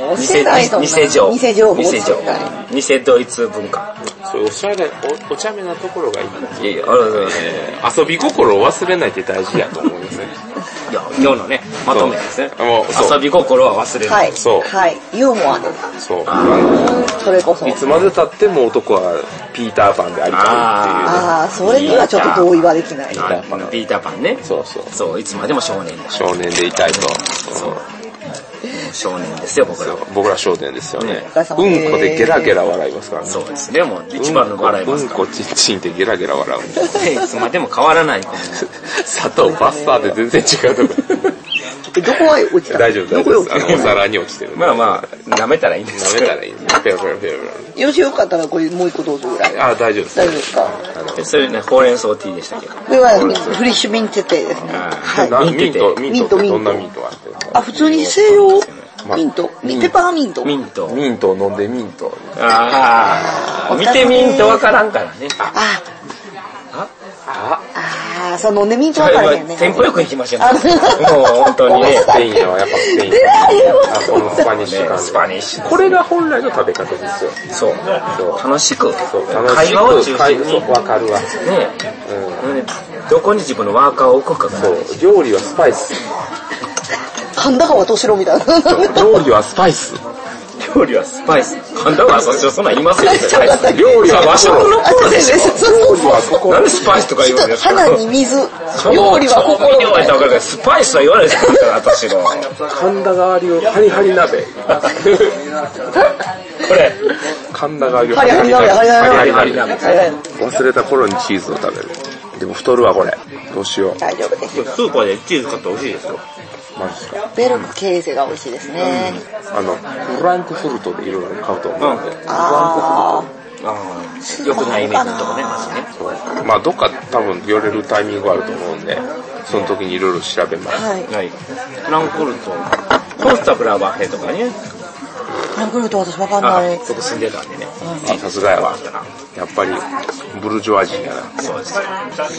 もう教え
偽
ないと。
偽情報。
偽情報。
偽情報。偽ドイツ文化。
そういうおしゃれ、お、お茶目なところがいい。
いやいや、ありがとうございます。
遊び心を忘れないって大事やと思いますね。
いや、今日のね、まとめですね。
*laughs* そうもうそう
遊び心は忘れる。
はい。
そう
はい。ユーモアです。
そう。
それこそ
い。つまで経っても男はピーターパンでありたいっ
ああ、それにはちょっと同意はできない。
あピーターパンね。
ていう。そうそう。
そう、いつまでも少年だし。
少年でいたいと。そう
少年ですよ、僕らは。
僕ら少年ですよね。
お疲れ様
う
です
んこでゲラゲラ笑いますからね。
そうですね、もう一番の笑います
うん
か
こちっちんってゲラゲラ笑う。
ら。いつまでも変わらない。
*laughs* 砂糖バスターで全然違うと *laughs* こ。
えどこは落ちた
大丈夫、
ど
大
こ
丈
へ
夫
落
です。あの、
ち
お皿に落ちてる。
まあまあ、舐めたらいいんです
舐
け
め
ど
たらいいです。ペロペロペロペ
たよしよかったらこれもう一個どうぞぐらい。
ロ。あ、大丈夫です。
大丈夫ですか
あの
でそういうね、ほうれん草ティーでしたけど。
これはフリッシュミンテテですね。はい。
な
見
ミ
て
ン
て
ト、ミントっ
ミ
てど
ント
んなミントあってる
あ、普通に西洋
まあ
ミント。
ミン
ペパーミント。
ミント。
ミントを飲んでミント。
ああ、見てミントわからんからね。あ、
あ、
あ、
ああ、さ、飲んでミント分かるよね。
テンポよく行きましょう
あ
ね。もう本当にね
ス。ペインやわ、やっぱスペイン。
出られま
あ、このスパニッシュ感
スパニッシュ。
これが本来の食べ方ですよ。
そう。楽しく。
そう、
会話を中心
そ
に。
う、わかるわ。
ねねどこに自分のワーカーを置くかが
そう、料理はスパイス。
*laughs* 神田川敏郎みたいな。
料理はスパイス。
料理はスパイス神田川さん *laughs* そんなん言いますよスパイス
料理は
和食の
あ、
頃でし
そうそうそう *laughs* そう。
ょなんでスパイスとか言
ち
う
ょ
ん
っ
で
と
すか
肌に水、
そう
料理は心
調味
み
料や
た
ったら
いな
わかるけどスパイスは言わないですから私の
神田川流ハリハリ *laughs* 鍋。
これ
神田川流
ハリハリ鍋、ハリハリ
ハ
鍋。
リハリ
ハリハリ鍋
鍋。忘れた頃にチーズを食べる。でも太るわ、これ。どうしよう。
大丈夫です。
スーパーでチーズ買って美味しいですよ
マジっすか。
ベルクケーゼが美味しいですね。
あの、フランクフルトでいろいろ買うと思うんで。
あ
よくないイメージのとこねまずね
まあ、どっか多分寄れるタイミングがあると思うんで、その時にいろいろ調べま
あ、
す。
はい。
はいフランクフルトコースタブラバーヘとかね
ヤングルト私わかん
あ
ない。
そこ住んでたんでね
あさすがやわ。やっぱり、ブルジョワジーやな。
そうですよ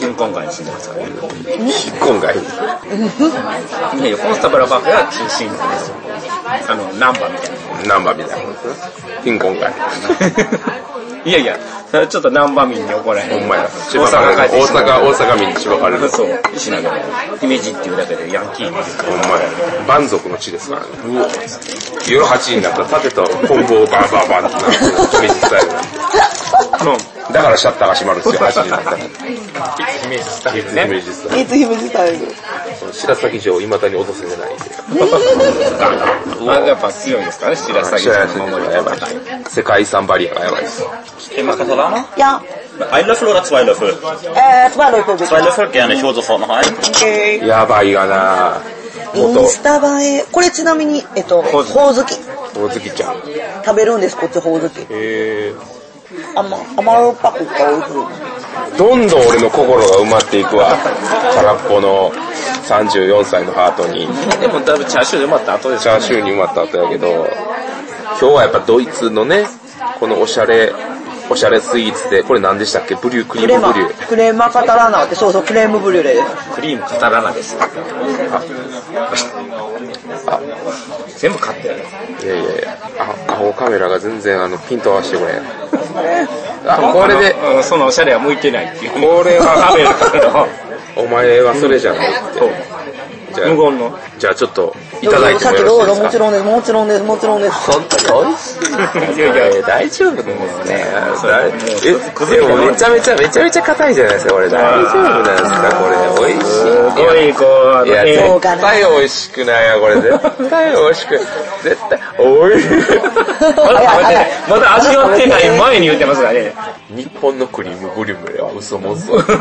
貧困街に住んでますからね
今回。
いやいやコースタブラバーヘは中心なんですよあのナンバーみたいな
ナンバーみたいなもんですね。貧困街。
*laughs* いやいや、それちょっと南波民に怒られる。
ほんまや。大
大阪
阪、
帰って
大
きた
阪、大阪民にしばかれる。ほ
そう、石名で。姫路っていうだけでヤンキーです
んまや。蛮族の地ですからね。夜8時になったら盾と棍棒をバンバンバンってなってる、姫路スタイル
*laughs*
なんでだからシャッターが閉まるんですよ、8時になったら。
姫路スタイルね。
*laughs*
姫路スタイル。
いつ姫自体
白崎城を未だに落とせてないんで。
あやっぱ強いんですかね、白鷺城の守り
やばい。世界遺産バリアがやばいです。
Thema Catalana?
Ja,
Ein Löffel oder zwei Löffel?
äh, zwei Leute bitte.
Zwei Löffel, gerne. Ich hole sofort noch einen.
Okay.
やばいがな
イ
元
ンスタ映え、これちなみに、えっと、ほおずき。
大月ちゃん。
食べるんです、こっちほおずき。
え
甘、甘っぱくって美味し
ー、
い。
どんどん俺の心が埋まっていくわ。空っぽの34歳のハートに。
でもだいぶチャーシューで埋まった後です
チ
よ
ャ
ね
ーシューに埋まった後やけど、今日はやっぱドイツのね、このおしゃれ、おしゃれスイーツで、これ何でしたっけブリュークリ
ク
ー
レ
ム
マ、
ブリュー。
クレマカタラーナって、そうそう、クレームブリュレです。
クリームカタラナです。
全部買ってやる。
いやいやいや、あ、アホカメラが全然あの、ピント合わせてくれ
*laughs*
ん。あ、これで、
あのうんそのおしゃれは向いてないっていう。
これは
カメラから
お前はそれじゃないって。じゃ
の無
あ、
言の。
じゃあちょっと、いただいてもよろしい
も
ですか
ちろんです、もちろんです、もちろんです。
本当に美味し
いやいや、
大丈夫ですね。え、
崩
で
れて
も
ない
めちゃめちゃ、めちゃめちゃ硬いじゃないですか、これ。大丈夫なんですか、これ。美味しい。
すごい、こう、あの
いや、
ね
絶対美味しくないわ、これ。絶対美味しく、絶対、おいしい。
まだ食べてない。まだ味わってない前に言ってますからね。
日本のクリームブリュムレは嘘も嘘。
なんか、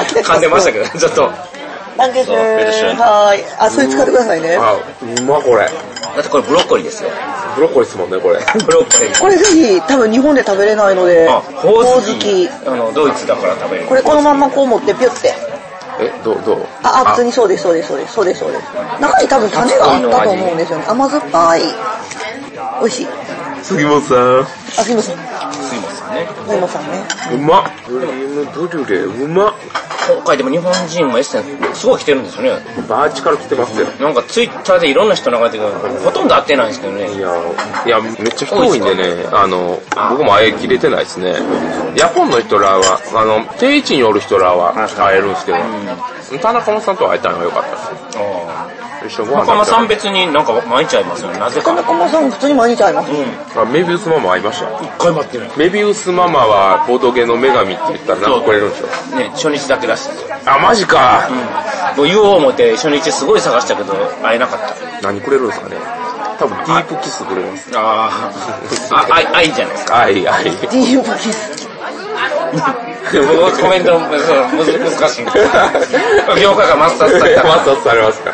噛んでましたけど、 *laughs* ちょっと。
ダンケシュー
そう
はい。あ、それ使ってくださいね。
あ、うま、これ。
だってこれブロッコリーですよ。
ブロッコリーですもんね、これ。
ブロッコリー。
これぜひ、多分日本で食べれないので、
あ、ほ
ほ
お
お
ず
ず
き
き。。
あの、ドイツだから食べる
こ。れこのまんまこう持ってピュって。
え、どう、どう
あ、あ、普通にそうです、そうです、そうです、そうです、そうです。中に多分種があったと思うんですよね。甘酸っぱい。美味しい。
杉本さん。
あ、すいません。すいませんね。す
うまっ。クリームブリュレ、うまっ。
今回でも日本人もエッセンすごい来てるんですよね。
バーチから来てますよ。
なんかツイッターでいろんな人流れてくるほとんど会ってないんですけどね。
いや、いや、めっちゃ人多いんでね、あの、僕も会えきれてないですね。ヤポンの人らは、あの、定位置におる人らは会えるんですけど、田中さんとは会えたのが良かったで
あ
す。一緒にご
あ
飯
仲間
食
さ
べ
ん別になんか毎日会いますよね。なぜ
い
か。
ません。中間さん普通に毎日会います。
たあメビウスママ会いました
一回待ってない。
メビウスママはボドゲの女神って言ったらなんか来れるんですよ。
ね、初日だけらしいですよ。
あ、マジか、
もう言おう思って初日すごい探したけど、会えなかった。
何くれるんですかね多分ディープキスくれます。
ああ、あ、愛、愛じゃないですか。
はい、 *laughs* はい。
ディープキス。
でも僕コメント、そう難しいんですよ。業界が抹殺されたか
マスターされますか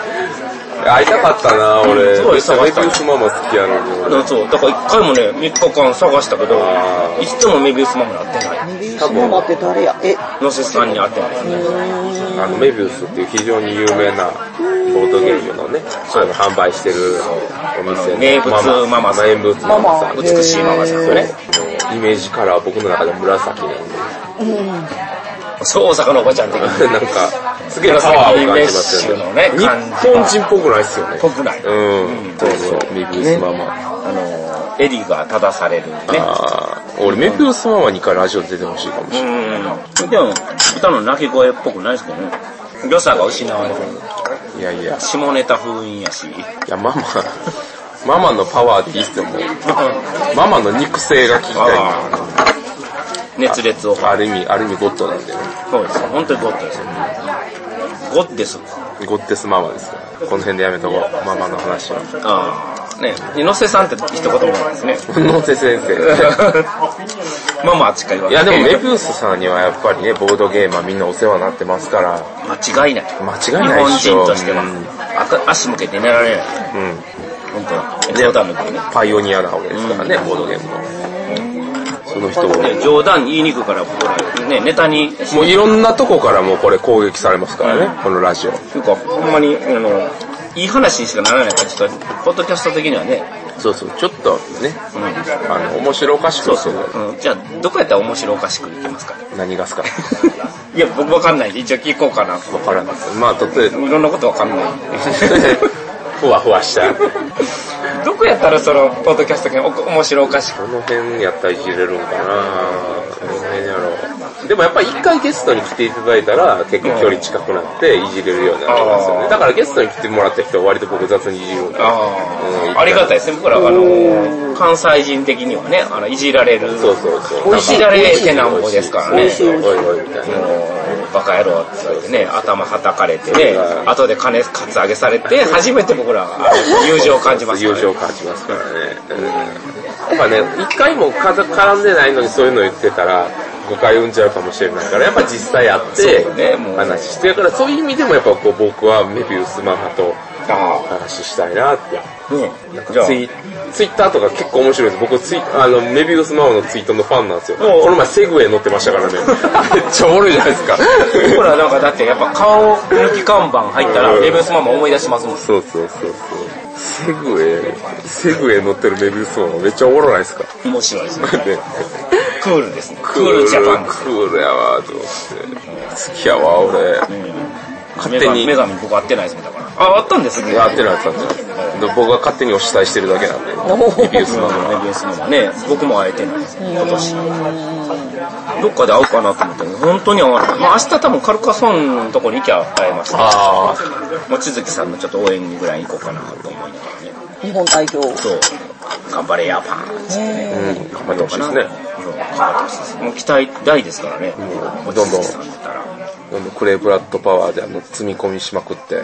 会いたかったな俺。
すごい
めっちゃ
忙
メ
しかった
ビウスママ好きやのに俺。
ら。そう、だから一回もね、3日間探したけど
あ、ー
いつもメビウスマムに会ってない。
メビウスママって誰やえ、
ノセさんに会ってない。
あの、メビウスっていう非常に有名なボードゲームのね、そういうの販売してるお店の
名物ママさん
名物ママさん。
ママ
美しいママさんとね。
イメージカラーは僕の中で紫なんで、 *laughs*
そう、大阪のおばちゃん的に。
なんか、すげえパワーを感じます
メ
よ
ッシュのね
ね。日本人っぽくないっすよね。
ぽくない
うん。そうそう、メビウスママ。
あの、エリが正されるね。
あー俺、メビウスママにからラジオ出てほしいかもしれない。
うん。でも、歌の鳴き声っぽくないですけどね。良さが失われる。
いやいや、
下ネタ封印やし。
いや、ママ、ママのパワーっていいっすよ、もう。ママの肉声が聞きたい。
熱烈を。
ある意味、ある意味ゴッドなんでね。
そうです。本当にゴッドですよ。ゴッドです。
ゴッテスママですよ。この辺でやめとこう。ママの話は。
ああ。ね、猪瀬さんって一言もないですね。 *laughs*
野瀬先生。
まあまあ近いわ
*laughs* いやでもメビウスさんにはやっぱりね、ボードゲーマーみんなお世話になってますから、
間違いない。
間違いないっ
日
しょ。
本人としては
うん。
あと足向けて寝られない。
うん。
本当に。冗談のね。
パイオニアなわけですからね、ボードゲームの。その人を。
ね冗談言いにくいから、僕ら、ね、ネタに、
もういろんなとこからもうこれ攻撃されますからね、このラジオ。
というか、ほんまに、あの、いい話にしかならないから、ちょっと、ポッドキャスト的にはね、
そうそう、ちょっとね、あの、面白おかしく
そう
す
そ
る。
う、うん、じゃあ、どこやったら面白おかしくいけますかね。
何がっすか
*laughs* いや、僕わかんないんで、一応聞こうかな。
わからんです。まあ、とって、
いろんなことわかんない。
*laughs* ふわふわした。
どこやったら、その、ポッドキャスト的にお面白おかしく。
この辺やったらいじれるんかなこの辺やろでもやっぱり一回ゲストに来ていただいたら結構距離近くなっていじれるようになりますよ
あ
ね。
ー
だからゲストに来てもらった人は割と僕雑にいじるんで。
あ
うん
あ、ありがたいですね。僕らは、あの、関西人的にはね、あの、いじられる。
そうそうそう。
いじられてなんぼですから
美
ね
味。しい。おいおいみたいな。
バカ野郎って言われてね、頭はたかれてね、後で金カツアゲされて、初めて僕らは友情を感じますから
友
ね
情を感じますからね。うんやっぱね、一回もか絡んでないのにそういうの言ってたら、誤解生んじゃうかもしれないから、やっぱ実際会って
そうねもう、
話して、だからそういう意味でもやっぱこう僕はメビウスマン派と話したいなって。
ね
なん
じゃ
か
あ
ツイツイッターとか結構面白いです。僕ツイ、あの、メビウスマンのツイートのファンなんですよ。この前セグウェイ乗ってましたからね。めっちゃおもろいじゃないですか。
ほら、なんかだってやっぱ顔抜き看板入ったら、メビウスママ思い出しますもん。
そうそうそうそう。セグウェイ、セグウェイ乗ってるメビウスマンめっちゃおもろないですか。
面白 *laughs* いですね。
ね
クールですね。クールジャパンです。
クールやわと思って好きやわ俺勝手に
女神女神僕会ってないですもんだから。あ、会ったんですね。
やってないやつなんじゃないで僕が勝手にお伝えしてるだけなんでリビウスマンは
メビウスママね、僕も会えてないですね、今年。どっかで会うかなと思ったけど、本当に会わない。まあ明日多分カルカソンのとこに行きゃ会えました、ね。
あ
望月さんのちょっと応援にぐらい行こうかなと思いながらね。
日本代表。
そう。頑張れやパーンってね。
あうん頑張ってほしいですね
うん頑張ってほしいですもう期待大ですからね。望
どんどん
月さんだったら。
どんどんクレイブラッドパワーであの積み込みしまくって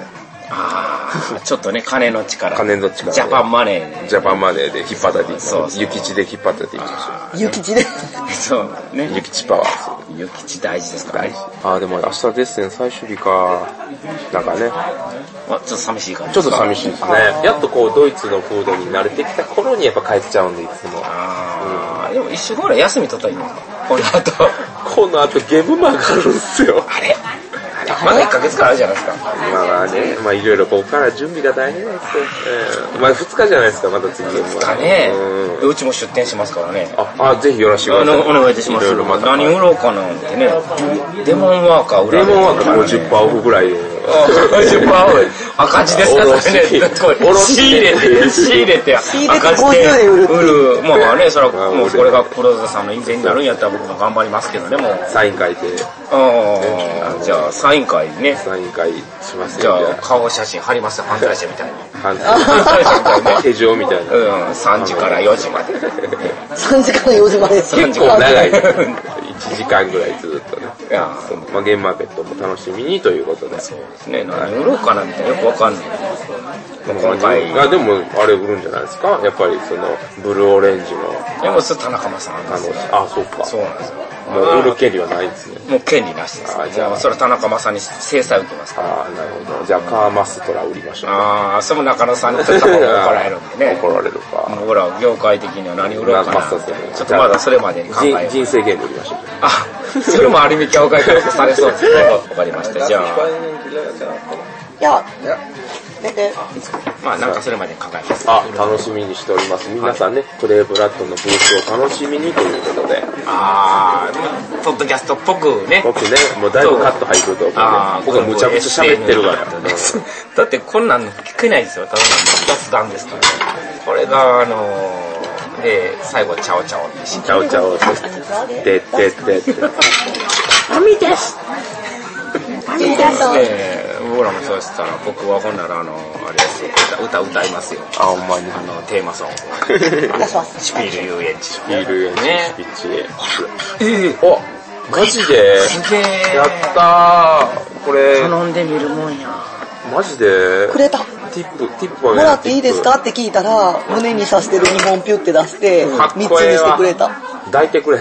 あ *laughs* あ、ちょっとね、金の力。
金の力で
ジャパンマネーね。
ジャパンマネーで引っ張ったっていき
そう
ま
そ
し
う
ょう雪地で引っ張ったっていきま
ゆきちで。
*laughs* そう
しょう
ね。
雪地パワー
ゆきち大事ですからね。
ああでも明日デッセン最終日かなんかね
あ、ちょっと寂しい感じ。
ちょっと寂しいですねやっとこうドイツの風土に慣れてきた頃にやっぱ帰っちゃうんでいつも
あーでも一週間ぐらい休み取ったらいいのかなこの後。
この後ゲームマンがあるんすよ
あれあれまだ1ヶ月間あるじゃないですか。
まあまあね、まあいろいろここから準備が大変なんですよ。ええまあ2日じゃないですか、また次も。
かね
うん
でうちも出店しますからね。
あ、あ、ぜひよろしく
あの、お願いいたします。
いろいろまた。
何売ろうかなってね。デモンワーカー売ら
レ
れて
モン
る
は
からね
50%オフぐらいで。
あ50%青い赤字ですからね。
卸し
これ仕入れて、仕入れて、赤字で売る。まあね、それはもうこれが黒田さんの印税になるんやったら僕も頑張りますけどね、もう。
サイン会で、
あーじゃあ、サイン会ね。
サイン会します
じ
よ。
ゃあ、顔写真貼りますよ、犯罪者みたいに。
あ、
*laughs*
反省。 *laughs* 手錠みたいな。
うん、3時から4時まで。
3時から4時までです。
結構長い。1時間ぐらいずっとね。
いや
まあゲームマーケットも楽しみにということで。
ーね、何売ろうかなみたいな、よくわかんない。今回、
がでもあれ売るんじゃないですかやっぱりそのブルーオレンジの
でも、それ田中間さんなん
あ
ですよ。
のあそうか
そうなんですよ。
もう売る権利はないんですね
もう権利なしです。
あじゃあ
もうそれは田中間さんに制裁を受けますから。
ああなるほどじゃあカーマストラ売りましょう
ああ、それも中野さんにちょっと多分怒られるんで
*laughs*
ね
怒。られるか
僕らは業界的には何売ろうかな
まあ
って
まあそうですね
ちょっとまだそれまでに考えよ
人
う。
人生ゲーム売りましょう
あ、それもある意味業界からされそうですね。わかりました。じゃあ、
いや、だって、
まあなんかそれまでに考えます。
あ楽しみにしております皆さんねクレイブラッドのブースを楽しみにということで
ああ、ポッドキャストっぽくね。
僕ねもうだいぶカット入ると思うんで
あー
僕はむちゃむちゃ喋ってるから
これも SN *laughs* だってこんなん聞けないですよ。ただの雑談ですから。これが、あのー、で、最後、チャオチャオってし
ちゃおちゃおでってってって
えー、僕らもそうしたら、僕はほんなら、あの、あれですよ、歌、歌歌いますよ。
あほんまに
あの、テーマソング。
出します。
シュピール遊園地。
ビール
ね
ねピッチおマジで
げえ
やったーこれ
頼んでみるもんや。
マジで
くれた。
ティップティップは
も
ね
らっていいですかって聞いたら、胸に刺してる2本ピュって出して、
か
3
っ
つ
こえ
に
えわ
してくれた。
抱いてくれ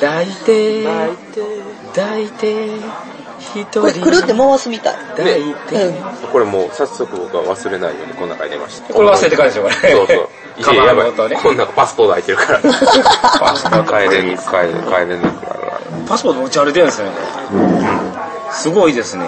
抱いて、抱いて、一人
これ、くるって回すみたい。
ね
うん。
これもう早速僕は忘れないようにこの中に入れました
これ忘れてからでしょ、これ。
そうそう
*laughs* カ
いや
バ
や
ン
ば
の音
い
ね。
こんなパスポート空いてるからパスポート帰れに帰れ帰れなくなるか
パスポート持ち歩いてるんですよね。すごいですね。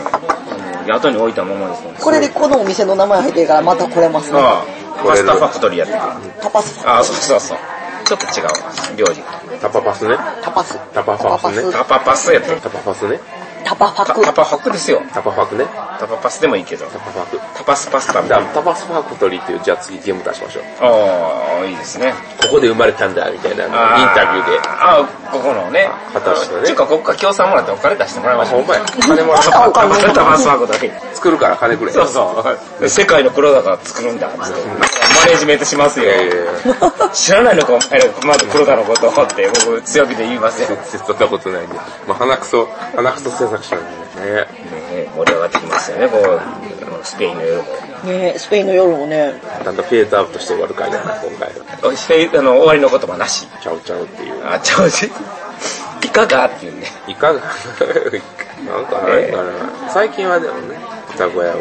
後に置いたままですもんね。
これでこのお店の名前入ってるから、また来れますね。
ああ、パスタファクトリーやってる。
タパス、
ああ、そうそうそう。ちょっと違う。料理が。
らタパパスね
タパス、
タパパスね
タパパスやってる。
タパパスね
タパファ
タ
ク
タ。パファクですよ。
タパファクね
タパパスでもいいけど。
タパファク
タパスパスタみ
じ
たい
ゃ
な。
あタパスファクトリーっていうじゃあ次ゲーム出しましょう
ああ、いいですね。
ここで生まれたんだみたいなイン
あー
タビューで
あここのね、
果たしてね
中華国家協賛もらってお金出してもらいま
あ、
しょ
ほ
うん
まや。
金もらって
お金もらった
バスワークだけ
作るから金くれ。
そうそう。世界の黒田が作るんだっつって。マネジメントしますよ
い。やいやいや、
知らないのかお前ら、まず黒田のことをって僕強気で言いますよ。ね
全然そんなことないんで。まあ、鼻くそ、鼻くそ制作者なんでね。
え盛り上がってきますよね、こう、スペインの夜も。
ねえスペインの夜もね、
なんかフェードアウトして終わる回だな、今回は。
おスペインあの、終わりの言葉なし。
ちゃうちゃうっていう。
あ、ちゃうし。いかがっていうね。
いかが *laughs* なんかあれかな。最近はでもね、歌小屋は、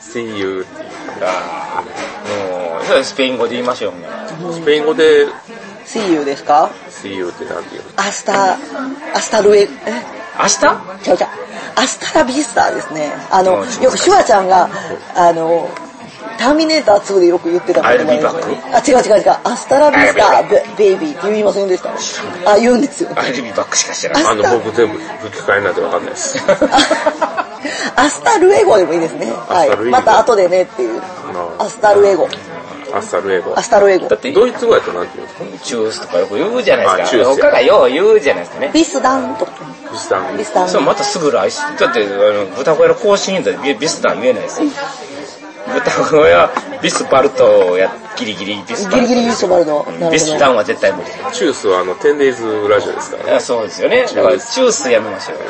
See you っていう
あーもう、それスペイン語で言いましょう、もう。
スペイン語で
See you ですか
See you ってなんていうの
明日、明日ルエ、え、
明日
ちゃうちゃう。明日ラビスタですね。あの、
うん
よくシュワちゃんが、あの、ターミネーター2でよく言ってた言葉
I'll be
ですねあ、違う違う違う。アスタラビスタ、ベイビーって言いませんでしたあ、言う
*laughs*
んですよ。
アルビバックしか知ら
明
ない。
あの、
日、
僕全部吹き替えなんてわかんないです。
アスタルエゴでもいいですね。は
アスタルエゴ
い。また後でねっていう。アスタルエゴ。
アスタルエゴ
ア。スタルエゴ
だ。って、
ドイツ語やとなんていうの
チュースとかよく言うじゃないで
あ
す
チュ
か。
ースや
他がよう言うじゃないですかね。
ビスダンとか。
ビスタン
ビスダン。
そう、またすぐ来週。だって、あの、豚小屋の更新だビビスタン言えないですよ。豚小屋、ビスパルトや、ギリギリビスパ
ギ
ル
リ
ト。
ギリユースバルド。な
ビ
る
ス
ほ
タ
ど。
ンは絶対無理。
チュースはあの、10 days ラジオですから
い
ね。
やそうですよね。だから、チュースやめましょうよ。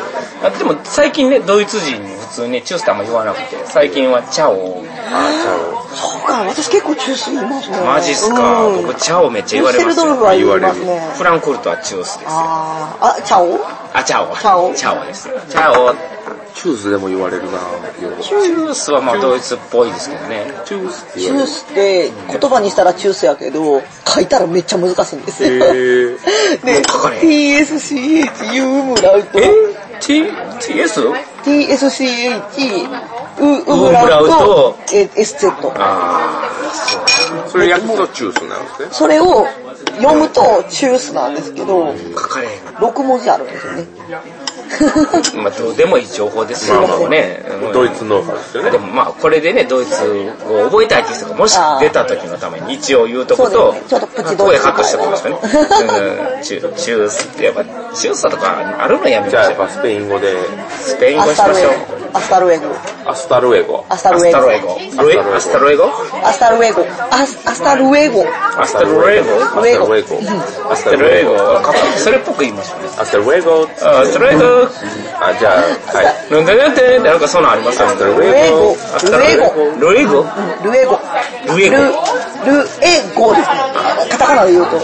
あでも、最近ね、ドイツ人普通ね、チュースってあんま言わなくて、最近はチャオ。
あー、
そうか、私結構中枢いますね。
マジっすか。
うん
僕、チャオめっちゃ言
デュ
わ
ッ
れ
セ
ま
ル
す
ドルフ
よ。
は言いますね。
フランクフルトはチュースですよ。
あーあ、チャオ
あ、チャオ。
チャオ
チャオですよ。チャオ。
チャオ。チュースでも言われるな
チュースはまあドイツっぽいですけどね。
チュースって
チ
言わ
ュ
れ
ー
る。
スって言葉にしたらチュースやけど、書いたらめっちゃ難しいんですよ。
へー
ね、
書かれへん
TSCHU ムラウト。
T、TS?
TSCH、ウ、ウ
ウ
ムラウ
ムラウ
ト
ト、
え SZ。
それ訳すとチュースなんですね。
それを読むとチュースなんですけど、
書かれへん。
6文字あるんですよね。
まあどうでもいい情報ですよ、
まあまあ
ね。うん
ドイツノウハウですよ
で
ね。
もまあこれでね、ドイツ語を覚えたいって人がもし出た時のために一応言うとこ
そ
と、
うですねちょっとプチ
こ
ド
こ
イ
で
ツ
カッ
語
トしておきますか
*laughs*
ね。うんチュチュースってやっぱ、チュースとかあるのやめま
じゃあ
し
やっ
ょう
ぱ。スペイン語で、
スペイン
ア
語
ス
し
タ
ま
ル
し
エ
ょう。
ゴ。アスタルエゴ。
アスタルエゴ。
アスタ
ア
ルエ
スタ
ゴ
ロ。エゴ。ロエアスタロエゴ
アスタルエゴ。アスアスタルエゴ。
アスタロエゴ
アスタルエゴ。ア
ア
ス
ス
タ
タ
ル
ロ
エ
エ
ゴ。
ゴ。それっぽく言いましょうね。
アスタルエゴ。
アスタロエゴ
あ、じゃあ、はい。
なんでなんでなんかそんなんありますよ
アスタル
ル
エ
エ
ゴ。
ゴ。ルエゴ。
ロエゴ
ルエゴ。
ルエゴ
ル、ルエゴですね。カタカナで言うと。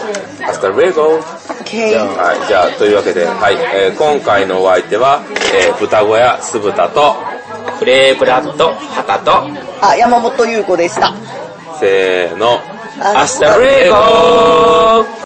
アスタルエゴ。
ケイ。
はい、じゃあ、というわけで、はい、えー今回のお相手は、えー豚小屋、酢豚と、
フレーブラッド、ハタと、
あ、山本優子でした。
せーの、
アスタロエゴ